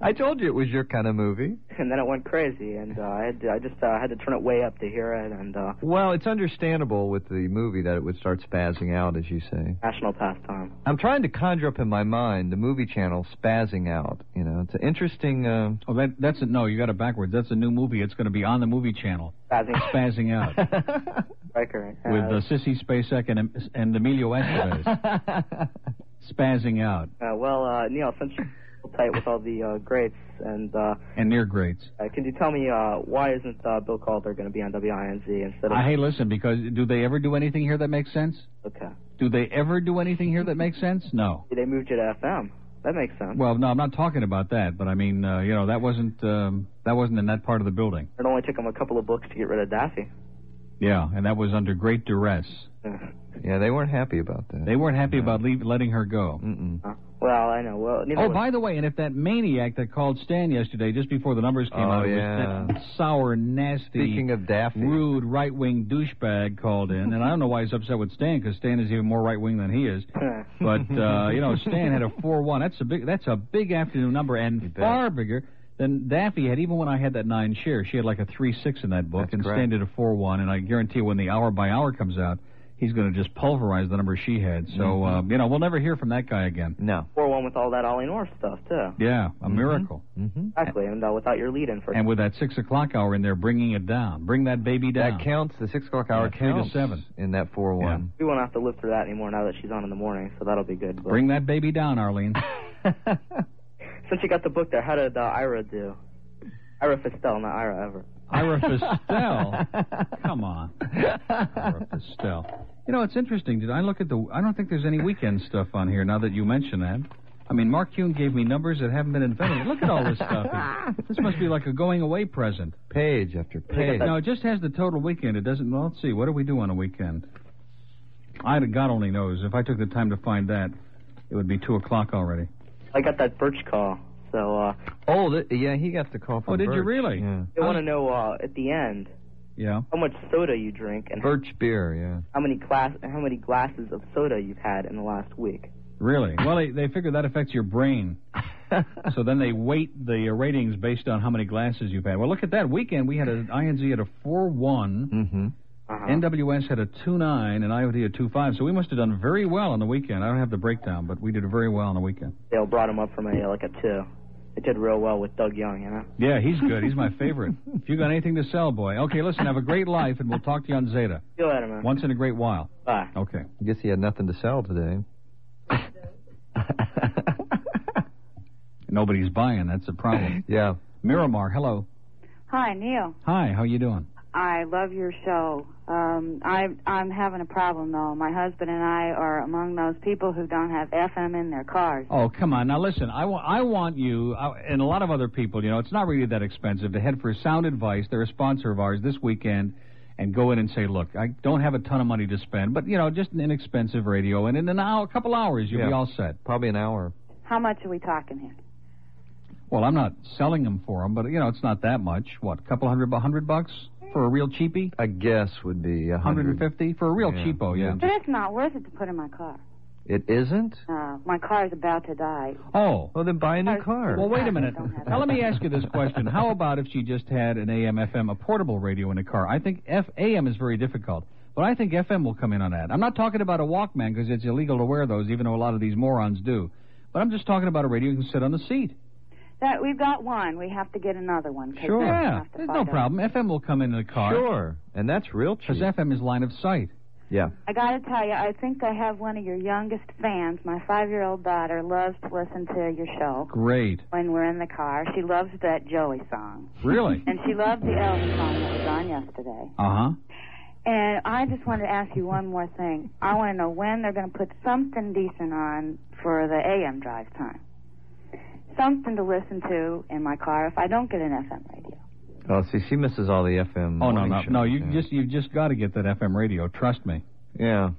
I told you it was your kind of movie. and then it went crazy, and uh, I had to, I just uh, had to turn it way up to hear it, and uh, Well, it's understandable with the movie that it would start spazzing out, as you say. national pastime. I'm trying to conjure up in my mind the movie channel spazzing out. You know, it's an interesting. Uh, oh, that that's a, no. You got it backwards. That's a new movie. It's going to be on the movie channel. Spazzing. Spazzing out Riker. Uh, with uh, Sissy Spacek and and Emilio Estevez. spazzing out uh, well, uh, Neil, since you're tight with all the uh, greats, and uh, and near greats. uh, can you tell me uh, why isn't uh, Bill Calder going to be on WINZ instead of? I hey, listen, because do they ever do anything here that makes sense? Okay. Do they ever do anything here that makes sense? No. They moved you to FM. That makes sense. Well, no, I'm not talking about that, but I mean, uh, you know, that wasn't um, that wasn't in that part of the building. It only took them a couple of books to get rid of Daffy. Yeah, and that was under great duress. Yeah, they weren't happy about that. They weren't happy about leave, letting her go. Mm-mm. Well, I know. Well, neither Oh, was- by the way, and if that maniac that called Stan yesterday, just before the numbers came Oh, out, it yeah. was that sour, nasty, Speaking of Daffy, rude right-wing douchebag called in, and I don't know why he's upset with Stan because Stan is even more right-wing than he is. But uh, you know, Stan had a four-one. That's a big. That's a big afternoon number, and far bigger than Daffy had. Even when I had that nine share, she had like a three-six in that book, and correct. Stan did a four-one. And I guarantee you, when the hour by hour comes out, he's going to just pulverize the number she had. So Mhm. uh, you know, we'll never hear from that guy again. Mm-hmm. No. Mm-hmm. Or one with all that Ollie North stuff too. Yeah, a miracle. Exactly, and uh, without your lead-in for Hmm. And with that six o'clock hour in there, bringing it down, bring that baby down. That counts. The six o'clock hour Yeah, three to counts seven. in that four one. we won't have to live through that anymore now that she's on in the morning, so that'll be good. But Bring that baby down, Arlene. since you got the book there, how did uh, Ira do? Ira Fistel, not Ira Everett. Ira Fistel. Come on. Ira Fistel. You know, it's interesting. Did I look at the? I don't think there's any weekend stuff on here. Now that you mention that, I mean, Mark Kuhn gave me numbers that haven't been invented. Look at all this stuff. This must be like a going away present. Page after page. No, it just has the total weekend. It doesn't. Well, let's see. What do we do on a weekend? I God only knows. If I took the time to find that, it would be two o'clock already. I got that Birch call, so uh, Oh, th- yeah, he got the call from. Oh, did you Birch. really? Yeah. I want to know uh, at the end Yeah. how much soda you drink and Birch beer. Yeah. how many class how many glasses of soda you've had in the last week. Really? Well, they, they figure that affects your brain. so then they weight the uh, ratings based on how many glasses you've had. Well, look at that. Weekend, we had an INZ at a 4 one Mm-hmm. NWS had a 2-9, and IOD a 2-5. So we must have done very well on the weekend. I don't have the breakdown, but we did very well on the weekend. Dale brought him up from a like a two. It did real well with Doug Young, you know. Yeah, he's good. He's my favorite. if you got anything to sell, boy. Okay, listen, have a great life, and we'll talk to you on Zeta. See you later, man. Once in a great while. Bye. Okay. I guess he had nothing to sell today. Nobody's buying. That's a problem. yeah. Miramar, hello. Hi, Neil. Hi, how you doing? I love your show. Um, I, I'm having a problem though. My husband and I are among those people who don't have FM in their cars. Oh, come on. Now, listen, I wa- I want you, I, and a lot of other people, you know, it's not really that expensive to head for Sound Advice. They're a sponsor of ours this weekend. And go in and say, look, I don't have a ton of money to spend, but you know, just an inexpensive radio, and in an hour, a couple hours, you'll be Yeah. all set. Probably an hour. How much are we talking here? Well, I'm not selling them for them, but you know, it's not that much. What, a couple hundred, a hundred bucks for a real cheapie? I guess would be a Hundred and hundred. fifty for a real Yeah. cheapo, yeah. But it's not worth it to put in my car. It isn't. Uh, my car is about to die. Oh. Well, then buy a new car. Well, wait a minute. Now, let me ask you this question. How about if she just had an AM, FM, a portable radio in a car? I think F- AM is very difficult, but I think FM will come in on that. I'm not talking about a Walkman because it's illegal to wear those, even though a lot of these morons do. But I'm just talking about a radio you can sit on the seat. That we've got one. We have to get another one. 'cause Sure. they're gonna Yeah. have to There's fight no over it. problem. FM will come in the car. Sure. And that's real cheap. Because FM is line of sight. Yeah. I gotta tell you, I think I have one of your youngest fans. My five-year-old daughter loves to listen to your show Great. when we're in the car. She loves that Joey song. Really? And she loved the Elvis song that was on yesterday. Uh huh. And I just wanted to ask you one more thing. I want to know when they're going to put something decent on for the AM drive time. Something to listen to in my car if I don't get an FM radio. Oh, see, she misses all the FM. Oh no, morning no, shows, no! You yeah. just you've just got to get that FM radio. Trust me. Yeah.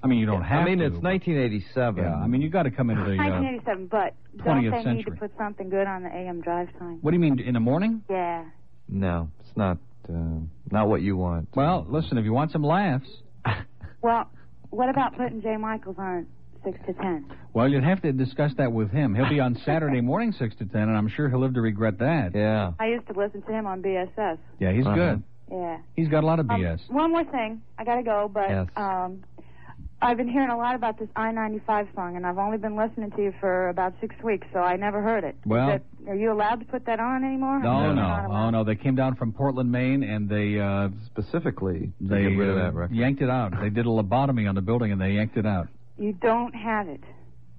I mean, you don't have. I mean, to, it's but- 1987. Yeah. I mean, you got to come into the. Uh, 1987, but don't 20th they need to century. put something good on the AM drive time? what do you mean in the morning? Yeah. No, it's not. Uh, not what you want. Well, listen, if you want some laughs, Well, what about putting Jay Michaels on six to ten. Well, you'd have to discuss that with him. He'll be on Saturday morning, six to ten, and I'm sure he'll live to regret that. Yeah. I used to listen to him on BSS. Yeah, he's Uh-huh. good. Yeah. He's got a lot of Um, BS. One more thing, I gotta go, but Yes. um, I've been hearing a lot about this I-95 song, and I've only been listening to you for about six weeks, so I never heard it. Well- Is it- are you allowed to put that on anymore? No, no, oh no! They came down from Portland, Maine, and they uh, specifically they get rid of uh, that record. yanked it out. They did a lobotomy on the building, and they yanked it out. You don't have it.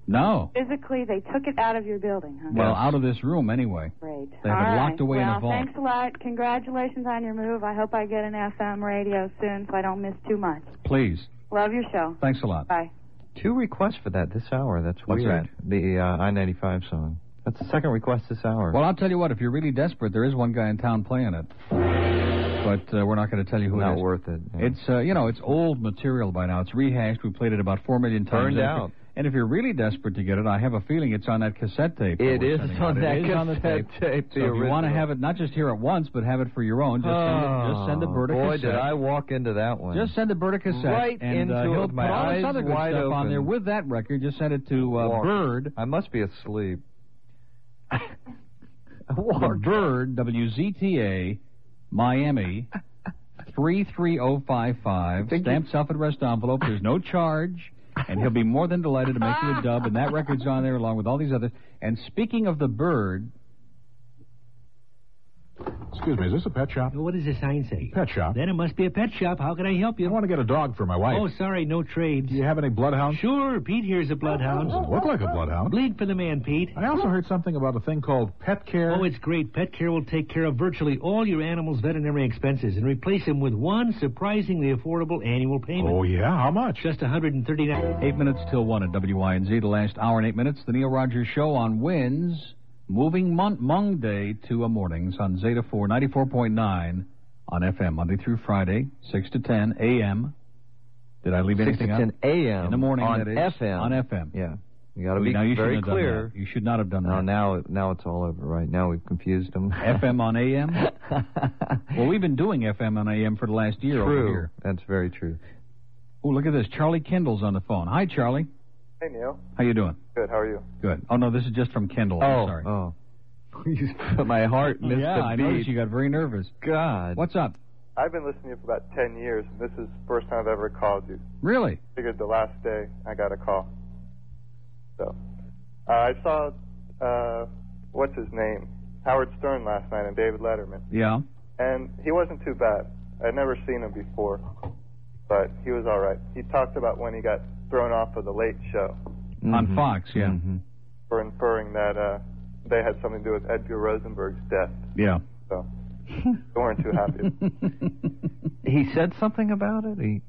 No, Physically, they took it out of your building, huh? well, out of this room anyway. Great. They have All it right. locked away well, in a vault. Thanks a lot. Congratulations on your move. I hope I get an FM radio soon so I don't miss too much. Please, Love your show. thanks a lot. Bye. Two requests for that this hour. That's What's weird. The uh, I-95 song. That's the second request this hour. Well, I'll tell you what. If you're really desperate, there is one guy in town playing it, but uh, we're not going to tell you who Not it is. worth it. It's uh, you know it's old material by now. It's rehashed. We played it about four million times. Burned And if- out. And if you're really desperate to get it, I have a feeling it's on that cassette tape. that It we're is sending on out. that It is on the cassette tape. tape, the so if you want to original. have it, not just hear it once, but have it for your own. Just, send, it, just send the Oh, bird a Boy, cassette. did I walk into that one. Just send the bird a cassette. Right and, into uh, it he'll with my put all this eyes other good wide stuff on open. there with that record. Just send it to uh, Walk. Bird. I must be asleep. The Bird, WZTA, Miami, 33055. Stamped self-addressed envelope. There's no charge. And he'll be more than delighted to make you a dub. And that record's on there along with all these others. And speaking of the bird... Excuse me, is this a pet shop? What does the sign say? Pet shop. Then it must be a pet shop. How can I help you? I want to get a dog for my wife. Oh, sorry, no trades. Do you have any bloodhounds? Sure, Pete here's a bloodhound. Doesn't look like a bloodhound. Bleed for the man, Pete. I also heard something about a thing called pet care. Oh, it's great. Pet Care will take care of virtually all your animal's veterinary expenses and replace them with one surprisingly affordable annual payment. Oh, yeah? How much? Just 139 Eight minutes till one at WINZ. The last hour and eight minutes. The Neil Rogers Show on Winds, moving mon- Monday to a mornings on Zeta 4 94.9 on FM Monday through Friday, six to ten a.m. Did I leave Six anything to out? ten a.m. in the morning. on that is, FM. on FM. Yeah, you got to Well, be now you very shouldn't have done clear. that. You should not have done No, that. now now it's all over. Right now we've confused them. FM on AM. well, we've been doing FM on AM for the last year over True. here. That's very true. Oh, look at this. Charlie Kendall's on the phone. Hi, Charlie. Hey, Neil. How you doing? Good. How are you? Good. Oh no, this is just from Kendall. Oh, I'm sorry. oh. Please, my heart missed yeah, a I beat. noticed you got very nervous. God. What's up? I've been listening to you for about 10 years, and this is the first time I've ever called you. Really? Figured the last day I got a call. So, uh, I saw, uh, what's his name? Howard Stern last night and David Letterman. Yeah. And he wasn't too bad. I'd never seen him before, but he was alright. He talked about when he got thrown off of the late show Mm-hmm. On Fox, yeah. for inferring that, uh, they had something to do with Edgar Rosenberg's death. Yeah. So, they weren't too happy. He said something about it. He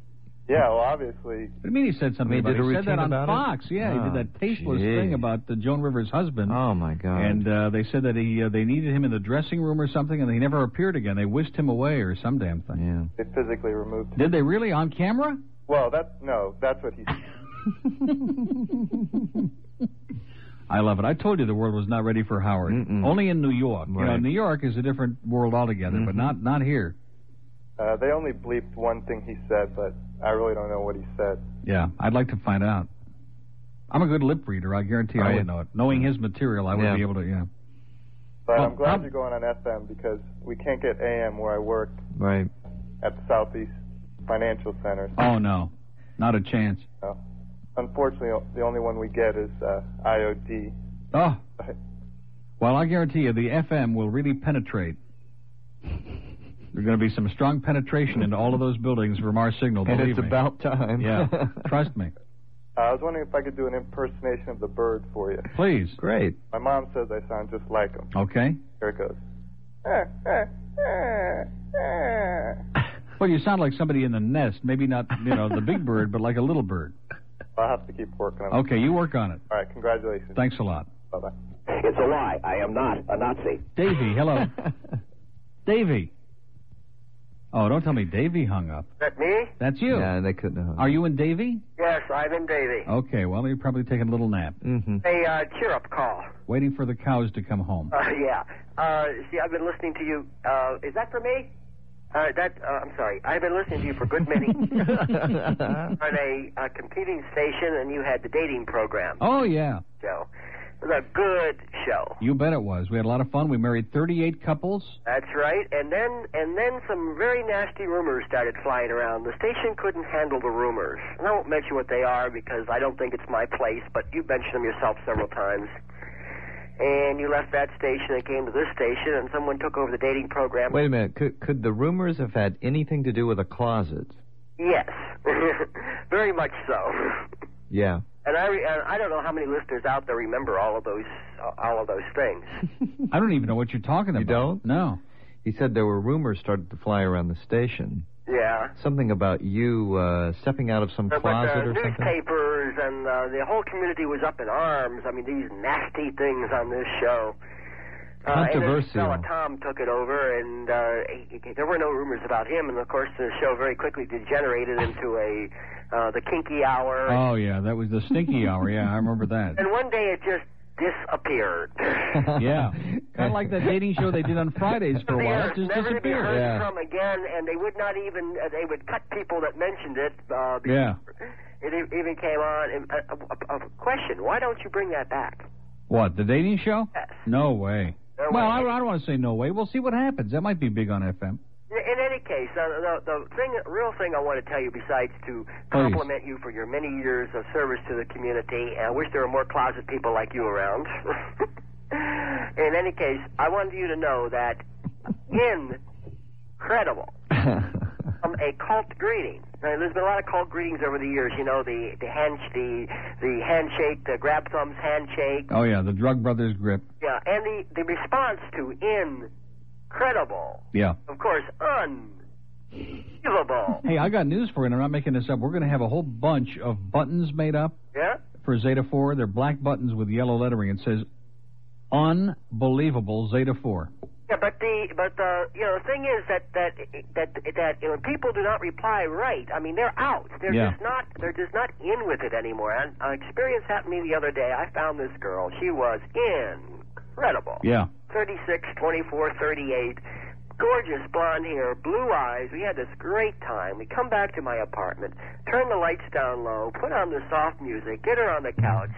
Yeah, well, obviously, What do you mean he said something He about did it? a He said that routine on about it? Fox. Yeah, Ah, he did that tasteless gee. thing about the Joan Rivers' husband. Oh my God. And uh, they said that he uh, they needed him in the dressing room or something, and he never appeared again. They whisked him away or some damn thing. they physically removed. Did they really on camera? Well, that no, that's what he. I love it. I told you the world was not ready for Howard. Only in New York. You know, Right. New York is a different world altogether, Mm-hmm. but not not here. Uh, they only bleeped one thing he said, but I really don't know what he said. Yeah, I'd like to find out. I'm a good lip reader. I guarantee Are I Oh, you? would know it. Knowing his material, I would Yeah. be able to. Yeah. But Well, I'm glad I'm- you're going on FM because we can't get AM where I work Right. at the Southeast Financial Center. Oh no, not a chance. So, unfortunately, the only one we get is uh, IOD. Oh. Well, I guarantee you, the FM will really penetrate. Uh, There's going to be some strong penetration into all of those buildings from our signal. And believe it's me. about time. Yeah, trust me, Uh, I was wondering if I could do an impersonation of the bird for you. please. Great. My mom says I sound just like him. Okay. Here it goes. Eh, Well, you sound like somebody in the nest. Maybe not, you know, the big bird, but like a little bird. I'll have to keep working on it. Okay, you work on it. All right, congratulations. Thanks a lot, Bye bye. It's a lie. I am not a Nazi. Davy. Hello, Davy. Oh, don't tell me Davy hung up. that me? That's you. Yeah, they couldn't have. Are you in Davy? Yes, I'm in Davy. Okay. Well, you're probably taking a little nap, mm-hmm. A uh, cheer up call. waiting for the cows to come home. Uh, yeah. Uh, see, I've been listening to you. Uh, is uh, that for me? Uh, that uh, I'm sorry. I've been listening to you for a good many on a, a competing station, and you had the dating program. Oh, yeah. Joe, it was a good show. You bet it was. We had a lot of fun. We married 38 couples. That's right. And then and then some very nasty rumors started flying around. The station couldn't handle the rumors. And I won't mention what they are because I don't think it's my place, but you mentioned them yourself several times. And you left that station and came to this station and someone took over the dating program. Wait a minute. Could, could the rumors have had anything to do with a closet? Yes. very much so. Yeah. And I re- and I don't know how many listeners out there remember all of those all of those things. I don't even know what you're talking about. You don't? No. He said there were rumors started to fly around the station. Yeah. Something about you uh, stepping out of some But closet the or something. newspapers and uh, the whole community was up in arms. I mean, these nasty things on this show. Uh, and then this Controversial. fella Tom took it over, and uh, he- he- there were no rumors about him. And of course, the show very quickly degenerated into a uh, the kinky hour. Oh, yeah. That was the stinky hour. Yeah, I remember that. And one day it just disappeared. yeah. Kind of like that dating show they did on Fridays for a while. It just Never to be disappeared. heard from again, and they would not even uh, they would cut people that mentioned it. Uh, because Yeah. It e- even came on. And, uh, a, a, a question: Why don't you bring that back? What, the dating show? No way. No well, way. I, I don't want to say no way. We'll see what happens. That might be big on FM. In in any case, uh, the, the thing, real thing I want to tell you, besides to Please. compliment you for your many years of service to the community, and I wish there were more closet people like you around. in any case, I wanted you to know that incredible from a cult greeting. Now, there's been a lot of cult greetings over the years. You know, the the hand, the the handshake, the grab thumbs handshake. Oh, yeah. The Drug Brothers grip. Yeah, and the the response to incredible Yeah. of course, unbelievable. Hey, I got news for you, and I'm not making this up. We're going to have a whole bunch of buttons made up Yeah? for Zeta 4. They're black buttons with yellow lettering. It says, Unbelievable Zeta 4. Yeah, but the but the you know the thing is that that that that you know, people do not reply right. I mean, they're out. They're Yeah. just not they're just not in with it anymore. An, an experience happened to me the other day. I found this girl. She was incredible. Yeah. 36, 24, 38. Gorgeous blonde hair, blue eyes. We had this great time. We come back to my apartment, turn the lights down low, put on the soft music, get her on the couch,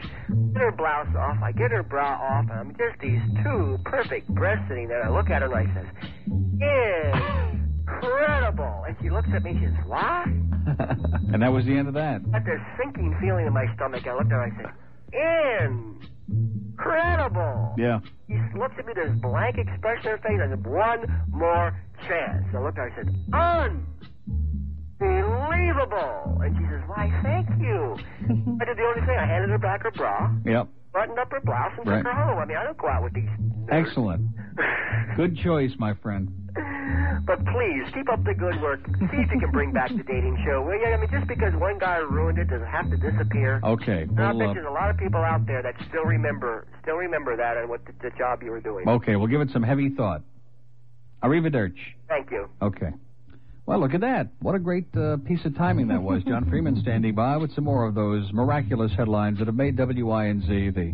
get her blouse off, I get her bra off, and I'm just these two perfect breasts sitting there. I look at her and I says, Incredible! And she looks at me and she says, What? And that was the end of that. I got this sinking feeling in my stomach. I looked at her and I said, Incredible! Yeah. He looked at me, this blank expression on her face. I said, one more chance. I looked at her, I said, unbelievable. And she says, why, thank you. I did the only thing. I handed her back her bra, Yep. buttoned up her blouse, and Right. took her home. I mean, I don't go out with these. Excellent. Good choice, my friend. But please, keep up the good work. See if you can bring back the dating show, will you? I mean, just because one guy ruined it doesn't have to disappear. Okay. And I We'll, bet uh, there's a lot of people out there that still remember, still remember that and what the, the job you were doing. okay, we'll give it some heavy thought. Arrivederci. Thank you. Okay. Well, look at that. What a great uh, piece of timing that was. John Freeman standing by with some more of those miraculous headlines that have made WINZ the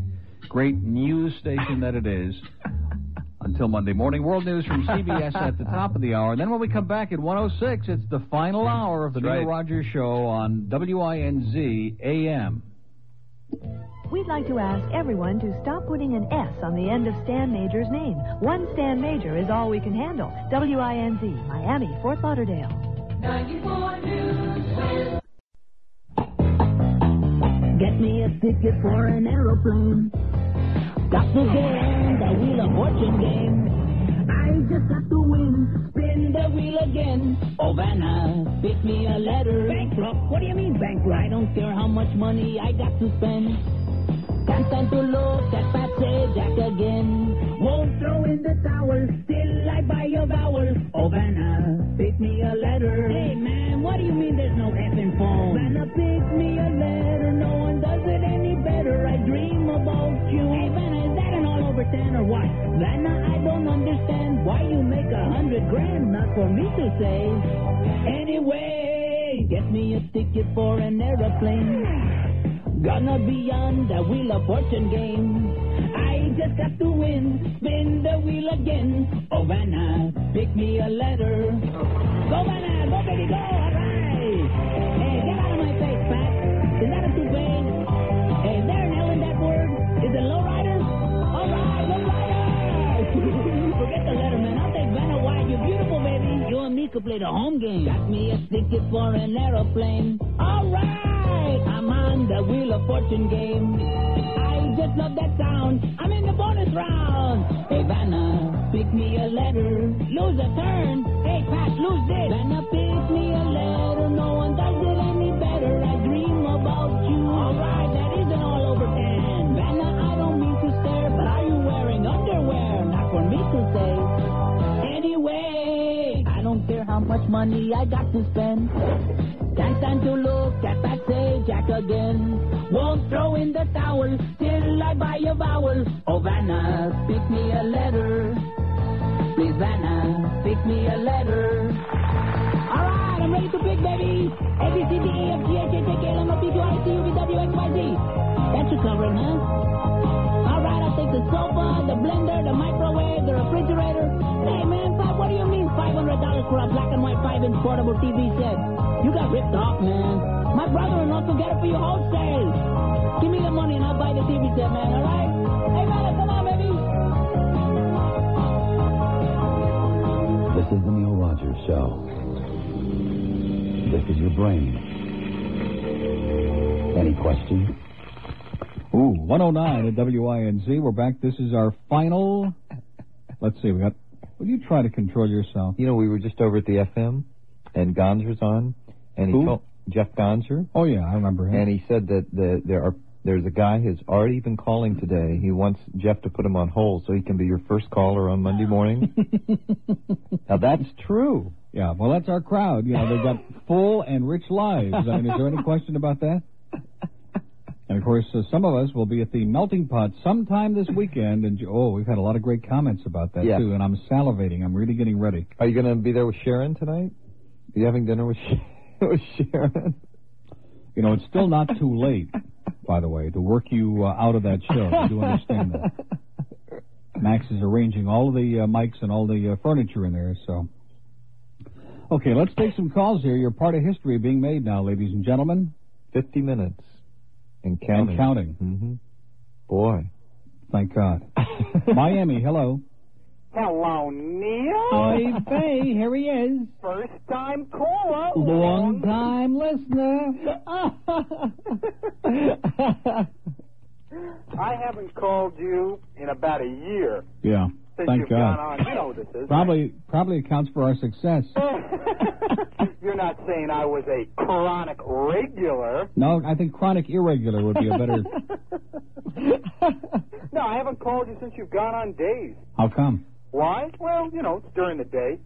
great news station that it is. Until Monday morning, world news from CBS at the top of the hour. And then when we come back at 106, it's the final hour of the That's Neil right. Rogers Show on WINZ AM. We'd like to ask everyone to stop putting an S on the end of Stan Major's name. One Stan Major is all we can handle. WINZ, Miami, Fort Lauderdale. 94 News. Get me a ticket for an aeroplane. Got to go on the wheel of fortune game. I just got to win. Spin the wheel again. Ovana, pick me a letter. Bankrupt? What do you mean bankrupt? I don't care how much money I got to spend. Can't stand to look at Patsy Jack again. Won't throw in the towel till I buy your vowel. Ovana, pick me a letter. Hey man, what do you mean there's no F in phone? Ovana, pick me a letter. No one does it any better. I dream about you. Hey Vanna, is that an all over ten or what? Vanna, I don't understand why you make a hundred grand. Not for me to say. Anyway, get me a ticket Hmm. for an aeroplane. Gonna be on the wheel of fortune game. I just got to win. Spin the wheel again. Oh, Vanna, pick me a letter. Go, Vanna. Go, baby, go. All right. Hey, get out of my face, Pat. Is that a toupee? Hey, there, Nell, in that word. Is it lowriders? All right, lowriders. Forget the letter, man. I'll take Vanna White. You're beautiful, baby. You and me could play the home game. Got me a ticket for an aeroplane. All right. I'm on the Wheel of Fortune game. I just love that sound. I'm in the bonus round. Hey, Vanna, pick me a letter. Lose a turn. Hey, Pat, lose this. Vanna, pick me a letter. No one does it any better. I dream about you. All right, that is an all over 10. Vanna, I don't mean to stare, but are you wearing underwear? Not for me to say. Anyway, I don't care how much money I got to spend. Can't stand to look at that say Jack again. Won't throw in the towel till I buy a vowel. Oh, Vanna, pick me a letter. Please, Vanna, pick me a letter. All right, I'm ready to pick, baby. A, B, C, D, E, F, G, H, I, J, K, L, M, N, P, Q, R, S, T, U, V, W, X, Y, Z. That should cover it, huh? All right, I'll take the sofa, the blender, the microwave, the refrigerator. Hey, man, Bob, what do you mean $500 for a black and white 5-inch portable TV set? You got ripped off, man. My brother-in-law could get it for you wholesale. Give me the money and I'll buy the TV set, man, all right? Hey, man, come on, baby. This is the Neil Rogers Show. This is your brain. Any questions? Ooh, 109 at WINZ. We're back. This is our final. Let's see. We got. Will you try to control yourself? You know, we were just over at the FM, and Gonzer's on, and Who? he told Jeff Gonzer. Oh yeah, I remember him. And he said that the, there are there's a guy who's already been calling today. He wants Jeff to put him on hold so he can be your first caller on Monday morning. now that's true. Yeah. Well, that's our crowd. You know, they've got full and rich lives. I mean, is there any question about that? And of course, uh, some of us will be at the melting pot sometime this weekend. And oh, we've had a lot of great comments about that Yeah. too. And I'm salivating. I'm really getting ready. Are you going to be there with Sharon tonight? Are you having dinner with, Sh- with Sharon? You know, it's still not too late, by the way, to work you uh, out of that show. I do understand that. Max is arranging all of the uh, mics and all the uh, furniture in there, so. Okay, let's take some calls here. You're part of history being made now, ladies and gentlemen. 50 minutes and counting. And counting. Mm-hmm. Boy. Thank God. Miami, hello. Oh, Hello, Neil. Oi, Bay, here he is. First time caller. Long time listener. I haven't called you in about a year Yeah, since thank you've God. gone on. You know this is. Probably, probably accounts for our success. right? You're not saying I was a chronic regular. No, I think chronic irregular would be a better. No, I haven't called you since you've gone on days. How come? Why? Well, you know, it's during the day.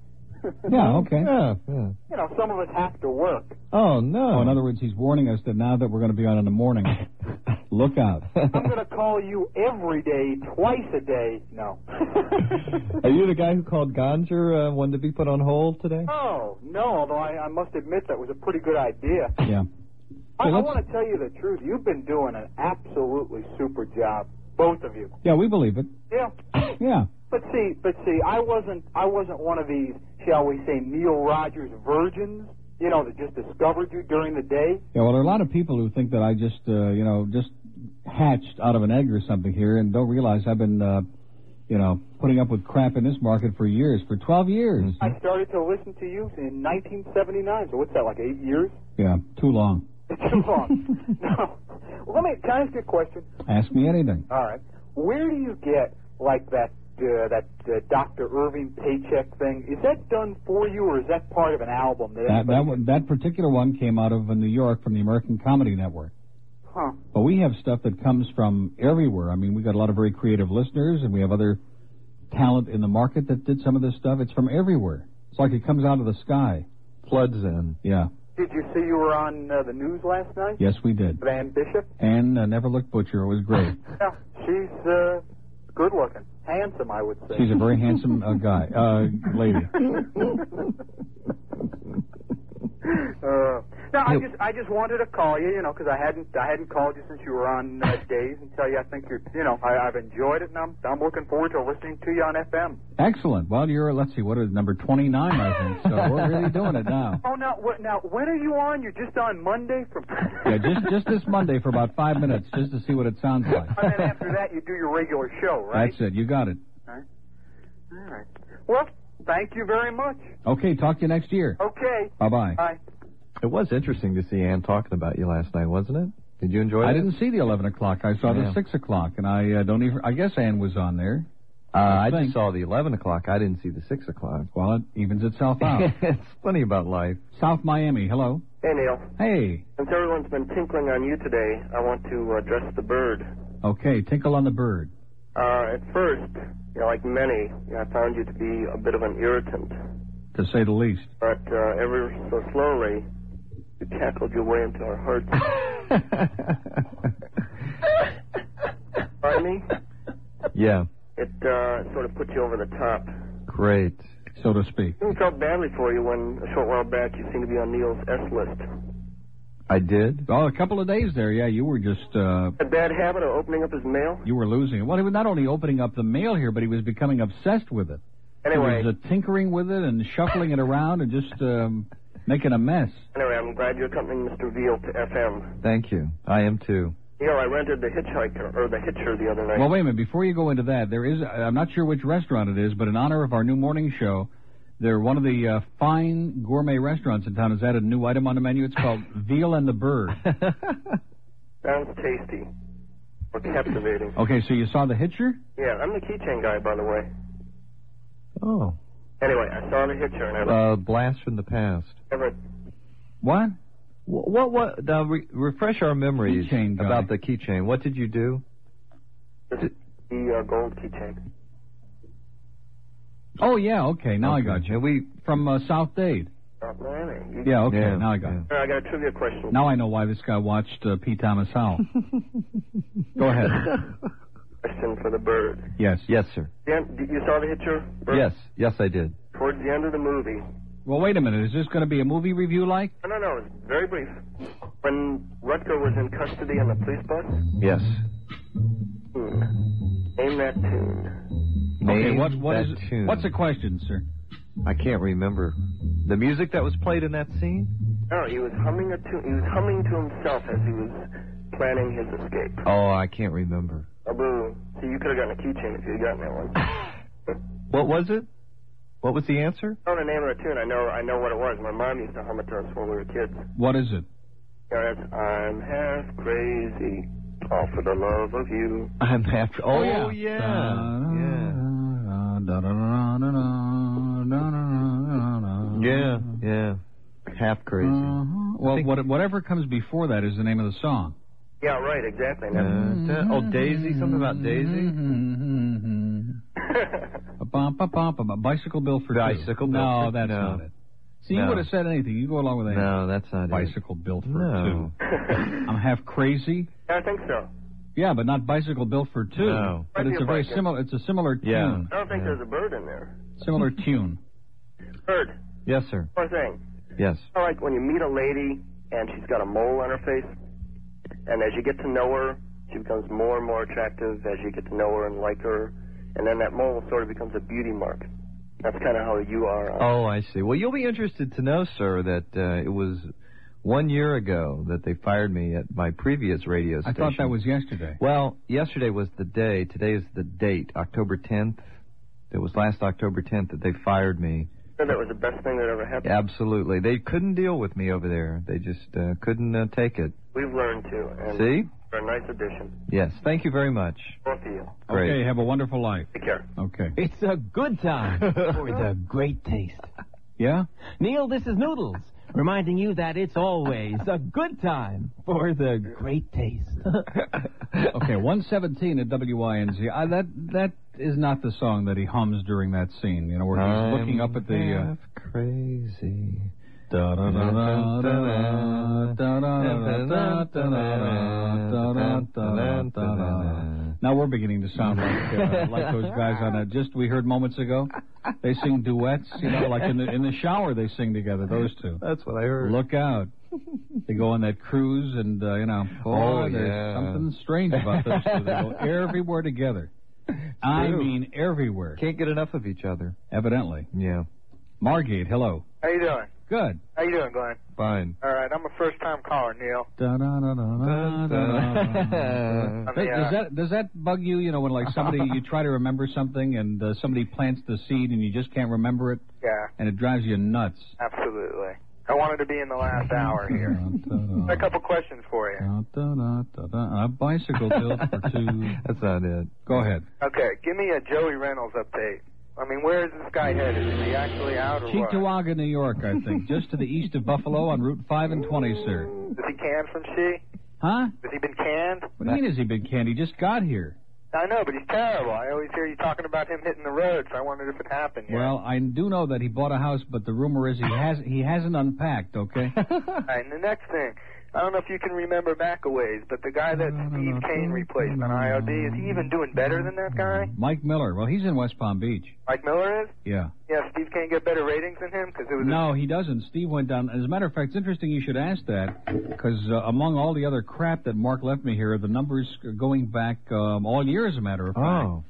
Yeah, okay. You know, some of us have to work. Oh no! in other words, he's warning us that now that we're going to be on in the morning, look out. I'm going to call you every day, twice a day. No. Are you the guy who called Gonzer uh, wanted to be put on hold today? Oh, no, although I, I must admit that was a pretty good idea. Yeah. I, I Hey, let's- want to tell you the truth. You've been doing an absolutely super job, both of you. Yeah, we believe it. Yeah. Yeah. But see, but see, I wasn't, I wasn't one of these, shall we say, Neil Rogers virgins. You know, that just discovered you during the day. Yeah. Well, there are a lot of people who think that I just, uh, you know, just hatched out of an egg or something here, and don't realize I've been, uh, you know, putting up with crap in this market for years, for 12 years. I started to listen to you in 1979. So what's that, like eight years? Yeah. Too long. It's too long. no. Well, let me. Can I ask you a question? Ask me anything. All right. Where do you get like that uh, that uh, Dr. Irving paycheck thing? Is that done for you, or is that part of an album? That That that everybody- one, that particular one came out of uh, New York from the American Comedy Network. Huh. But we have stuff that comes from everywhere. I mean, we got a lot of very creative listeners, and we have other talent in the market that did some of this stuff. It's from everywhere. It's like it comes out of the sky. Floods in. Yeah. Did you see you were on uh, the news last night? Yes, we did. Van Bishop. And uh, Never Look Butcher. It was great. Yeah. She's uh, good looking, handsome, I would say. She's a very handsome uh, guy, uh, lady. uh, No, I Yep. just I just wanted to call you, you know, because I hadn't I hadn't called you since you were on uh, days and tell you I think you're, you know, I, I've enjoyed it and I'm I'm looking forward to listening to you on FM. Excellent. Well, you're let's see, what is number twenty nine? I think so. We're really doing it now. Oh, now what? Now when are you on? You're just on Monday from. Yeah, just just this Monday for about five minutes, just to see what it sounds like. and then after that, you do your regular show, right? That's it. You got it. All right. Well, thank you very much. Okay, talk to you next year. Okay. Bye-bye. Bye. It was interesting to see Ann talking about you last night, wasn't it? Did you enjoy it? I didn't see the eleven o'clock. I saw Yeah. the six o'clock, and I uh, don't even. I guess Ann was on there. Uh, I just saw the 11 o'clock. I didn't see the 6 o'clock. Well, it evens itself out. it's funny about life. South Miami. Hello. Hey, Neil. Hey. Since everyone's been tinkling on you today, I want to address the bird. Okay, tinkle on the bird. Uh, at first, you know, like many, you know, I found you to be a bit of an irritant, To say the least. but uh, ever so slowly, you tackled your way into our hearts. Pardon me? Yeah, It uh, sort of put you over the top. great. So to speak. We felt badly for you when a short while back you seemed to be on Neil's S list. I did. Well, a couple of days there. Yeah, you were just. Uh, A bad habit of opening up his mail. you were losing it. Well, he was not only opening up the mail here, but he was becoming obsessed with it. Anyway, He was uh, tinkering with it and shuffling it around and just um, making a mess. anyway, I'm glad you're accompanying Mr. Veal to FM. Thank you. I am too. You know, I rented the hitchhiker or the hitcher the other night. Well, wait a minute. Before you go into that, there is, uh, I'm not sure which restaurant it is, but in honor of our new morning show, they're one of the uh, fine gourmet restaurants in town has added a new item on the menu. It's called Veal and the Bird. Sounds tasty or captivating. Okay, so you saw the hitcher? Yeah, I'm the keychain guy, by the way. Oh. Anyway, I saw the hitcher and I was Uh, blast from the past. Uh, never. What? What? What? Now re- refresh our memories about the keychain. What did you do? The uh, gold keychain. Oh, yeah, okay. Now I got you. we From uh, South Dade. Stop Mm-hmm. lying. Yeah, okay. now I got it. I got a trivia question. Now I know why this guy watched uh, P. Thomas Howell. Go ahead. Question for the bird. Yes. Yes, sir. Yeah, d- you saw the hitcher? Bird? Yes. Yes, I did. Towards the end of the movie. Well, wait a minute. Is this going to be a movie review like? No, no, no. It was very brief. When Rutger was in custody on the police bus, Hmm. Yes. name that tune. Okay, Name what, what that is tune. What's the question, sir? I can't remember the music that was played in that scene. No, he was humming a tune. He was humming to himself as he was planning his escape. Oh, I can't remember. Oh, boo. See, you could have gotten a keychain if you had gotten that one. What was it? What was the answer? I know the name of the tune. I know. I know what it was. My mom used to hum it to us when we were kids. What is it? Yeah, that's, I'm half crazy, all for the love of you. I'm after. Oh, yeah. Yeah. Yeah. Half crazy. Uh-huh. Well, what, whatever comes before that is the name of the song. Yeah, right. Exactly. Uh, da- oh, Daisy. Something about Daisy. A bum, bum, bum, bum, bum. Bicycle Bill for Bicycle Two. Bill No, for- that's no. not it. See, you No. would have said anything. You go along with anything. No, that's not it. Bicycle Bill for No. Two. I'm half crazy. I think so. Yeah, but not Bicycle Bill for Two. No. But it's a very Might be a bicycle. similar. It's a similar tune. I don't think there's a bird in there. Similar tune. Bird. Yes, sir. One thing. Yes. I like when you meet a lady and she's got a mole on her face, and as you get to know her, she becomes more and more attractive as you get to know her and like her, and then that mole sort of becomes a beauty mark. That's kind of how you are. On Oh, I see. Well, you'll be interested to know, sir, that uh, it was one year ago that they fired me at my previous radio I station. thought that was yesterday. Well, yesterday was the day. Today is the date, October 10th. It was last October 10th that they fired me. So that was the best thing that ever happened. Absolutely. They couldn't deal with me over there. They just uh, couldn't uh, take it. We've learned to, and See? for a nice addition. Yes. Thank you very much. Both of you. Great. Okay, have a wonderful life. Take care. Okay. It's a good time with a great taste. Yeah? Neil, this is Noodles, reminding you that it's always a good time for the great taste. Okay, 117 at WINZ. I, that that is not the song that he hums during that scene. You know where he's I'm looking up at the. Uh, half crazy. now we're beginning to sound like uh, like those guys on a, just we heard moments ago. They sing duets, you know, like in the in the shower they sing together. Those two. That's what I heard. Look out! They go on that cruise, and uh, you know, boy, Oh, there's yeah. something strange about those two. They go everywhere together. I true. mean, everywhere. Can't get enough of each other. Evidently. Yeah. Margate, hello. How you doing? Good. How you doing, Glenn? Fine. All right, I'm a first-time caller, Neil. Da-da-da-da-da-da-da. I mean, Does uh, that does that bug you? You know, when like somebody you try to remember something and uh, somebody plants the seed and you just can't remember it, Yeah, and it drives you nuts. absolutely. I wanted to be in the last hour here. Uh-huh. a couple questions for you. Da-da-da-da. A bicycle built for two. That's not it. Go ahead. Okay, give me a Joey Reynolds update. I mean, where is this guy headed? Is he actually out or what? Cheektowaga, New York, I think, just to the east of Buffalo on Route 5 and 20, sir. Is he canned from she? Huh? Has he been canned? What do you mean has he been canned? He just got here. I know, but he's terrible. I always hear you talking about him hitting the road, so I wondered if it happened. yet. Well, I do know that he bought a house, but the rumor is he has he hasn't unpacked. Okay. All right, and the next thing, I don't know if you can remember back a ways, but the guy that Steve Kane replaced on IOD, is he even doing better than that guy? Mike Miller. Well, he's in West Palm Beach. Mike Miller is? Yeah. Yeah, Steve Kane get better ratings than him because it was. No, he doesn't. Steve went down. As a matter of fact, it's interesting you should ask that because uh, among all the other crap that Mark left me here, the numbers are going back um, all year, as a matter of fact, Oh.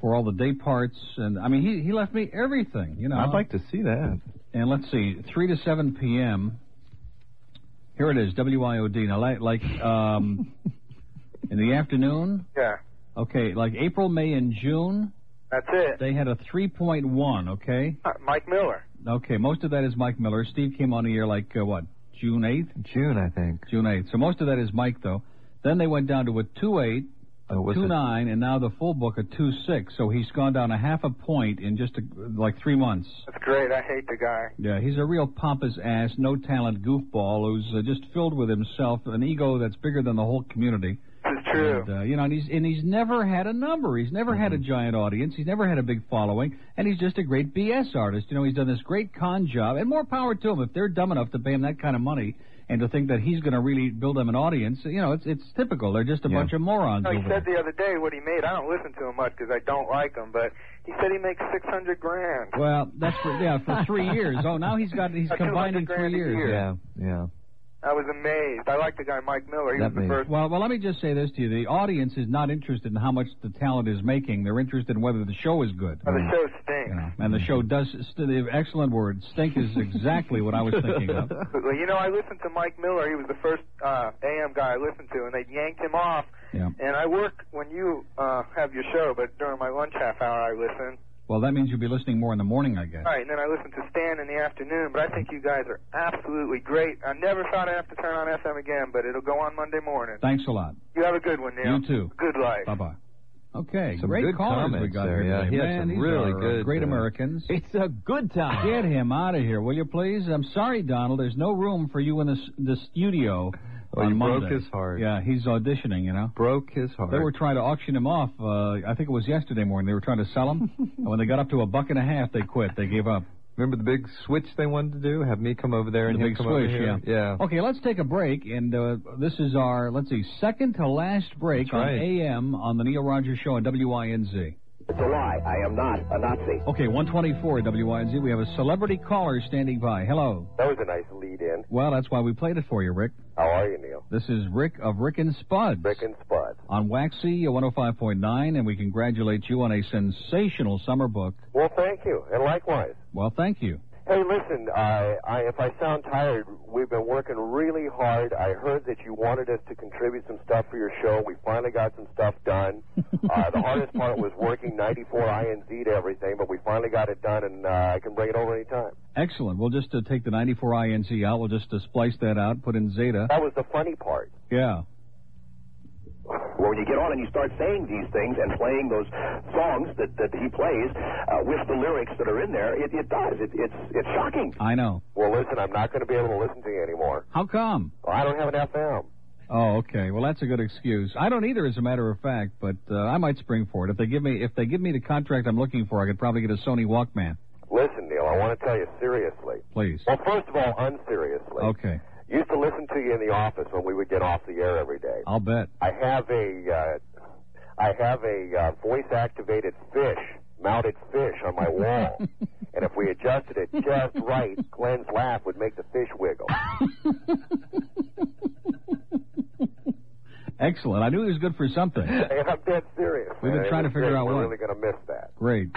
for all the day parts. And I mean, he he left me everything. You know. I'd like to see that. And let's see, 3 to 7 p.m. Here it is, WIOD. Now, like, like um, in the afternoon, Yeah, okay, like April, May, and June, that's it. they had a 3.1, okay? Uh, Mike Miller. Okay, most of that is Mike Miller. Steve came on the air like, uh, what, June 8th? June, I think. June 8th. So most of that is Mike, though. Then they went down to a 2.8, a was Oh, it- 2.9, and now the full book a 2.6. So he's gone down a half a point in just a, like three months. That's great. I hate the guy. Yeah, he's a real pompous ass, no talent goofball who's uh, just filled with himself, an ego that's bigger than the whole community. This is true. Mm-hmm. And, uh, you know, and he's and he's never had a number. He's never had a giant audience. He's never had a big following, and he's just a great BS artist. You know, he's done this great con job, and more power to him if they're dumb enough to pay him that kind of money and to think that he's going to really build them an audience. You know, it's it's typical. They're just a bunch of morons. No, Oh, he over said the other day what he made. I don't listen to him much because I don't like him, but he said he makes 600 grand. Well, that's for yeah for three years. Oh, now he's got he's Uh, combined in 200 grand three a years. year. Yeah, yeah. I was amazed. I like the guy Mike Miller. He was the first. Well, well, let me just say this to you: the audience is not interested in how much the talent is making; they're interested in whether the show is good. Oh, the show stinks. And the show does. St- the excellent word, stink, is exactly what I was thinking of. Well, you know, I listened to Mike Miller. He was the first uh, AM guy I listened to, and they yanked him off. Yeah. And I work when you uh, have your show, but during my lunch half hour, I listen. Well, that means you'll be listening more in the morning, I guess. All right, and then I listen to Stan in the afternoon. But I think you guys are absolutely great. I never thought I'd have to turn on FM again, but it'll go on Monday morning. Thanks a lot. You have a good one, Neil. You too. Good life. Bye bye. Okay, Some great good callers we comments got there, here yeah. today. He had Man, some these really are, uh, good, great uh, Americans. It's a good time. Get him out of here, will you please? I'm sorry, Donald. There's no room for you in the s- the studio. Oh, on you broke Monday. his heart. Yeah, he's auditioning. You know. Broke his heart. They were trying to auction him off. Uh, I think it was yesterday morning. They were trying to sell him, and when they got up to a buck and a half, they quit. They gave up. Remember the big switch they wanted to do? Have me come over there and The him big come over swish, here? yeah. Okay, let's take a break, and uh, this is our let's see second to last break That's right. on AM on the Neil Rogers Show on WINZ. It's a lie. I am not a Nazi. Okay, 124 WINZ. We have a celebrity caller standing by. Hello. That was a nice lead in. Well, that's why we played it for you, Rick. How are you, Neil? This is Rick of Rick and Spud Rick and Spud. on Waxy 105.9, and we congratulate you on a sensational summer book. Well, thank you, and likewise. Well, thank you. Hey, listen, I, I, if I sound tired, we've been working really hard. I heard that you wanted us to contribute some stuff for your show. We finally got some stuff done. Uh, the hardest part was working 94 INZ to everything, but we finally got it done, and uh, I can bring it over anytime. Excellent. We'll just uh, take the 94 INC out. We'll just uh, splice that out, put in Zeta. That was the funny part. Yeah. Well, when you get on and you start saying these things and playing those songs that, that he plays uh, with the lyrics that are in there, it, it does. It, it's it's shocking. I know. Well, listen, I'm not going to be able to listen to you anymore. How come? I don't have an FM. Oh, okay. Well, that's a good excuse. I don't either, as a matter of fact, but uh, I might spring for it if they give me if they give me the contract I'm looking for. I could probably get a Sony Walkman. Listen, Neil, I want to tell you seriously. Please. Well, first of all, unseriously. Okay. Used to listen to you in the office when we would get off the air every day. I'll bet. I have a, uh, I have a uh, voice-activated fish mounted fish on my wall. and if we adjusted it just right, Glenn's laugh would make the fish wiggle. Excellent. I knew he was good for something. And I'm dead serious. We've been man. trying to It was figure great. out We're what. really going to miss that. Great.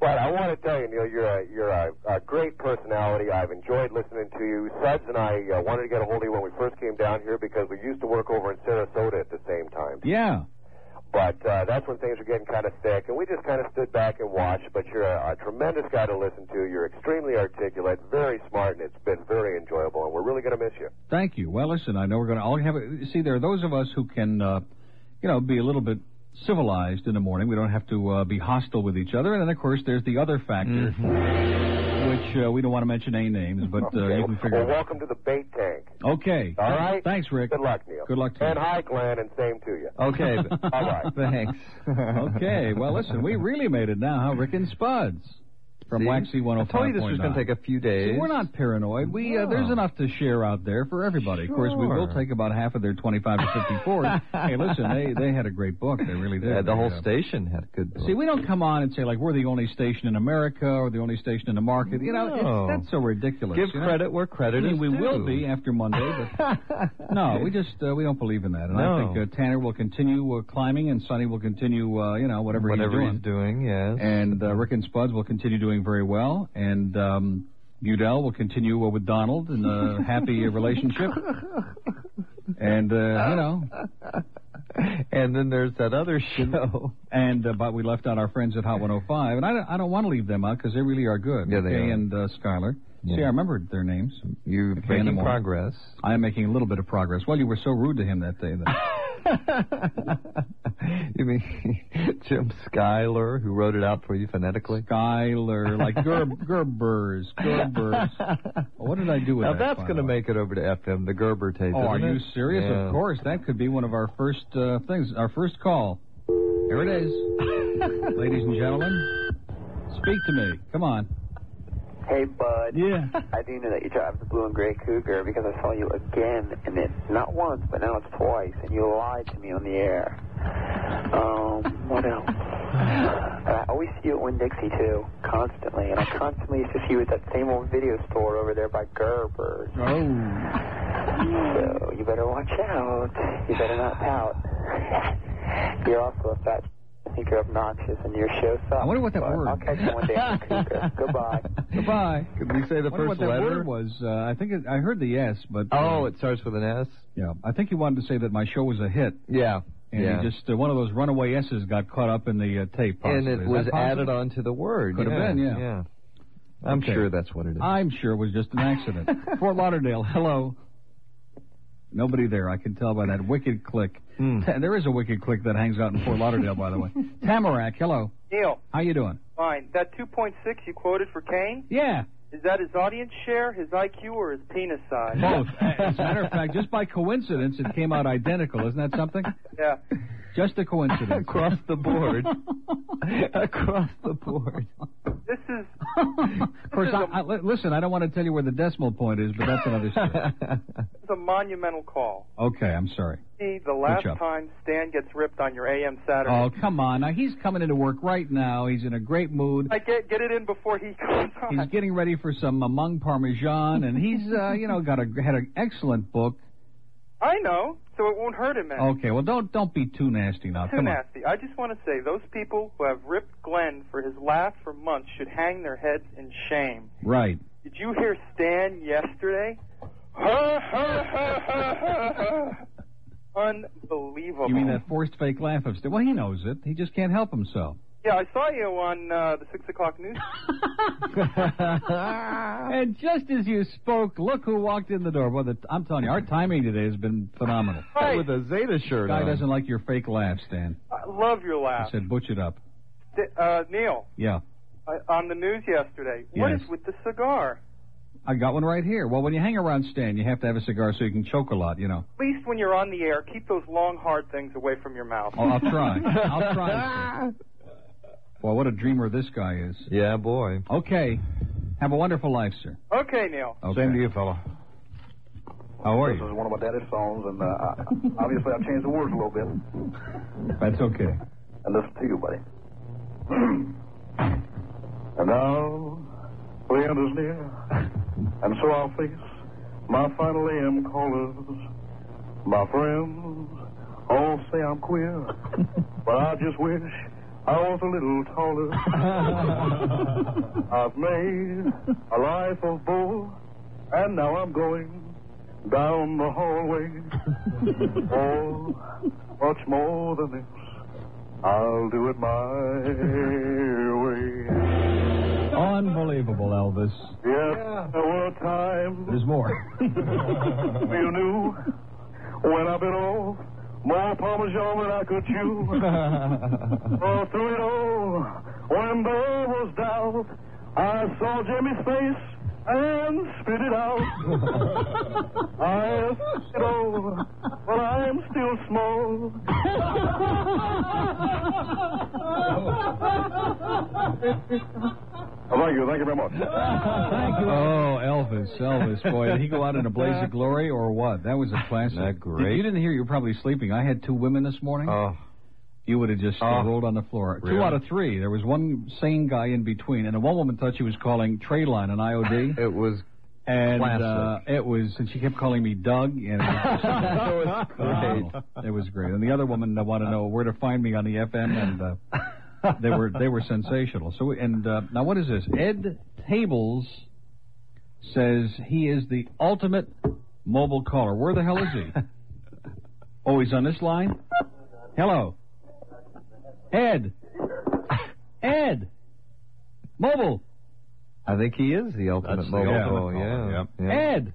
But I want to tell you, Neil, you're a, you're a, a great personality. I've enjoyed listening to you. Suds and I uh, wanted to get a hold of you when we first came down here because we used to work over in Sarasota at the same time. Yeah. But uh, that's when things were getting kind of thick, and we just kind of stood back and watched. But you're a, a tremendous guy to listen to. You're extremely articulate, very smart, and it's been very enjoyable. And we're really going to miss you. Thank you. Well, listen, I know we're going to all have it. See, there are those of us who can, uh, you know, be a little bit civilized in the morning. We don't have to uh, be hostile with each other. And then, of course, there's the other factor, which uh, we don't want to mention any names, but uh, you can figure Well, it out. welcome to the bait tank. Okay. All right. Thanks, Rick. Good luck, Neil. Good luck to you. And hi, Glenn, and same to you. Okay. All right. Thanks. okay. Well, listen, we really made it now, huh? Rick and Spuds from Waxy 105.9. I told you this was going to take a few days. See, we're not paranoid. We uh, No. there's enough to share out there for everybody. Of course, we Sure. will take about half of their 25 to 54. hey, listen, they they had a great book. They really did. Yeah, the whole They, uh, station had a good. See, we don't come on and say like we're the only station in America or the only station in the market. You know, No. it's, that's so ridiculous. Give you know? credit where credit I mean, is We will due. be after Monday, but no, we just uh, we don't believe in that. And I No. think uh, Tanner will continue uh, climbing, and Sonny will continue, uh, you know, whatever, Whatever he's doing. he's doing, yes. And uh, Rick and Spuds will continue doing very well, and um, Budell will continue uh, with Donald in a happy relationship. And uh, you know, and then there's that other show. and uh, but we left out our friends at Hot 105, and I don't, I don't want to leave them out because they really are good. Yeah, they Kay are. and uh, Skyler. See, I remembered their names. You're Okay, in the making morning. progress. I am making a little bit of progress. Well, you were so rude to him that day. That You mean Jim Schuyler, who wrote it out for you phonetically? Schuyler, like Gerb, Gerbers, Gerbers. What did I do with now that? that's going to make it over to FM, the Gerber tape. Oh, are isn't you it? serious? Yeah. Of course. That could be one of our first uh, things, our first call. Here it is. Ladies and gentlemen, speak to me. Come on. Hey, bud. Yeah. I do know that you drive the blue and gray cougar because I saw you again, and it's not once, but now it's twice, and you lied to me on the air. Um, what else? And I always see you at Winn Dixie, too, constantly, and I constantly used to see you at that same old video store over there by Gerber's. Oh. So you better watch out. You better not pout. you're also a fat. I think you're obnoxious, and your show sucks. I wonder what that word- I'll catch you one day at the cougar. Goodbye. Goodbye. Could we say the Wonder first what that letter? word was. Uh, I think it, I heard the S, but uh, Oh, it starts with an S. yeah, I think he wanted to say that my show was a hit. Yeah. And yeah. he just uh, one of those runaway S's got caught up in the uh, tape. and possibly. it Is was that possible? added onto the word. Could have been, yeah. Yeah. I'm Okay. sure that's what it is. I'm sure it was just an accident. Fort Lauderdale, hello. Nobody there. I can tell by that wicked click. Hmm. Ta- There is a wicked click that hangs out in Fort Lauderdale, by the way. Tamarack, hello. Neil, How you doing? fine. That 2.6 you quoted for Kane, Yeah, is that his audience share, his IQ, or his penis size? both. As a matter of fact, just by coincidence, it came out identical. Isn't that something? Yeah. Just a coincidence. Across the board. Across the board. This is. Of course, I, I, li- listen, I don't want to tell you where the decimal point is, but that's another story. This is a monumental call. okay, I'm sorry. See, the last job. time Stan gets ripped on your AM Saturday. Oh, come on. Now, he's coming into work right now. He's in a great mood. I get get it in before he comes on. He's getting ready for some among parmesan, and he's uh, you know got a had an excellent book. I know, so it won't hurt him. Any. Okay, well don't don't be too nasty now. Too Come on. nasty. I just want to say those people who have ripped Glenn for his laugh for months should hang their heads in shame. Right. Did you hear Stan yesterday? Ha, ha, ha, ha, ha, ha. Unbelievable. You mean that forced fake laugh of Steve? Well, he knows it. He just can't help himself. Yeah, I saw you on uh, the six o'clock news. and just as you spoke, look who walked in the door. Well, the, I'm telling you, our timing today has been phenomenal. Right. With a Zeta shirt Guy on. doesn't like your fake laugh, Stan. I love your I laugh. said, butch it up. Th- Uh, Neil, Yeah. I, uh, on the news yesterday, what Yes. is with the cigar? I got one right here. Well, when you hang around Stan, you have to have a cigar so you can choke a lot, you know. At least when you're on the air, keep those long, hard things away from your mouth. Ah. Oh, I'll try. I'll try. Well, what a dreamer this guy is. Yeah, boy. Okay. Have a wonderful life, sir. Okay, Neil. Same to you, fella. How are This you? is one of my daddy's songs, and uh, I- obviously I've changed the words a little bit. That's okay. And listen to you, buddy. And now, the end is near, and so I'll face my final AM callers. My friends all say I'm queer, but I just wish I was a little taller. I've made a life of bull, and now I'm going down the hallway. oh, much more than this, I'll do it my way. Unbelievable, Elvis. Yes, there were times. There's more. you knew when I bit off more parmesan than I could chew. oh, through it all, when there was doubt, I saw Jimmy's face and spit it out. I spit over, but I'm still small. Thank you. Thank you very much. Oh, Elvis, Elvis, boy, did he go out in a blaze of glory or what? That was a classic. That great? You, didn't hear you were probably sleeping. I had two women this morning. Oh. You would have just uh, Oh. rolled on the floor. Two Really? out of three. There was one sane guy in between, and one woman thought she was calling trade line an IOD. it was. And classic. uh, it was, and she kept calling me Doug, and it was, was phenomenal. It was great. And the other woman uh, wanted to know where to find me on the FM, and uh, they were they were sensational. So, and uh, now what is this? Ed Tables says he is the ultimate mobile caller. Where the hell is he? oh, he's on this line. Hello, Ed. Ed, mobile. I think he is the ultimate That's the mobile. ultimate caller, yeah. caller, yeah. Ed.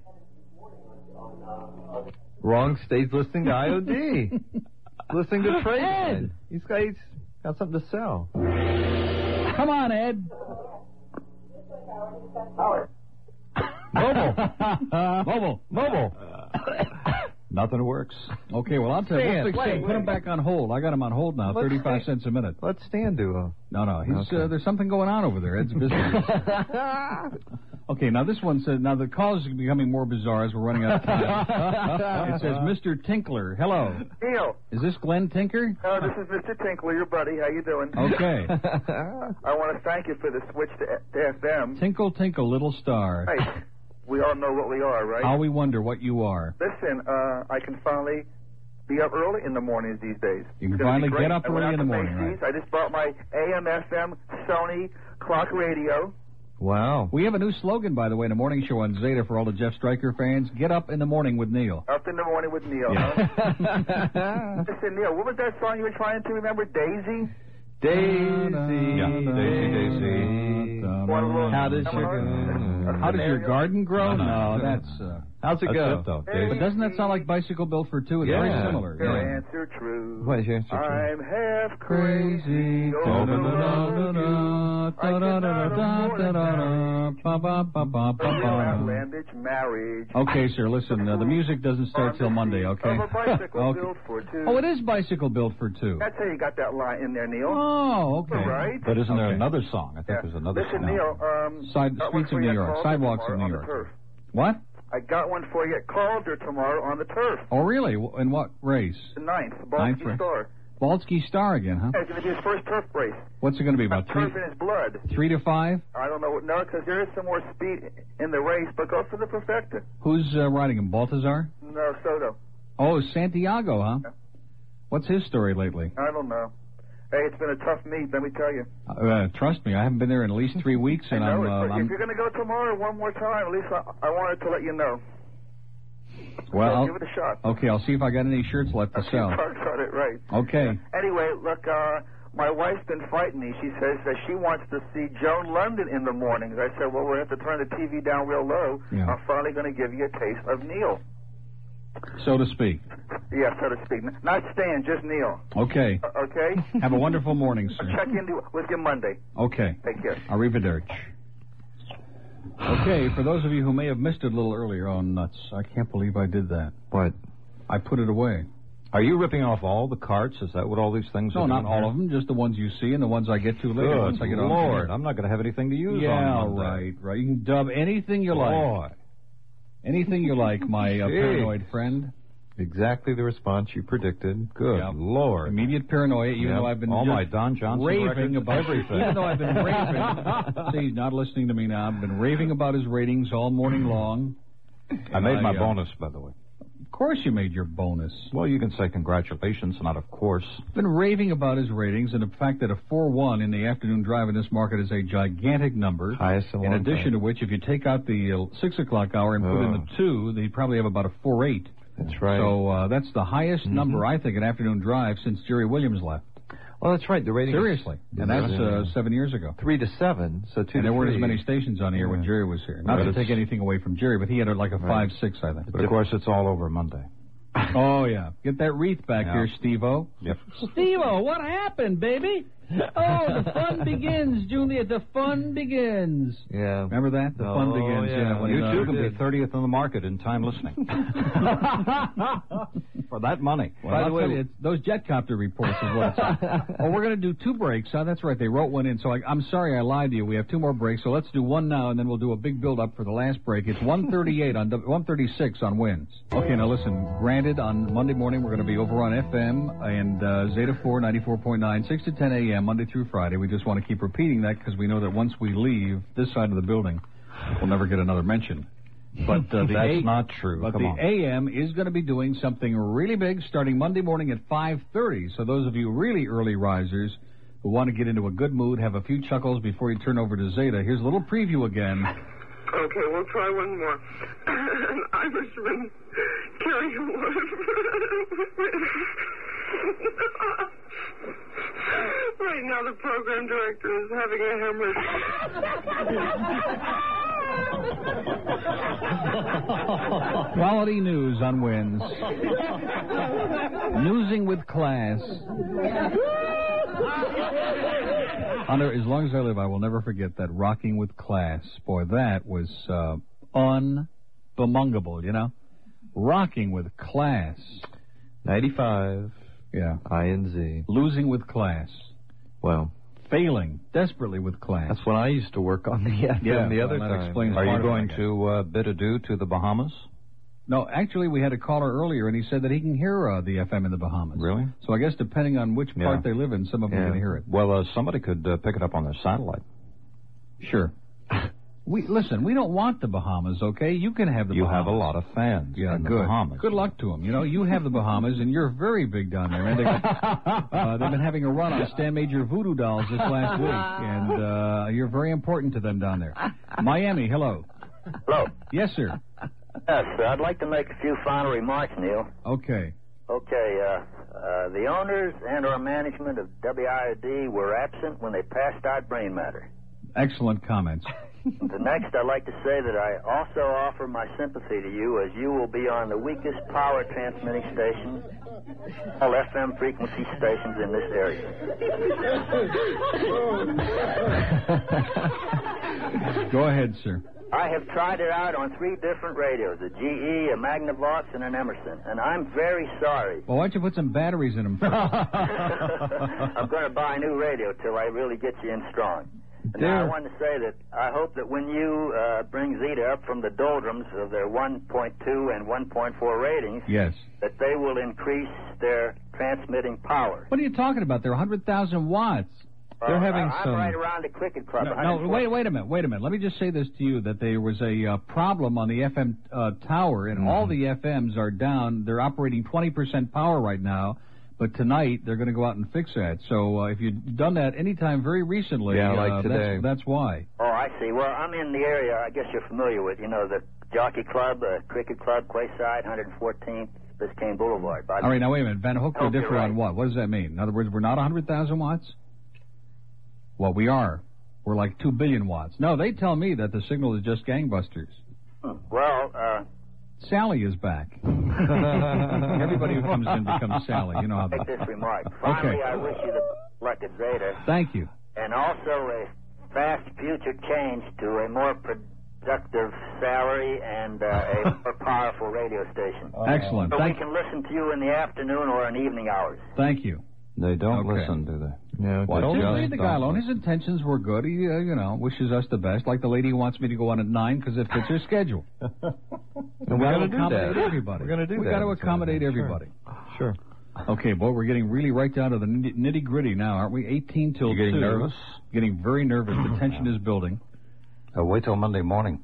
Wrong stage listening to IOD. listening to trade. Ed! Line. He's got, he's got something to sell. Come on, Ed. Mobile. mobile. Mobile. Uh, Nothing works. Okay, well, I'll tell you. Stan, Let's fix wait, it. Put wait. him back on hold. I got him on hold now, Let's 35 stay- cents a minute. Let's stand to him. No, no. He's, Okay. uh, there's something going on over there. Ed's busy. okay, now this one says, now the calls are becoming more bizarre as we're running out of time. it says, Mr. Tinkler. Hello. Neil, Is this Glenn Tinker? uh, this is Mr. Tinkler, your buddy. How you doing? Okay. I want to thank you for the switch to, to FM. tinkle, tinkle, little star. Hey, we all know what we are, right? How we wonder what you are. Listen, uh, I can finally be up early in the mornings these days. You can It's gonna finally be great. get up I went early out in to the morning, Macy's. I just bought my AM/FM Sony clock radio. Wow. We have a new slogan, by the way, in the morning show on Zeta for all the Jeff Stryker fans. Get up in the morning with Neil. Up in the morning with Neil. Huh? Listen, Neil, what was that song you were trying to remember? Daisy. Daisy. Daisy, Daisy. How does Mm-hmm. your, How does your garden grow? No, no. that's. Uh, How's it go? But doesn't that sound like Bicycle Bill for Two? It's Yeah. very similar. Your yeah. answer true. What is your answer? I'm half crazy. Uh-huh. Outlandish marriage. Okay, sir, listen, uh, the music doesn't start till Monday, okay? Of a bicycle Okay. built for two. Oh, it is Bicycle Built for Two. That's how you got that line in there, Neil. Oh, okay. Right? But isn't there Okay. another song? I think there's another Listen, no. Neil. Um, Side- got one streets of for New you at York, Calder sidewalks of tomorrow New on the York. turf. What? I got one for you at Calder tomorrow on the turf. Oh, really? W- In what race? The ninth, Ninth Baltimore race. Star. Baltsky Star again, huh? Yeah, It's going to be his first turf race. What's it going to be, about three, Turf in his blood. three to five? I don't know what, no, because there is some more speed in the race, but go for the perfecta. Who's uh, riding him, Baltazar? No, Soto. Oh, Santiago, huh? What's his story lately? I don't know. Hey, it's been a tough meet, let me tell you. Uh, trust me, I haven't been there in at least three weeks, and I know I'm, it's- if uh, um, I'm you're going to go tomorrow one more time, at least I, I wanted to let you know. well. So I'll- give it a shot. Okay, I'll see if I got any shirts left to You sell. talked about it right. Okay. Anyway, look, uh, my wife's been fighting me. She says that she wants to see Joan London in the mornings. I said, well, we're going to have to turn the TV down real low. Yeah. I'm finally going to give you a taste of Neil. so to speak. Yeah, so to speak. N- Not Stan, just Neil. Okay. Uh, okay? Have a wonderful morning, I'll sir. check in to- with you Monday. Okay. Take care. Arrivederci. Okay, for those of you who may have missed it a little earlier, oh nuts! I can't believe I did that. What? I put it away. Are you ripping off all the carts? Is that what all these things No, are? not all of them. Just the ones you see and the ones I get to later. Good once I get on. Lord, I'm not going to have anything to use yeah, on Monday. right, right. You can dub anything you like. Boy. Anything you like, my uh, Gee. paranoid friend. Exactly the response you predicted. Good lord. Immediate paranoia, even Yep. though I've been All just my Don Johnson raving records, about everything. Even though I've been raving, see, he's not listening to me now. I've been raving about his ratings all morning long. I made my uh, bonus, by the way. Of course, you made your bonus. Well, you can say congratulations, not of course. Been raving about his ratings and the fact that a 4-1 in the afternoon drive in this market is a gigantic number. Highest in a In long addition to which, if you take out the uh, six o'clock hour and put in the two, they probably have about a four eight. Oh. That's right. Mm-hmm. So uh, that's the highest number I think in afternoon drive since Jerry Williams left. Well, that's right. The rating is- seriously, and that's uh, seven years ago. three to seven. So two. and to there weren't as three. many stations on here when Jerry was here. Not Right. to take anything away from Jerry, but he had uh, like a Right. five six, I think. But of course, it's all over Monday. oh yeah, get that wreath back Yeah. here, Steve-O. Yep. Steve-O, what happened, baby? Oh, the fun begins, Juliet. The fun begins. Yeah. Remember that? The fun begins. Oh, Yeah. when you it, uh, too can be thirtieth in the market in time listening for that money. By the way, it's, those jet copter reports is what it's Oh, we're going to do two breaks. Huh? That's right. They wrote one in. So I, I'm sorry I lied to you. We have two more breaks. So let's do one now, and then we'll do a big build up for the last break. It's 138 on W- 136 on wins. Okay, now listen. Granted, on Monday morning we're going to be over on FM and uh, Zeta 4 94.9, 6 to 10 a.m. Monday through Friday. We just want to keep repeating that because we know that once we leave this side of the building, we'll never get another mention. But uh, the that's A- not true. but Come the on. AM is going to be doing something really big starting Monday morning at 5:30. So those of you really early risers who want to get into a good mood, have a few chuckles before you turn over to Zeta, here's a little preview again. Okay, we'll try one more. An Irishman carrying a wood. right now, the program director is having a hemorrhage. Quality news on wins. Newsing with class. Hunter, as long as I live, I will never forget that rocking with class. Boy, that was uh, unbemungable, you know? Rocking with class. 95. Yeah. INZ. Losing with class. Well, Failing desperately with class. that's what I used to work on the FM Yeah, the other well, that time. explains Are part you of it, I going guess. to uh, bid adieu to the Bahamas? No, actually, we had a caller earlier, and he said that he can hear uh, the FM in the Bahamas. Really? So I guess depending on which part Yeah. they live in, some of them can hear it. Well, uh, somebody could uh, pick it up on their satellite. Sure. We listen. We don't want the Bahamas, okay? You can have the. you Bahamas. have a lot of fans Yeah, in the good. Bahamas. Good luck to them. You know, you have the Bahamas, and you're very big down there. And they, uh, they've been having a run on Stan Major voodoo dolls this last week, and uh, you're very important to them down there. Miami, hello. Hello. Yes, sir. Yes, sir. I'd like to make a few final remarks, Neil. Okay. Okay, uh, uh, the owners and or management of WIOD were absent when they passed out brain matter. Excellent comments. the next, I'd like to say that I also offer my sympathy to you as you will be on the weakest power transmitting station, all FM frequency stations in this area. Go ahead, sir. I have tried it out on three different radios, a GE, a Magnavox, and an Emerson, and I'm very sorry. Well, why don't you put some batteries in them? I'm going to buy a new radio till I really get you in strong. And now I There. want to say that I hope that when you uh, bring Zeta up from the doldrums of their 1.2 and 1.4 ratings, Yes. that they will increase their transmitting power. What are you talking about? They're 100,000 watts. They're Uh, having I- I'm some. right around the cricket club. No, no, wait, wait a minute, wait a minute. Let me just say this to you: that there was a uh, problem on the FM uh, tower, Mm-hmm. and all the FMs are down. They're operating 20% power right now, but tonight they're going to go out and fix that. So uh, if you've done that anytime very recently, Yeah, like uh, today. That's, that's why. Oh, I see. Well, I'm in the area. I guess you're familiar with, you know, the Jockey Club, uh, Cricket Club, Quayside, 114th, Biscayne Boulevard. By the All right, now wait a minute. Van Hook Hope will you're differ right. on what? What does that mean? In other words, we're not 100,000 watts. Well, we are. We're like two billion watts. No, they tell me that the signal is just gangbusters. Well, uh, Sally is back. Everybody who comes in becomes Sally. You know how make that. this remark. Finally, I wish you the luck at Zeta, Thank you. and also a fast future change to a more productive salary and uh, a more powerful radio station. Excellent. So Thank- we can listen to you in the afternoon or in evening hours. Thank you. They don't Okay. listen, do they? No, Well, they just just leave the don't guy alone. His intentions were good. He, uh, you know, wishes us the best. Like the lady who wants me to go on at nine because it fits her schedule. And we We're got to gonna do that. accommodate everybody. We're gonna do we that. got to That's what accommodate it is. Sure. everybody. Sure. Okay, boy, we're getting really right down to the nitty gritty now, aren't we? 18 till You getting 2. nervous? Getting very nervous. The tension is building. Uh, wait till Monday morning.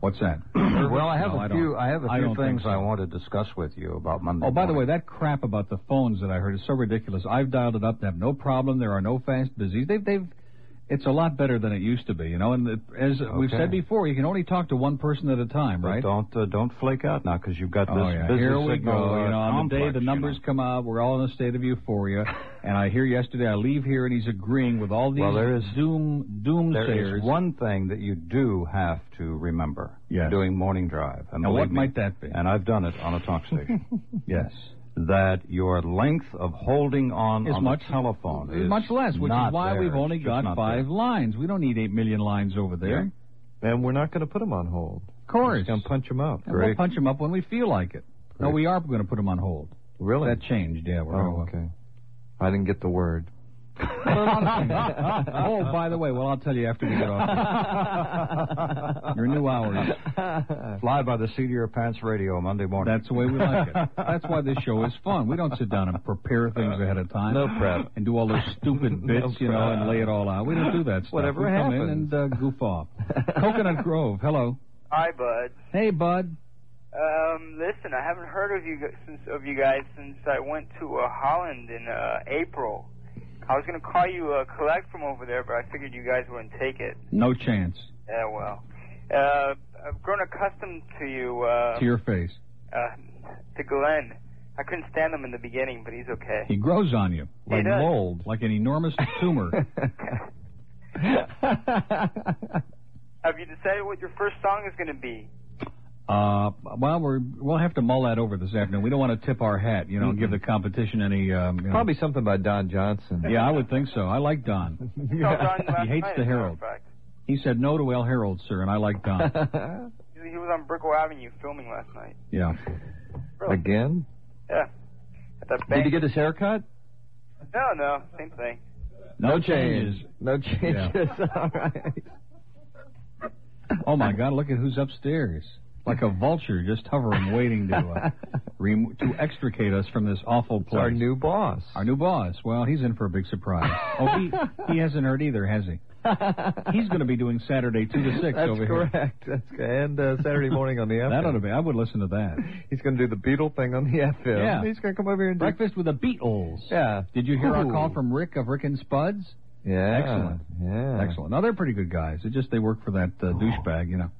What's that? well, I have No, a I don't. few. I have a I few don't think things so. I want to discuss with you about Monday. Oh, by the way, that crap about the phones that I heard is so ridiculous. I've dialed it up and have no problem. There are no fast busies. They've, they've, it's a lot better than it used to be, you know. And it, as we've Okay. said before, you can only talk to one person at a time, But right? Don't uh, don't flake out now because you've got this Oh, yeah. business Here we signal, go. uh, You know, on the day complex, the you know. numbers come out, we're all in a state of euphoria. and I hear yesterday, I leave here, and he's agreeing with all these Well, there is doom doomsayers. There is one thing that you do have to remember. Yes. Doing morning drive. And Now, what believe me, might that be? And I've done it on a talk station. yes. That your length of holding on Is on much- the telephone It's is much less, which is not why there. we've only It's just got not five lines. We don't need eight million lines over there. And we're not going to put them on hold. Of course. Going to punch them up. And we'll punch them up when we feel like it. No, we are going to put them on hold. Really? That changed, yeah. We're Oh, okay. I didn't get the word. gonna- oh, by the way, well, I'll tell you after we get off. Your new hours. there. Fly by the seat of your pants radio Monday morning. That's the way we like it. That's why this show is fun. We don't sit down and prepare things ahead of time. No prep. And do all those stupid bits, you know, and lay it all out. We don't do that stuff. Whatever we come in happens. and uh, goof off. Coconut Grove, hello. Hi, bud. Hey, bud. Um, listen, I haven't heard of you gu- since of you guys since I went to uh, Holland in uh, April. I was gonna call you uh, collect from over there, but I figured you guys wouldn't take it. No chance Yeah, well, uh, I've grown accustomed to you. Uh, to your face. uh, to Glenn. I couldn't stand him in the beginning, but he's okay. He grows on you He like does. mold, like an enormous tumor. Have you decided what your first song is gonna be? Uh, well, we're, we'll have to mull that over this afternoon. We don't want to tip our hat, you know, and give the competition any. Um, you know- Probably something by Don Johnson. Yeah, I would think so. I like Don. he hates the Herald. He said no to El Herald, sir, and I like Don. He he was on Brickell Avenue filming last night. yeah. Again? Yeah. At that Did bank. he get his haircut? No, no, same thing. No changes. No changes. All right. Oh my God! Look at who's upstairs, like a vulture just hovering, waiting to uh, rem- to extricate us from this awful place. our new boss. Our new boss. Well, he's in for a big surprise. oh, he he hasn't heard either, has he? He's going to be doing Saturday two to six That's over here. correct. That's correct. And uh, Saturday morning on the FM. That ought to be. I would listen to that. He's going to do the Beatle thing on the FM. Yeah. He's going to come over here and do. Breakfast with the Beatles. Yeah. Did you hear our Ooh. call from Rick of Rick and Spuds? Yeah. Excellent. Yeah. Excellent. Now they're pretty good guys. It's just they work for that uh, douchebag, you know.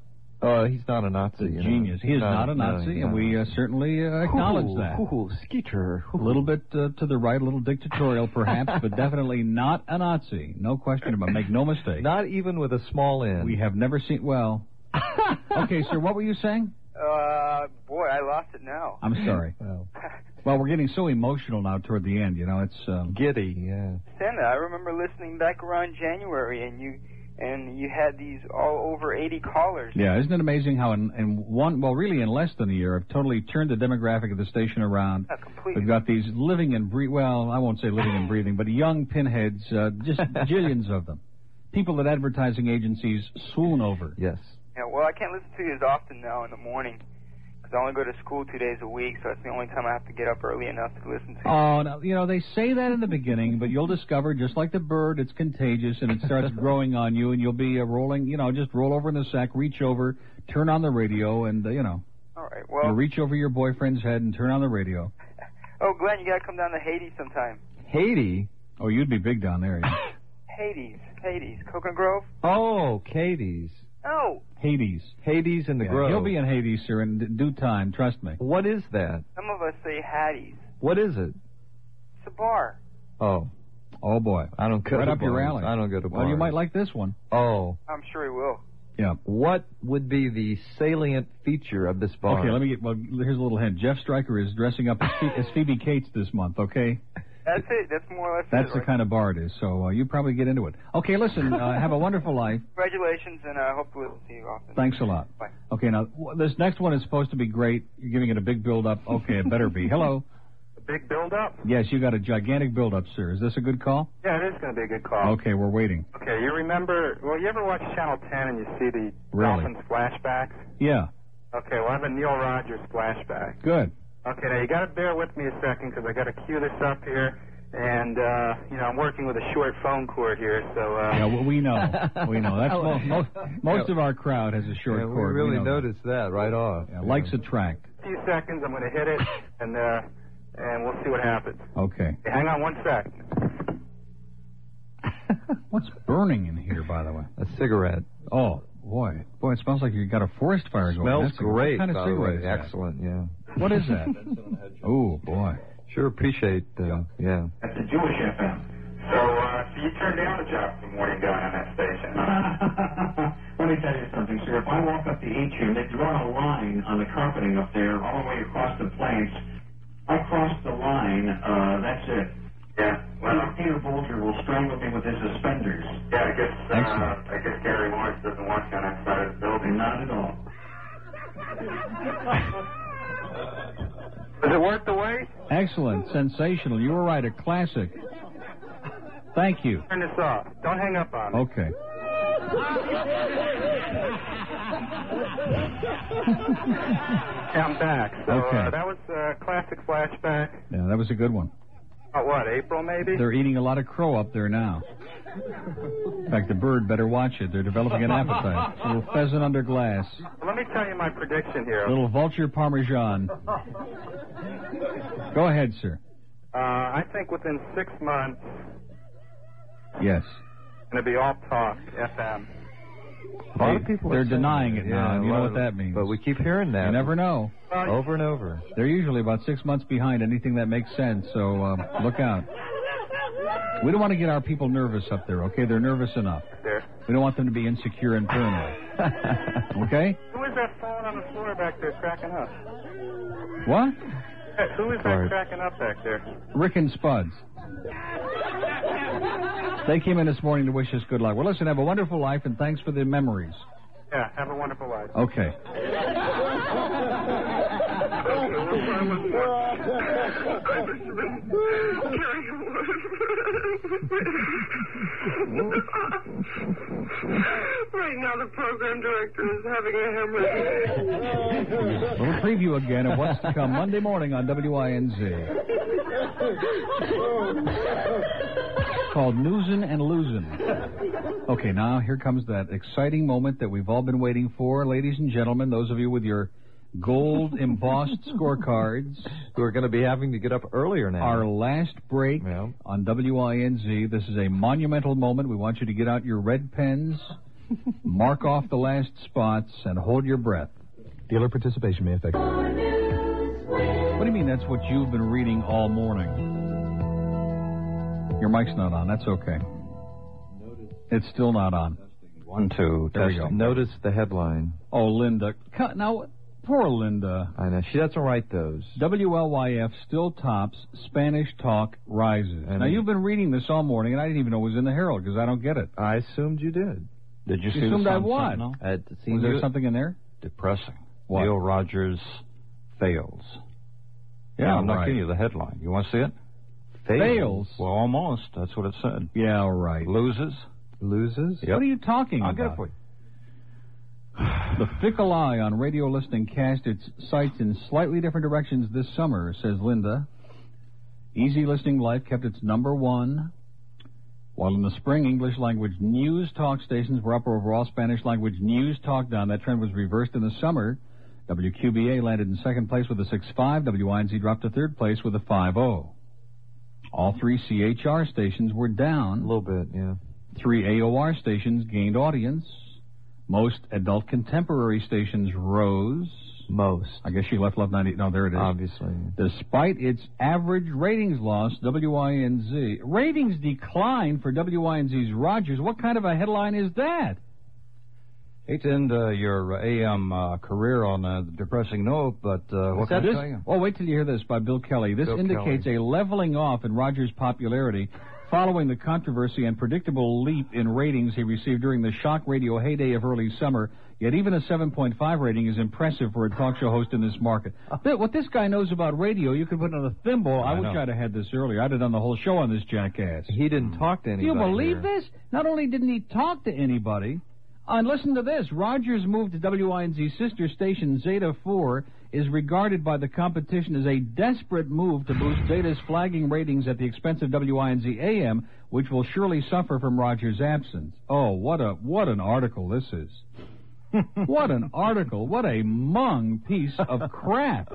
Oh, he's not a Nazi. you know. Genius. He is No, not a no, Nazi, he's and not. we uh, certainly uh, acknowledge Hoo-hoo, that. hoo-hoo, Skeeter. A little bit uh, to the right, a little dictatorial perhaps, but definitely not a Nazi. No question about. it. Make no mistake. Not even with a small N. We have never seen. Well. okay, sir. What were you saying? Uh, boy, I lost it now. I'm sorry. Well, we're getting so emotional now toward the end. You know, it's um, giddy. Yeah. Santa, I remember listening back around January, and you and you had these all over 80 callers. Yeah, isn't it amazing how in, in one, well, really in less than a year, I've totally turned the demographic of the station around. Uh, completely. We've got these living and breathing, well, I won't say living and breathing, but young pinheads, uh, just jillions of them. People that advertising agencies swoon over. Yes. Yeah, well, I can't listen to you as often now in the morning because I only go to school two days a week, so it's the only time I have to get up early enough to listen to you. Oh, no, you know, they say that in the beginning, but you'll discover, just like the bird, it's contagious and it starts growing on you, and you'll be uh, rolling, you know, just roll over in the sack, reach over, turn on the radio, and, uh, you know, All right. you'll Well, reach over your boyfriend's head and turn on the radio. oh, Glenn, you got to come down to Haiti sometime. Haiti. Oh, you'd be big down there. yeah. Hades, Hades, Coconut Grove? Oh, Katie's. No, Hades. Hades in the Yeah, Grove. He'll be in Hades, sir, in d- due time. Trust me. What is that? some of us say Hattie's. What is it? It's a bar. Oh, Oh boy. I don't go Right to up your bars. alley. I don't go to Well, bars. you might like this one. Oh, I'm sure he will. Yeah. what would be the salient feature of this bar? Okay, let me get. Well, here's a little hint. Jeff Stryker is dressing up as, Phe- as Phoebe Cates this month. Okay, That's it. That's more or less that's it. the right? kind of bar it is. So uh, you probably get into it. Okay, listen. Uh, have a wonderful life. Congratulations, and I hope to listen to you often. Thanks a lot. Bye. Okay, now w- this next one is supposed to be great. You're giving it a big build up. Okay, it better be. Hello. Big build up? Yes, you got a gigantic build up, sir. Is this a good call? Yeah, it is going to be a good Uh, call. Okay, we're waiting. Okay, you remember, well, you ever watch Channel 10 and you see the Really? Dolphins flashbacks? Yeah. Okay, well, I have a Neil Rogers flashback. Good. Okay, now you got to bear with me a second because I got to cue this up here, and uh, you know I'm working with a short phone cord here, so. Uh, Yeah, well, we know. We know. That's Oh. most, most, most of our crowd has a short Yeah, we cord. really noticed that right off. Yeah, Likes attract. few seconds. I'm going to hit it, and uh, and we'll see what happens. Okay. Hey, hang on one sec. What's burning in here, by the way? A cigarette. Oh boy, boy, it smells like you got a forest fire going. Smells That's a- great, What kind of by the cigarette way. is that? Excellent, yeah. What is that? oh boy. Sure appreciate, uh, yeah. That's the Jewish FM. So, uh, so you turned down a job for morning guy on that station. Let me tell you something, sir. If I walk up to each you, they draw a line on the carpeting up there all the way across the plates. I cross the line, uh, that's it. Yeah. Well, Peter Bolger will strangle me with his suspenders. Yeah, I guess uh, I guess Gary Lawrence doesn't watch on that side of the building. Not at all. Does it worth the wait? Excellent, sensational. You were right, a classic. Thank you. Turn this off. Don't hang up on me. Okay. Yeah, I'm back. So Okay. uh, that was uh, classic flashback. Yeah, that was a good one. About what? April maybe. They're eating a lot of crow up there now. In fact, the bird better watch it. They're developing an appetite. A little pheasant under glass. Well, let me tell you my prediction here. A little vulture parmesan. Go ahead, sir. Uh, I think within six months, Yes. it's going to be all talk FM. A lot of people they're denying it now. Yeah, and you a know lot what that means. But we keep hearing that. You never know. Over and over. They're usually about six months behind anything that makes sense, so um, look out. We don't want to get our people nervous up there, okay? They're nervous enough. There. We don't want them to be insecure and paranoid. okay? Who is that falling on the floor back there cracking up? What? Hey, Who is Sorry. that cracking up back there? Rick and Spuds. They came in this morning to wish us good luck. Well, listen, have a wonderful life, and thanks for the memories. Yeah, have a wonderful life. Okay. Right now, the program director is having a hemorrhage. A little preview again of what's to come Monday morning on WINZ. Called Newsin' and Losin'. Okay, now here comes that exciting moment that we've all been waiting for. Ladies and gentlemen, those of you with your gold embossed scorecards. Who are going to be having to get up earlier now. Our last break on WINZ. This is a monumental moment. We want you to get out your red pens, mark off the last spots, and hold your breath. Dealer participation may affect. What do you mean that's what you've been reading all morning? Your mic's not on. That's okay. It's still not on. One, two. There we test. go. Notice the headline. Oh, Linda. Cut- Now, poor Linda. I know. She doesn't write those. WLYF still tops. Spanish talk rises. now, you've been reading this all morning, and I didn't even know it was in the Herald because I don't get it. I assumed you did. Did you, You see the assumed I Sun what? Sentinel? It Was seems there you- something in there? depressing. What? Neil Rogers fails. Yeah, Yeah, I'm not right. kidding you. The headline. You want to see it? Fails? Well, almost. That's what it said. Yeah, all right. Loses. Loses. Yep. What are you talking I'll about? get it for you. The Fickle Eye on radio listening cast its sights in slightly different directions this summer, says Linda. Easy Listening Life kept its number one, while in the spring, English language news talk stations were up over all Spanish language news talk down. That trend was reversed in the summer. WQBA landed in second place with a 6.5. WINZ dropped to third place with a 5.0. All three CHR stations were down. A little bit, yeah. Three AOR stations gained audience. Most adult contemporary stations rose. Most. I guess she left Love 90. No, there it is. Obviously. Despite its average ratings loss, WINZ. Ratings decline for WINZ's Rogers. What kind of a headline is that? Hate to end uh, your uh, AM uh, career on a depressing note, but uh, what can That I this- tell you? Oh, wait till you hear this by Bill Kelly. This Bill indicates a leveling off in Rogers' popularity following the controversy and predictable leap in ratings he received during the shock radio heyday of early summer. Yet even a 7.5 rating is impressive for a talk show host in this market. Th- What this guy knows about radio, you could put on a thimble. I, Oh. I wish know. I'd have had this earlier. I'd have done the whole show on this jackass. He didn't talk to Do anybody. you believe here. this? Not only didn't he talk to anybody, Uh, And listen to this. Rogers' move to WINZ's sister station Zeta 4 is regarded by the competition as a desperate move to boost Zeta's flagging ratings at the expense of WINZ AM, which will surely suffer from Rogers' absence. Oh, what a what an article this is. what an article. What a mung piece of crap.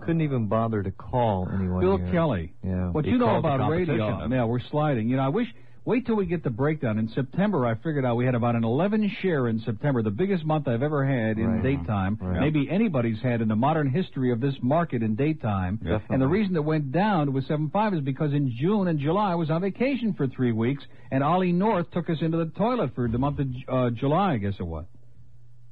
Couldn't even bother to call anyone. Bill here. Kelly. Yeah. What He you know called the about competition, radio? huh? Yeah, we're sliding. You know, I wish. Wait till we get the breakdown in September. I figured out we had about an 11 share in September, the biggest month I've ever had in daytime, maybe anybody's had in the modern history of this market in daytime. And the reason it went down with 7.5 is because in June and July I was on vacation for three weeks, and Ollie North took us into the toilet for the month of uh, July, I guess it was.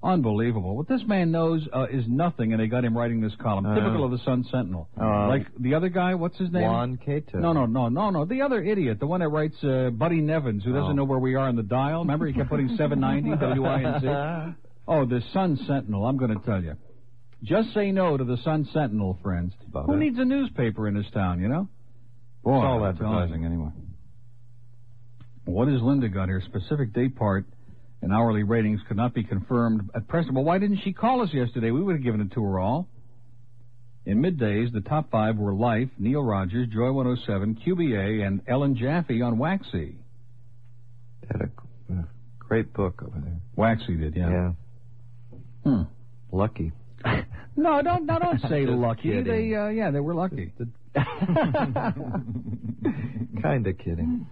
Unbelievable. What this man knows uh, is nothing, and they got him writing this column. Uh, Typical of the Sun Sentinel. Uh, like the other guy, what's his name? Juan Cato. No, no, no, no, no. The other idiot, the one that writes uh, Buddy Nevins, who doesn't know where we are on the dial. Remember, he kept putting 790 WINZ. Oh, the Sun Sentinel. I'm going to tell you. Just say no to the Sun Sentinel, friends. Who needs a newspaper in this town? You know. Boy, it's all I'm telling advertising you. anyway. What has Linda got here? Specific day part and hourly ratings could not be confirmed at present. Well, why didn't she call us yesterday? We would have given it to her all. In middays, the top five were Life, Neil Rogers, Joy 107, QBA, and Ellen Jaffe on Waxy. Great book over there. Waxy did, yeah. Yeah. Hmm. Lucky. No, don't no, don't say Just lucky. kidding. They uh, yeah, they were lucky. Kind of kidding.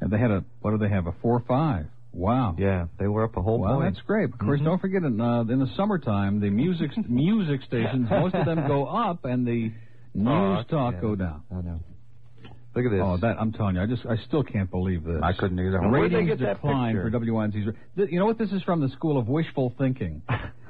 And they had a what do they have? A four five. Wow. Yeah, they were up a whole Well, point. Mm-hmm. that's great. Of course, don't forget in, uh, in the summertime, the music music stations, most of them go up, and the news Talk, talk Oh, yeah. go down. I know. Look at this. Oh, that I'm telling you, I just I still can't believe this. I couldn't either. Where'd they Ratings get that decline for picture? WNZ's. Th- You know what? This is from the school of wishful thinking,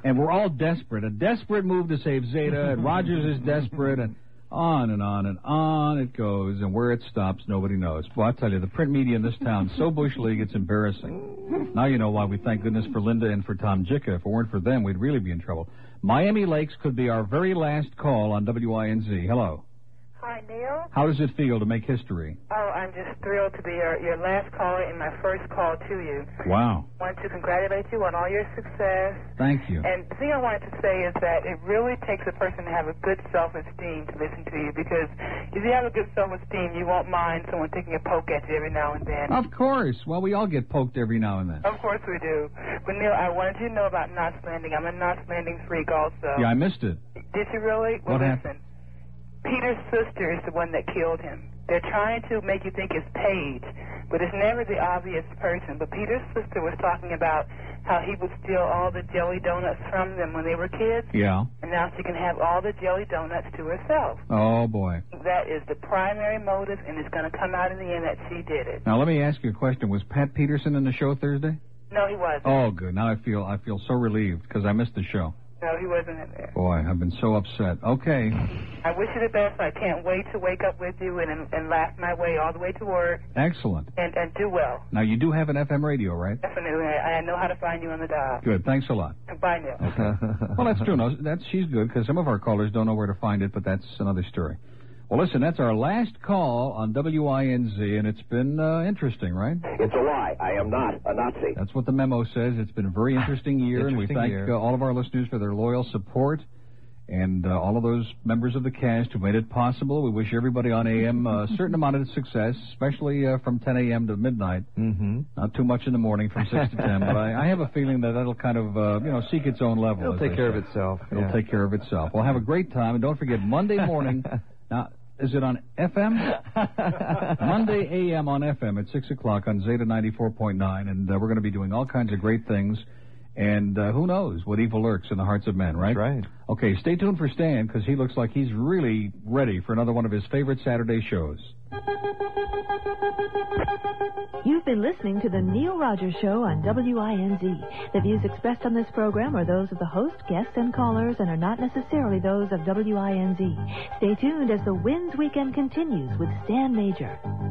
and we're all desperate. A desperate move to save Zeta, and Rogers is desperate, and on and on and on it goes. And where it stops, nobody knows. Well, I tell you, the print media in this town so bush league, it's embarrassing. Now you know why we thank goodness for Linda and for Tom Jicka. If it weren't for them, we'd really be in trouble. Miami Lakes could be our very last call on WINZ. Hello. Hi, Neil. How does it feel to make history? Oh, I'm just thrilled to be your, your last caller and my first call to you. Wow. Want to congratulate you on all your success. Thank you. And the thing I wanted to say is that it really takes a person to have a good self-esteem to listen to you because if you have a good self-esteem, you won't mind someone taking a poke at you every now and then. Of course. Well, we all get poked every now and then. Of course we do. But Neil, I wanted you to know about Knots Landing. I'm a Knots Landing freak also. Yeah, I missed it. Did you really? Well, What listen. Peter's sister is the one that killed him. They're trying to make you think it's Paige, but it's never the obvious person. But Peter's sister was talking about how he would steal all the jelly donuts from them when they were kids, Yeah. and now she can have all the jelly donuts to herself. Oh boy. That is the primary motive, and it's going to come out in the end that she did it. Now let me ask you a question. Was Pat Peterson in the show Thursday? No, he wasn't. Oh, good. Now I feel I feel so relieved because I missed the show. No, he wasn't in there. Boy, I've been so upset. Okay. I wish you the best. I can't wait to wake up with you and, and laugh my way all the way to work Excellent. and, and do well. Now you do have an FM radio, right? Definitely. I, I know how to find you on the dial. Good. Thanks a lot. Bye now. Well, that's true. No, that's she's good because some of our callers don't know where to find it, but that's another story. Well, listen, that's our last call on WINZ, and it's been uh, interesting, right? It's a lie. I am not a Nazi. That's what the memo says. It's been a very interesting year, Interesting and we thank year. uh, all of our listeners for their loyal support and uh, all of those members of the cast who made it possible. We wish everybody on AM a certain amount of success, especially uh, from 10 a.m. to midnight. Mm-hmm. Not too much in the morning from 6 to 10, but I, I have a feeling that that'll kind of, uh, you know, seek its own level. It'll as take they care say. of itself, It'll yeah. take care of itself. Well, have a great time, and don't forget, Monday morning, now, is it on FM? Monday AM on FM at 6 o'clock on Zeta 94.9, and uh, we're going to be doing all kinds of great things. And uh, who knows what evil lurks in the hearts of men, right? right. Okay, stay tuned for Stan because he looks like he's really ready for another one of his favorite Saturday shows. You've been listening to The Neil Rogers Show on WINZ. The views expressed on this program are those of the host, guests, and callers and are not necessarily those of WINZ. Stay tuned as the Winds Weekend continues with Stan Major.